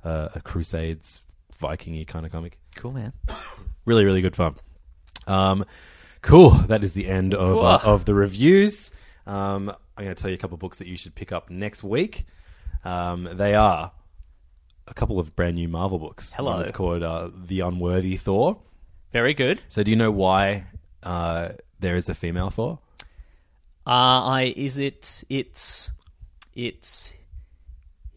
uh, a Crusades Vikingy kind of comic. Cool, man. Really, really good fun. Um, cool. That is the end of uh, Cool. of the reviews. Um, I'm going to tell you a couple books that you should pick up next week. Um, they are a couple of brand new Marvel books. Hello. One is called uh, The Unworthy Thor. Very good. So, do you know why uh, there is a female Thor? Uh, I is it it's it's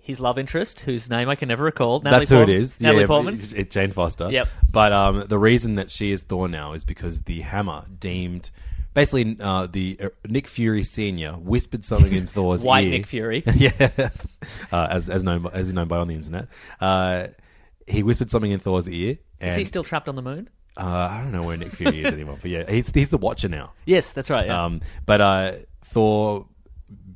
his love interest whose name I can never recall. Natalie That's who it Portman- is. Natalie yeah, Portman. It's, it's Jane Foster. Yep. But um, the reason that she is Thor now is because the hammer deemed. Basically, uh, the uh, Nick Fury Senior whispered something in Thor's White ear. Nick Fury. yeah, uh, as as known by, as is known by on the internet. Uh, he whispered something in Thor's ear. And, is he still trapped on the moon? Uh, I don't know where Nick Fury is anymore, but yeah, he's he's the Watcher now. Yes, that's right. Yeah. Um, but uh, Thor,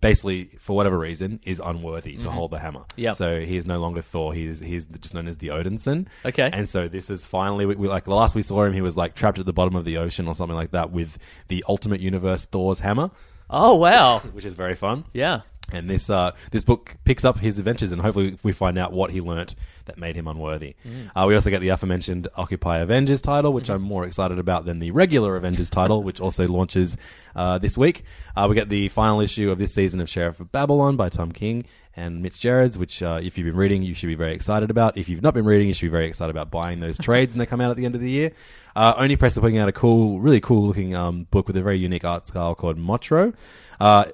basically for whatever reason, is unworthy Mm-hmm. to hold the hammer. Yep. So he is no longer Thor. He is he's just known as the Odinson. Okay. And so this is finally we, we, like last we saw him, he was like trapped at the bottom of the ocean or something like that with the Ultimate Universe Thor's hammer, oh wow. which is very fun. Yeah. And this uh, this book picks up his adventures, and hopefully we find out what he learnt that made him unworthy. Uh, we also get the aforementioned Occupy Avengers title, which I'm more excited about than the regular Avengers title, which also launches uh, this week. Uh, we get the final issue of this season of Sheriff of Babylon by Tom King and Mitch Gerrards, which uh, if you've been reading, you should be very excited about. If you've not been reading, you should be very excited about buying those trades when they come out at the end of the year. Uh, Only Press are putting out a cool, really cool looking um, book with a very unique art style called Motro. Uh,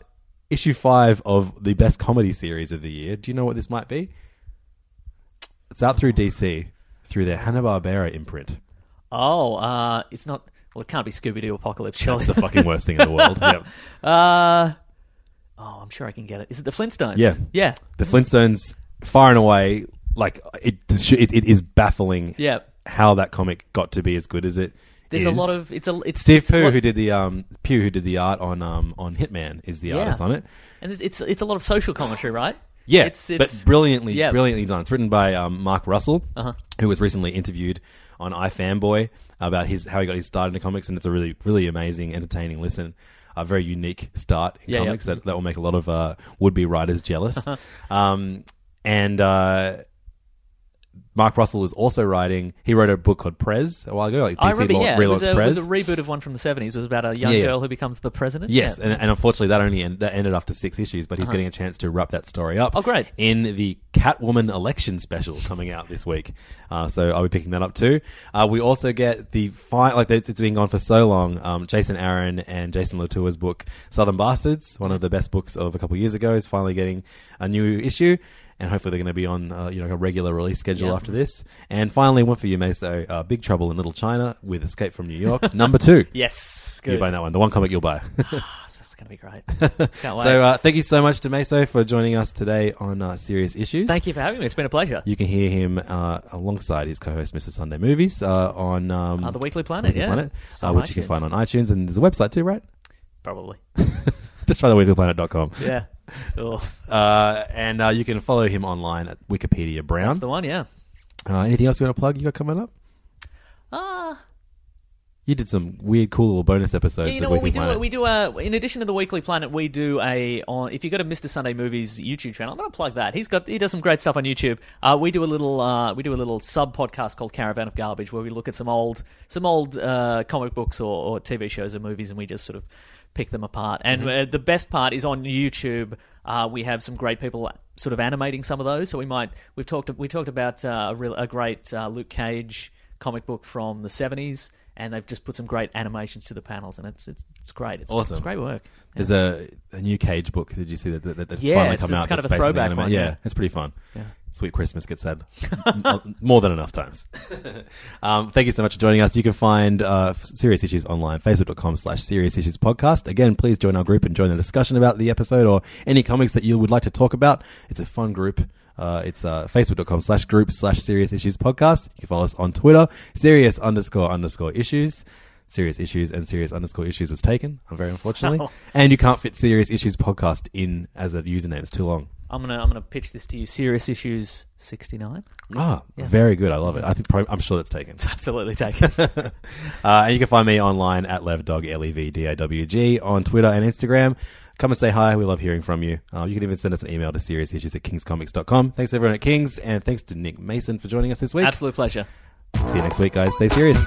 issue five of the best comedy series of the year. Do you know what this might be? It's out through DC through their Hanna Barbera imprint. Oh, uh, it's not. Well, it can't be Scooby Doo Apocalypse, surely. That's the fucking worst thing in the world. Yep. Uh, oh, I'm sure I can get it. Is it the Flintstones? Yeah. Yeah. The Flintstones, far and away, like it. It, it is baffling. Yeah. How that comic got to be as good as it. There's a is. lot of it's a it's Steve it's a Pugh, lot- who did the um Pugh, who did the art on um on Hitman, is the Yeah. artist on it. and it's, it's it's a lot of social commentary, right? Yeah, It's it's but brilliantly, yeah. Uh-huh. brilliantly done. It's written by um, Mark Russell, who was recently interviewed on iFanboy about his how he got his start into comics, and it's a really, really amazing, entertaining listen. A very unique start in Yeah, yeah. comics That, that will make a lot of uh, would-be writers jealous. um, and uh, Mark Russell is also writing. He wrote a book called Prez a while ago. Like DC I remember. lau- Yeah, it was, relaunched a, it Prez. was a reboot of one from the 70s. It was about a young Yeah, yeah. girl who becomes the president. Yes, Yeah. Uh-huh. and, and unfortunately, that only end, that ended after six issues. But he's getting a chance to wrap that story up. Oh, great. In the Catwoman election special coming out this week, uh, so I'll be picking that up too. Uh, we also get the fi- like it's, it's been gone for so long. Um, Jason Aaron and Jason Latour's book Southern Bastards, one of the best books of a couple years ago, is finally getting a new issue. And hopefully they're going to be on uh, you know a regular release schedule after this. And finally, one for you, Meso, uh, Big Trouble in Little China with Escape from New York, number two. Yes. You Good. buy that one, the one comic you'll buy. This is going to be great. Can't wait. So uh, thank you so much to Meso for joining us today on uh, Serious Issues. Thank you for having me. It's been a pleasure. You can hear him uh, alongside his co-host, Mr. Sunday Movies, uh, on um, Uh, the Weekly Planet, yeah. It's uh, on which you can iTunes. find on iTunes, and there's a website too, right? Probably. Just try theweeklyplanet.com. Yeah. Oh, Uh, and uh, you can follow him online at Wikipedia Brown. the one, yeah. Uh, anything else you want to plug? You got coming up? Ah. You did some weird, cool little bonus episodes. Yeah, you know of what we do? Weekly Planet. We do a in addition to the Weekly Planet, we do a on. If you go to Mister Sunday Movies YouTube channel, I'm going to plug that. He's got he does some great stuff on YouTube. Uh, we do a little uh, we do a little sub podcast called Caravan of Garbage, where we look at some old some old uh, comic books or, or TV shows or movies, and we just sort of pick them apart. And uh, the best part is on YouTube. Uh, we have some great people sort of animating some of those. So we might we've talked we talked about uh, a, real, a great uh, Luke Cage comic book from the 70s and they've just put some great animations to the panels and it's it's, it's great it's, Awesome. it's great work There's a, a new Cage book. Did you see that? that, that that's Yeah, finally it's- come it's out. kind that's of a based on the throwback anime. one, Yeah, yeah. it's pretty fun. Sweet Christmas gets said M- more than enough times. um, thank you so much for joining us. You can find uh, Serious Issues online, facebook.com slash Serious Issues Podcast. Again, please join our group and join the discussion about the episode or any comics that you would like to talk about. It's a fun group. Uh, it's uh, facebook.com slash group slash Serious Issues Podcast. You can follow us on Twitter, Serious underscore underscore issues. Serious issues and serious underscore issues was taken. I'm very unfortunately, and you can't fit serious issues podcast in as a username. It's too long. i'm gonna i'm gonna pitch this to you serious issues 69 Ah, very good. I love it. I think probably, I'm sure that's taken. absolutely take it Uh, and you can find me online at levdog, L E V D A W G, on Twitter and Instagram. Come and say hi. We love hearing from you. Uh, you can even send us an email to seriousissues at kingscomics.com. Thanks everyone at Kings, and thanks to Nick Mason for joining us this week. absolute pleasure See you next week, guys. Stay serious.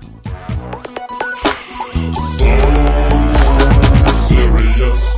bye. Serious.